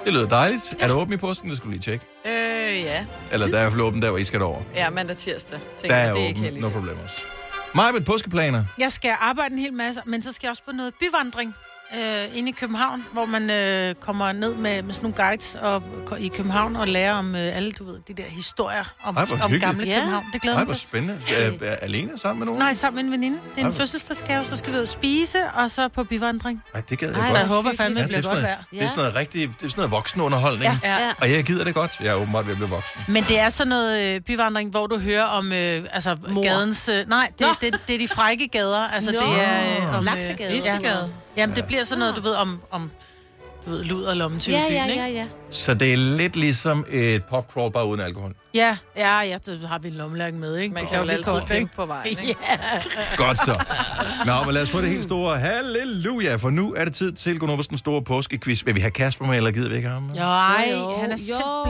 Speaker 1: Det lyder dejligt. Er du åben i påsken? Det skulle lige tjekke.
Speaker 2: Øh, ja.
Speaker 1: Eller der er i hvert fald åben der, hvor I skal over.
Speaker 2: Ja, mandag tirsdag.
Speaker 1: Der
Speaker 2: Tænker,
Speaker 1: er
Speaker 2: jeg, det er ikke
Speaker 1: åben.
Speaker 2: heldigt.
Speaker 1: No problemer. Maja med påskeplaner.
Speaker 3: Jeg skal arbejde en hel masse, men så skal jeg også på noget byvandring øh, inde i København, hvor man øh, kommer ned med, med sådan nogle guides og, i København og lærer om øh, alle, du ved, de der historier om,
Speaker 1: Ej, hvor
Speaker 3: om
Speaker 1: hyggeligt.
Speaker 3: gamle København. Det glæder
Speaker 1: Ej,
Speaker 3: jeg
Speaker 1: hvor
Speaker 3: mig til.
Speaker 1: spændende. Er, er, alene sammen med nogen?
Speaker 3: Nej, sammen med en veninde. Det er
Speaker 1: Ej,
Speaker 3: en
Speaker 1: hvor-
Speaker 3: fødselsdagsgave, så skal vi ud og spise, og så på bivandring.
Speaker 1: Nej, det gad jeg
Speaker 3: Ej,
Speaker 1: godt.
Speaker 3: jeg håber fandme, det
Speaker 1: det er
Speaker 3: bliver
Speaker 1: sådan
Speaker 3: godt
Speaker 1: noget,
Speaker 3: vejr.
Speaker 1: Det er sådan noget rigtig, det er sådan noget voksenunderholdning.
Speaker 3: Ja. Ja.
Speaker 1: Og jeg gider det godt. Jeg er åbenbart ved at blive voksen.
Speaker 3: Men det er sådan noget øh, byvandring, hvor du hører om øh, altså, gadens... Øh, nej, det, det, det, det er de frække gader. Altså,
Speaker 2: Nå.
Speaker 3: det er... Øh, om,
Speaker 2: Laksegade.
Speaker 3: Ja.
Speaker 2: Istegade.
Speaker 3: Jamen, det bliver sådan noget, du ved, om, om du ved, lud og lommen til
Speaker 4: Ah. Ja,
Speaker 3: byen,
Speaker 4: ja,
Speaker 3: ikke?
Speaker 4: ja, ja.
Speaker 1: Så det er lidt ligesom et popcrawl, bare uden alkohol.
Speaker 3: Ja, ja, ja, det har vi en lommelærke med, ikke? Man
Speaker 2: kan jo altid pimpe på vejen,
Speaker 3: ikke? Ja.
Speaker 1: Godt så. Nå, men lad os få det helt store halleluja, for nu er det tid til Gunovas den store påskequiz. Vil vi have Kasper med, eller gider vi ikke have ham med?
Speaker 3: Jo, ej, han er
Speaker 1: Vil-
Speaker 3: simpelthen...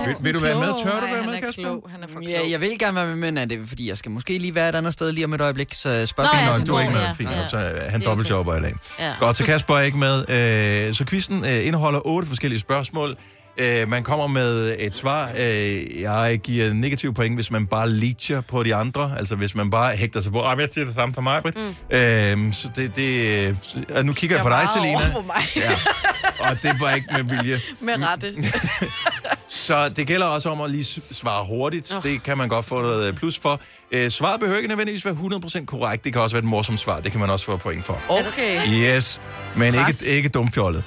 Speaker 1: vil
Speaker 6: sådan
Speaker 1: du være med?
Speaker 6: klog.
Speaker 1: Tør du
Speaker 6: Nej,
Speaker 1: være
Speaker 6: han
Speaker 1: med,
Speaker 6: er
Speaker 1: Kasper?
Speaker 6: klog.
Speaker 2: Han er for
Speaker 6: Ja, jeg vil gerne være med, men er det, fordi jeg skal måske lige være et andet sted lige om et øjeblik, så spørgsmålet...
Speaker 1: Fint nok, du er ikke med. Fint nok, så øh, han dobbeltjobber i dag. Godt, så Kasper er ikke med. Øh, så quizzen øh, indeholder otte forskellige spørgsmål. Øh, man kommer med et svar. Øh, jeg giver negative point, hvis man bare leacher på de andre. Altså hvis man bare hægter sig på, "Ej, men jeg siger det samme som mig, Britt. Mm. Øh, så det, det øh, og nu kigger jeg, på dig, Selina.
Speaker 2: Over på mig.
Speaker 1: Ja. Og det var ikke med vilje.
Speaker 2: <laughs> med
Speaker 1: <laughs>
Speaker 2: rette.
Speaker 1: Så det gælder også om at lige s- svare hurtigt. Oh. Det kan man godt få noget øh, plus for. Øh, svaret behøver ikke nødvendigvis være 100% korrekt. Det kan også være et morsomt svar. Det kan man også få point for.
Speaker 2: Okay.
Speaker 1: Yes, men
Speaker 2: Pres.
Speaker 1: ikke, ikke dumfjollet.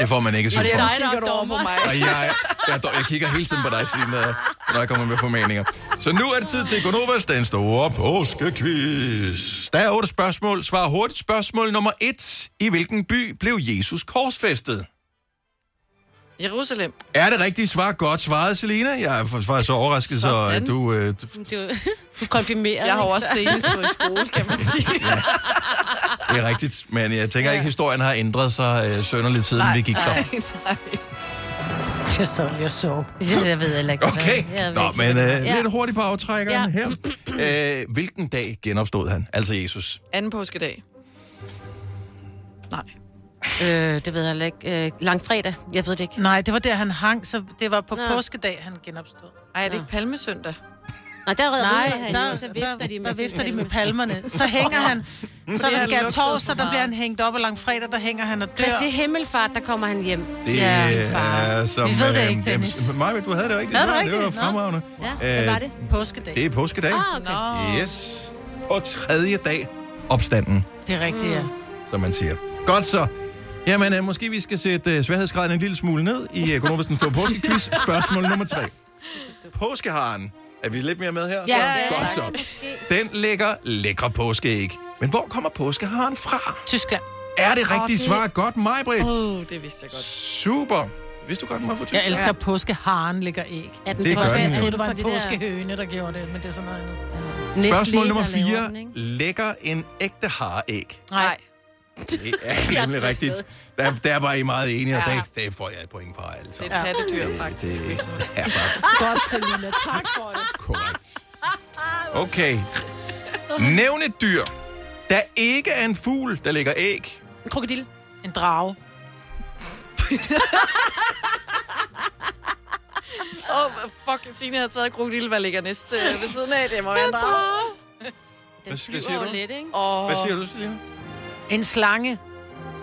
Speaker 1: Det får
Speaker 2: <laughs>
Speaker 1: man ikke
Speaker 2: Og
Speaker 1: syg
Speaker 2: det er
Speaker 1: for.
Speaker 2: dig, der kigger over på mig.
Speaker 1: Og
Speaker 22: <laughs>
Speaker 1: jeg, jeg, dog, jeg kigger hele tiden på dig, Signe, når jeg kommer med formaninger. Så nu er det tid til Gonovas, den store påskequiz. Der er otte spørgsmål. Svar hurtigt. Spørgsmål nummer et. I hvilken by blev Jesus korsfæstet?
Speaker 2: Jerusalem.
Speaker 1: Er det rigtigt svar? Godt svaret, Selina. Jeg er faktisk så overrasket, så øh, du... Øh, d-
Speaker 4: Du, <laughs> du konfirmerer.
Speaker 2: Jeg har jo
Speaker 4: ikke,
Speaker 2: også
Speaker 4: så?
Speaker 2: senest gået i
Speaker 4: <laughs>
Speaker 2: skole, kan man sige.
Speaker 1: det er rigtigt, men jeg tænker ikke, historien har ændret sig øh, sønderligt siden vi gik der.
Speaker 2: nej.
Speaker 3: Jeg sad lige og sov.
Speaker 4: Jeg ved heller ikke.
Speaker 1: Okay,
Speaker 4: hvad- Jeg ved
Speaker 1: Nå,
Speaker 4: ikke,
Speaker 1: men
Speaker 4: hvad-
Speaker 1: øh,
Speaker 4: Ja.
Speaker 1: lidt hurtigt på aftrækkeren ja. her. Øh, hvilken dag genopstod han, altså Jesus?
Speaker 2: Anden påskedag.
Speaker 4: Øh, det ved jeg heller ikke. Øh, langfredag, jeg ved det ikke.
Speaker 3: Nej, det var der, han hang, så det var på Nå. påskedag, han genopstod.
Speaker 2: Ej, er det ikke palmesøndag?
Speaker 4: Nej, der redder
Speaker 3: Nej,
Speaker 4: han
Speaker 3: der,
Speaker 4: jo, så vifter de med
Speaker 3: der
Speaker 4: sådan
Speaker 3: vifter de
Speaker 4: en
Speaker 3: med
Speaker 4: palme.
Speaker 3: palmerne. Så hænger han. Så
Speaker 4: Det
Speaker 3: der
Speaker 4: har
Speaker 3: skal
Speaker 4: lugtet
Speaker 3: torsdag,
Speaker 4: for
Speaker 3: der
Speaker 4: meget.
Speaker 3: bliver han hængt op, og langfredag, der hænger han og dør.
Speaker 4: Kristi Himmelfart, der kommer han hjem.
Speaker 1: Det øh, er som...
Speaker 3: Vi ved det
Speaker 1: øh,
Speaker 3: ikke, Dennis.
Speaker 1: jamen, Maja, du havde det rigtigt.
Speaker 3: Havde du
Speaker 1: Ja,
Speaker 3: rigtigt?
Speaker 1: Det var
Speaker 3: Nå.
Speaker 1: fremragende.
Speaker 3: Ja, hvad var det? Påskedag.
Speaker 1: Øh, Det er påskedag.
Speaker 3: Ah, okay.
Speaker 1: Yes. Og tredje dag, opstanden,
Speaker 3: Det er rigtigt, ja.
Speaker 1: som man siger. Godt så. Jamen, øh, måske vi skal sætte øh, sværhedsgraden en lille smule ned i Økonomisk Den Store Påskequiz. Spørgsmål nummer tre. Påskeharen. Er vi lidt mere med her?
Speaker 4: Ja,
Speaker 1: så?
Speaker 4: ja,
Speaker 1: Godt
Speaker 4: tak.
Speaker 1: så. Den lægger lækre påskeæg. Men hvor kommer påskeharen fra?
Speaker 3: Tyskland.
Speaker 1: Er det rigtige
Speaker 3: Åh, det-
Speaker 1: svar? Godt, mig, Britt.
Speaker 2: Oh, det vidste jeg godt.
Speaker 1: Super. Vidste du godt, den var fra Tyskland?
Speaker 3: Jeg elsker, at påskeharen ligger æg.
Speaker 1: Ja, den Det får- gør den
Speaker 3: Jeg
Speaker 1: jo.
Speaker 3: troede, det var en
Speaker 4: For det der-
Speaker 3: påskehøne, der gjorde det, men det er sådan noget andet.
Speaker 1: Spørgsmål nummer 4. Lægger en ægte haræg?
Speaker 3: Nej.
Speaker 1: Det
Speaker 3: Jeg
Speaker 1: er
Speaker 3: skal
Speaker 1: nemlig rigtigt. Der, der var I meget enige, og
Speaker 3: Ja.
Speaker 1: det, det får jeg et point fra, altså.
Speaker 2: Det er et pattedyr, faktisk.
Speaker 1: Det er bare
Speaker 3: Godt, Selina. Tak for det.
Speaker 1: korrekt. Okay. Nævn et dyr, der ikke er en fugl, der lægger æg.
Speaker 4: En krokodil.
Speaker 3: En drage.
Speaker 2: Åh, oh, fuck, Signe har taget krokodil, hvad ligger næste øh, ved siden af? Det må være en drage.
Speaker 1: Hvad, hvad siger du?
Speaker 2: lidt, ikke? Og...
Speaker 1: Hvad siger du, Selina?
Speaker 2: En slange.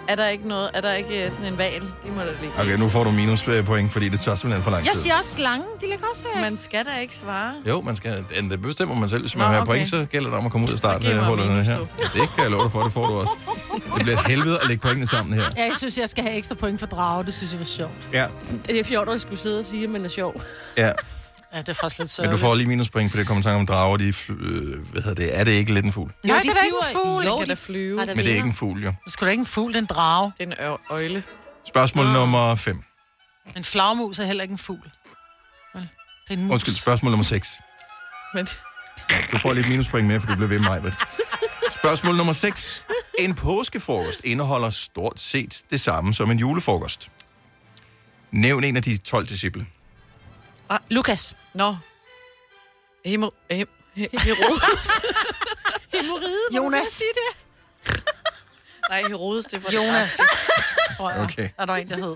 Speaker 2: Er der ikke noget? Er der ikke øh, sådan en val? De må da ligge.
Speaker 1: Okay, nu får du minuspoint, fordi det tager simpelthen for lang tid.
Speaker 2: også slange. De ligger også af. Man skal da ikke svare.
Speaker 1: Jo, man skal, den- det bestemmer man selv. Hvis man
Speaker 2: Nå,
Speaker 1: vil have
Speaker 2: okay.
Speaker 1: point, så gælder det om at komme ud af
Speaker 2: giver mig
Speaker 1: starthullerne
Speaker 2: minus,
Speaker 1: her. Det kan jeg love dig for, det får du også. Det bliver et helvede at lægge pointene sammen her.
Speaker 3: Ja, jeg synes, jeg skal have ekstra point for drage. Det synes jeg var sjovt.
Speaker 1: Ja,
Speaker 4: Det er fjort, at jeg skulle sidde og sige, at man er sjov.
Speaker 1: ja.
Speaker 3: Ja, det er faktisk lidt
Speaker 1: Men du
Speaker 3: sørgeligt.
Speaker 1: får lige minuspoint, for det kommer tanke om drager. De, fly- øh, hvad hedder det? Er det ikke lidt en fugl?
Speaker 3: Nej,
Speaker 2: Jo,
Speaker 3: det
Speaker 2: de
Speaker 3: er da ikke en
Speaker 2: flyver.
Speaker 3: fugl.
Speaker 2: Jo,
Speaker 3: Den kan
Speaker 2: de
Speaker 3: da flyve.
Speaker 2: har
Speaker 1: Men det er ikke en fugl, jo.
Speaker 3: Skulle da ikke en fugl, det er en drage.
Speaker 2: Det er en øjle.
Speaker 1: Spørgsmål nummer 5.
Speaker 3: En flagmus er heller ikke en fugl. Vel, Det er en mus.
Speaker 1: Undskyld, spørgsmål nummer 6.
Speaker 2: Men...
Speaker 1: Du får lidt minuspoint mere, for du blev ved mig. Vel? Spørgsmål nummer 6. En påskefrokost indeholder stort set det samme som en julefrokost. Nævn en af de 12 disciple.
Speaker 4: Ah, Lukas.
Speaker 2: Nå. Hemo... Hem... <laughs> Herodes.
Speaker 4: Hemoride,
Speaker 3: Jonas. sige
Speaker 2: det? Nej, Herodes, det var det.
Speaker 3: Jonas. Tror jeg.
Speaker 1: Okay.
Speaker 3: Er der en, der hed?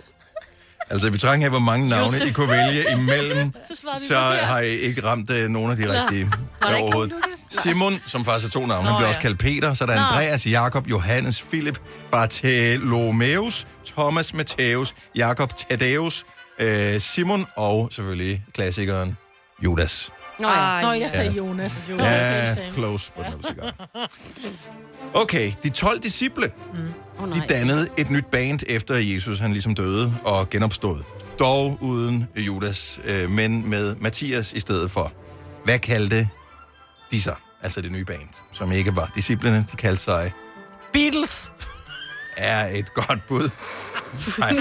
Speaker 1: Altså, vi trænger af, hvor mange navne
Speaker 3: Josef.
Speaker 1: I kunne vælge imellem,
Speaker 3: <laughs> Så svarede vi
Speaker 1: så
Speaker 3: forkert.
Speaker 1: har I ikke ramt uh, nogen af de
Speaker 3: Nå.
Speaker 1: rigtige
Speaker 3: Var der ikke
Speaker 1: overhovedet. Simon, som faktisk er to navne, han
Speaker 11: Nå, ja.
Speaker 1: bliver også kaldt Peter, så der er
Speaker 11: Nå.
Speaker 1: Andreas, Jakob, Johannes, Philip, Bartholomeus, Thomas, Matthæus, Jakob, Thaddeus, øh, Simon og selvfølgelig klassikeren Judas.
Speaker 3: Nå,
Speaker 1: ja.
Speaker 3: Nå, jeg sagde
Speaker 1: Ja.
Speaker 3: Jonas. Jonas.
Speaker 1: Ja, close, but not Okay, de 12 disciple,
Speaker 4: oh,
Speaker 1: de dannede et nyt band, efter Jesus han ligesom døde og genopstod. Dog uden Judas, øh, men med Matthias i stedet for. Hvad kaldte de sig? Altså det nye band, som ikke var disciplene. De kaldte sig,
Speaker 3: Beatles.
Speaker 1: er et godt bud. Nej,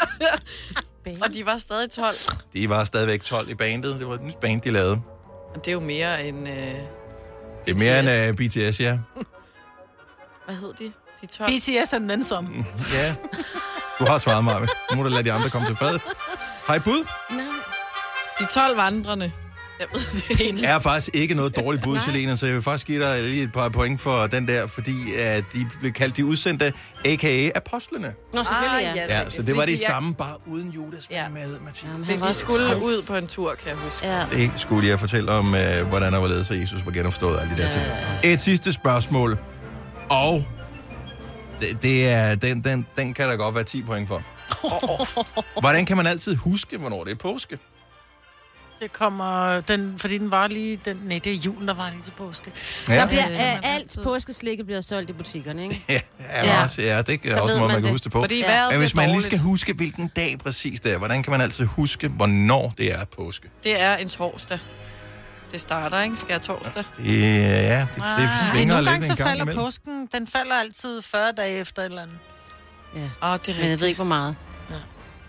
Speaker 1: <laughs> men
Speaker 2: Og de var stadig 12.
Speaker 1: de var stadigvæk 12 i bandet. Det var et nyt band, de lavede.
Speaker 2: Og Det er jo mere end... Øh...
Speaker 1: Det er mere end uh, BTS, ja.
Speaker 2: Hvad hed de? De 12.
Speaker 3: BTS and then some.
Speaker 1: Mm. Ja. Du har svaret mig. Nu må du lade de andre komme til fadet. Har I bud?
Speaker 2: De 12 vandrende. Jeg ved det ikke.
Speaker 1: er faktisk ikke noget dårligt bud, Selena, så jeg vil faktisk give dig lige et par point for den der, fordi at de blev kaldt de udsendte, a.k.a. apostlene.
Speaker 4: Nå,
Speaker 9: Ah,
Speaker 4: selvfølgelig, ja.
Speaker 1: Ja, så det var
Speaker 2: Fordi
Speaker 1: det
Speaker 2: jeg-
Speaker 1: samme, bare uden Judas,
Speaker 2: ja.
Speaker 1: med Mathias.
Speaker 2: Men de skulle ud på en tur, kan jeg huske.
Speaker 4: Ja.
Speaker 1: Det skulle jeg fortælle om, øh, hvordan der var ledet, så Jesus var genopstået og alle de der ting. Et sidste spørgsmål, og det, det er, den, den, den kan der godt være 10 point for. Hvordan kan man altid huske, hvornår det er påske? <laughs>
Speaker 3: Det kommer... Den, fordi den var lige... Den, nej, det er julen, der var lige til påske.
Speaker 1: Ja.
Speaker 4: Der bliver øh, alt påskeslikke bliver solgt i butikkerne,
Speaker 3: <laughs>
Speaker 4: ikke?
Speaker 1: Ja,
Speaker 4: Ja.
Speaker 1: ja. Også, ja det
Speaker 4: Så
Speaker 1: er også
Speaker 4: ved
Speaker 1: noget, man
Speaker 4: man
Speaker 1: kan
Speaker 4: det.
Speaker 1: huske det på.
Speaker 4: Fordi vejret
Speaker 1: Men hvis
Speaker 4: bliver
Speaker 1: man lige
Speaker 4: dårligt.
Speaker 1: skal huske, hvilken dag præcis det er, hvordan kan man altid huske, hvornår det er påske?
Speaker 2: Det er en torsdag. Det starter, ikke? Skal jeg torsdag?
Speaker 1: Det, ja, det, det
Speaker 3: Ah,
Speaker 1: svinger
Speaker 3: nogle
Speaker 1: lidt
Speaker 3: gange så
Speaker 1: en gang
Speaker 3: falder
Speaker 1: imellem.
Speaker 3: påsken, den falder altid 40 dage efter et eller andet.
Speaker 4: Ja.
Speaker 2: Åh, Ah, det er
Speaker 4: Men jeg ved ikke, hvor meget.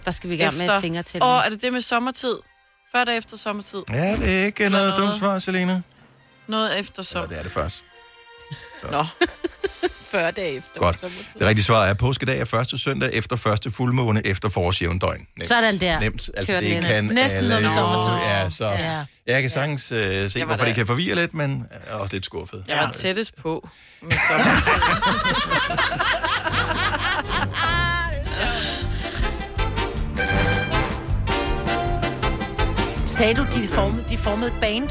Speaker 4: Der skal vi i gang med et finger til.
Speaker 2: Åh, er det det med sommertid? Før der efter sommertid?
Speaker 1: Ja, det er ikke
Speaker 2: Eller
Speaker 1: noget dumt svar, Selena.
Speaker 2: Noget efter sommer.
Speaker 1: Det er det først.
Speaker 4: 40 dage efter.
Speaker 1: Godt. Det rigtige svar er, påskedag er første søndag efter første fuldmåne efter forårsjævndøgn. Nemt.
Speaker 4: Sådan der.
Speaker 1: Nemt. Altså,
Speaker 4: Kør den
Speaker 1: det
Speaker 4: ind.
Speaker 1: kan
Speaker 4: Næsten
Speaker 1: alle
Speaker 4: noget
Speaker 1: jo.
Speaker 4: sommertid.
Speaker 1: Ja, så
Speaker 4: Ja.
Speaker 1: jeg kan sagtens øh, se,
Speaker 2: var
Speaker 1: hvorfor det
Speaker 2: da-
Speaker 1: kan forvirre lidt, men jeg er også lidt skuffet.
Speaker 2: Jeg var tættest på. Med
Speaker 4: <laughs>
Speaker 3: Sagde du, de formede, de formede et band?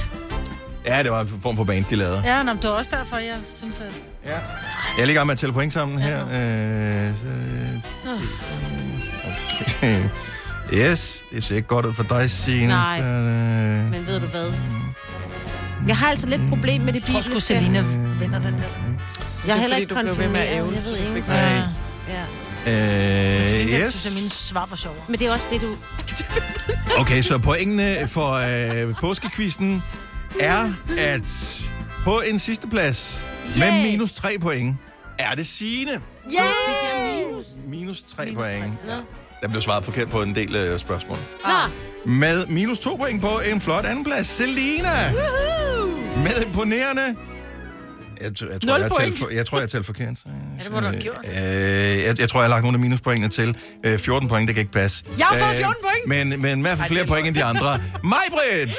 Speaker 1: Ja, det var en form for band, de lavede.
Speaker 3: Ja, nå, men det var også derfor, jeg synes, at...
Speaker 1: Ja. Jeg ligger med at tælle point sammen her. Øh, så, øh, <laughs> yes, det ser ikke godt ud for dig, Signe.
Speaker 4: Nej.
Speaker 1: Så, øh,
Speaker 4: Men ved du hvad? Jeg har altså lidt problem med det bibelske. Jeg tror sgu,
Speaker 3: Selina vinder den der.
Speaker 4: Jeg
Speaker 3: er
Speaker 4: er heller
Speaker 3: fordi,
Speaker 4: ikke
Speaker 3: du blev ved med
Speaker 4: konfirmeret.
Speaker 3: at
Speaker 4: Jeg
Speaker 3: ævle,
Speaker 4: ved
Speaker 3: så du
Speaker 4: ikke.
Speaker 3: fik
Speaker 1: nej.
Speaker 4: Ja.
Speaker 1: Øh,
Speaker 3: Jeg synes, at
Speaker 1: yes.
Speaker 3: mine svar var sjovere.
Speaker 4: Men det er også det, du...
Speaker 1: Okay, så pointene for øh, påskekvisten er, at på en sidste plads med minus 3 point, er det Signe.
Speaker 4: Ja!
Speaker 1: Minus 3 point. Ja. Der blev svaret forkert på en del øh, spørgsmål. <laughs>
Speaker 4: Nå.
Speaker 1: Med minus 2 point på en flot andenplads, Selina. Med imponerende... Jeg, t- jeg, tror,
Speaker 3: Nul
Speaker 1: jeg,
Speaker 3: point.
Speaker 1: talte for, jeg tror, jeg talte forkert. Ja,
Speaker 3: det må du have gjort.
Speaker 1: Øh, jeg, jeg tror, jeg har lagt nogle af minuspointene til. Øh, 14 point, det kan ikke passe.
Speaker 3: Jeg har fået
Speaker 1: Øh,
Speaker 3: 14 point! <laughs>
Speaker 1: Men, men i hvert fald flere point end de andre. Majbrit!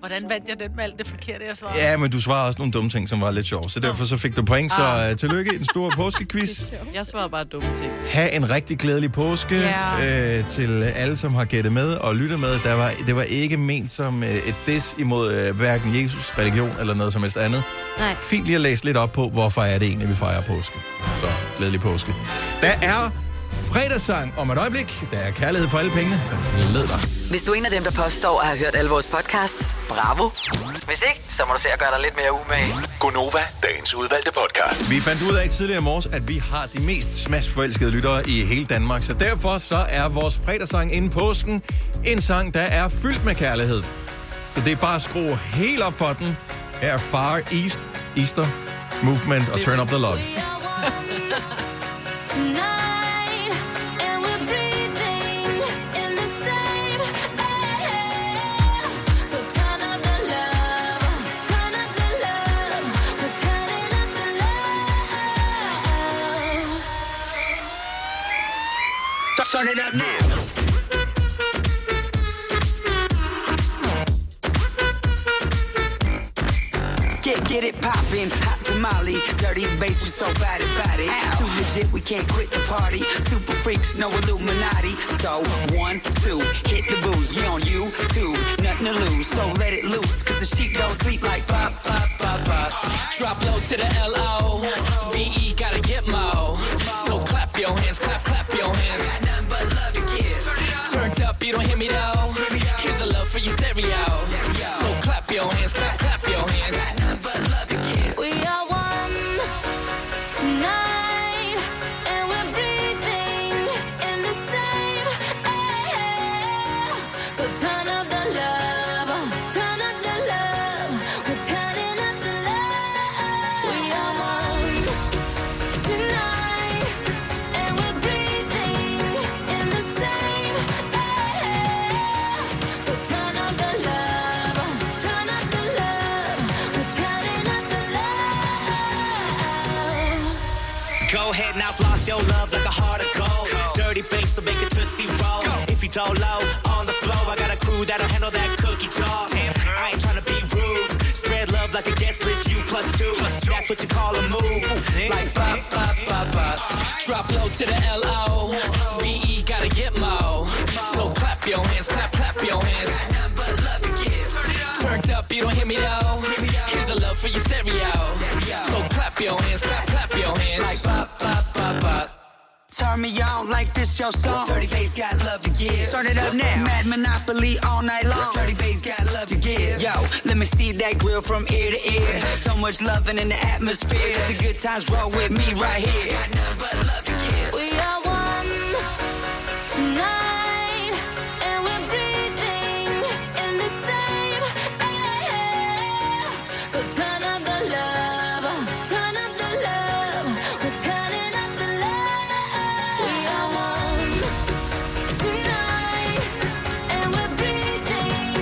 Speaker 3: Hvordan vandt jeg den med alt det forkerte, jeg svarede?
Speaker 1: Ja, men du svarede også nogle dumme ting, som var lidt sjove, så derfor så fik du point. Så
Speaker 2: Ah.
Speaker 1: uh, tillykke i den store påskequiz.
Speaker 2: Jeg svarede bare dumme ting.
Speaker 1: Ha' en rigtig glædelig påske
Speaker 2: Ja.
Speaker 1: øh, til alle, som har gættet med og lyttet med. Der var, det var ikke ment som øh, et dis imod øh, hverken Jesus, religion eller noget som helst andet.
Speaker 4: Nej.
Speaker 1: Fint lige at læse lidt op på, hvorfor er det egentlig, vi fejrer påske. Så glædelig påske. Der er fredagssang om et øjeblik. Der er kærlighed for alle pengene, så glæd dig.
Speaker 5: Hvis du er en af dem, der påstår at have hørt alle vores podcasts, bravo. Hvis ikke, så må du se at gøre dig lidt mere umage.
Speaker 7: Gonova, dagens udvalgte podcast.
Speaker 1: Vi fandt ud af tidligere i morges, at vi har de mest smashforelskede lyttere i hele Danmark, så derfor så er vores fredagssang inden påsken en sang, der er fyldt med kærlighed. Så det er bare at skrue helt op for den. Her er Far East, Easter Movement og Turn Up The
Speaker 23: <laughs>
Speaker 1: Love.
Speaker 7: Turn it up now.
Speaker 11: Get get it poppin', hot tamale, dirty bass, we so bad about it. Too legit, we can't quit the party. Super freaks, no Illuminati. So one, two, hit the booze. We on you two, nothing to lose. So let it loose, cause the sheep don't sleep like pop, pop, pop, pop.
Speaker 22: Drop low to the L-O. V-E E, gotta get mo. So clap your hands, clap, clap your hands. Turned up, you don't hear me though. Here's a love for you stereo. So clap your hands, clap, clap your hands.
Speaker 23: We are one tonight, and we're breathing in the same air. So turn up the love, turn up the love. We're turning up the love. We are one tonight, and we're breathing in the same air. So turn up the love, turn up the love. We're turning up the love.
Speaker 24: Go ahead now, floss your love like a heart of gold. Dirty bass will make it tootsie roll. If you don't low on the flow, I got a crew that'll handle that cookie jar. I ain't tryna be rude. Spread love like a guest list. You plus two. That's what you call a move. Like
Speaker 22: Bop, bop, bop, bop. Drop low to the L-O.
Speaker 24: E,
Speaker 22: V-E gotta get mo. So clap your hands, clap, clap your hands. Turned up, you don't hear me though. Here's a love for your stereo. So clap your hands, clap, clap your hands. Like bop, bop, bop, bop.
Speaker 11: Turn me on like this your song. Dirty bass got love to give. Turn it up now. Mad Monopoly all night long. Dirty bass got love to give. Yo, let me see that grill from ear to ear. So much loving in the atmosphere. Let the good times roll with me right here.
Speaker 23: We are one tonight, and we're breathing in the same air. So turn up the love, turn up the love. We're turning up the love. We are one tonight, and we're breathing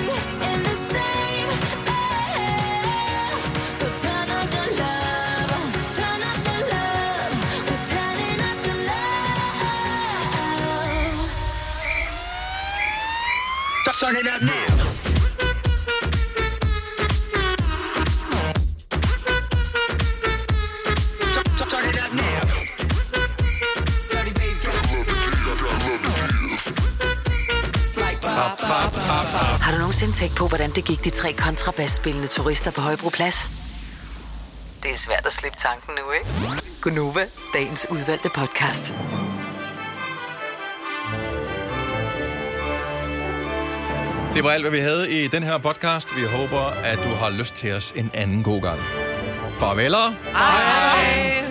Speaker 23: in the same air. So turn up the love, turn up the love. We're turning up the love.
Speaker 11: Turn it up now. Turn it up now. Dirty bass got love to give. Like pop, pop, pop, pop.
Speaker 5: Har du nogensinde tænkt på, hvordan det gik de tre kontrabasspillende turister på Højbroplads? Det er svært at slippe tanken nu, ikke? Gunova, dagens udvalgte podcast.
Speaker 1: Det var alt, hvad vi havde i den her podcast. Vi håber, at du har lyst til os en anden god gang. Farveler.
Speaker 2: Hej.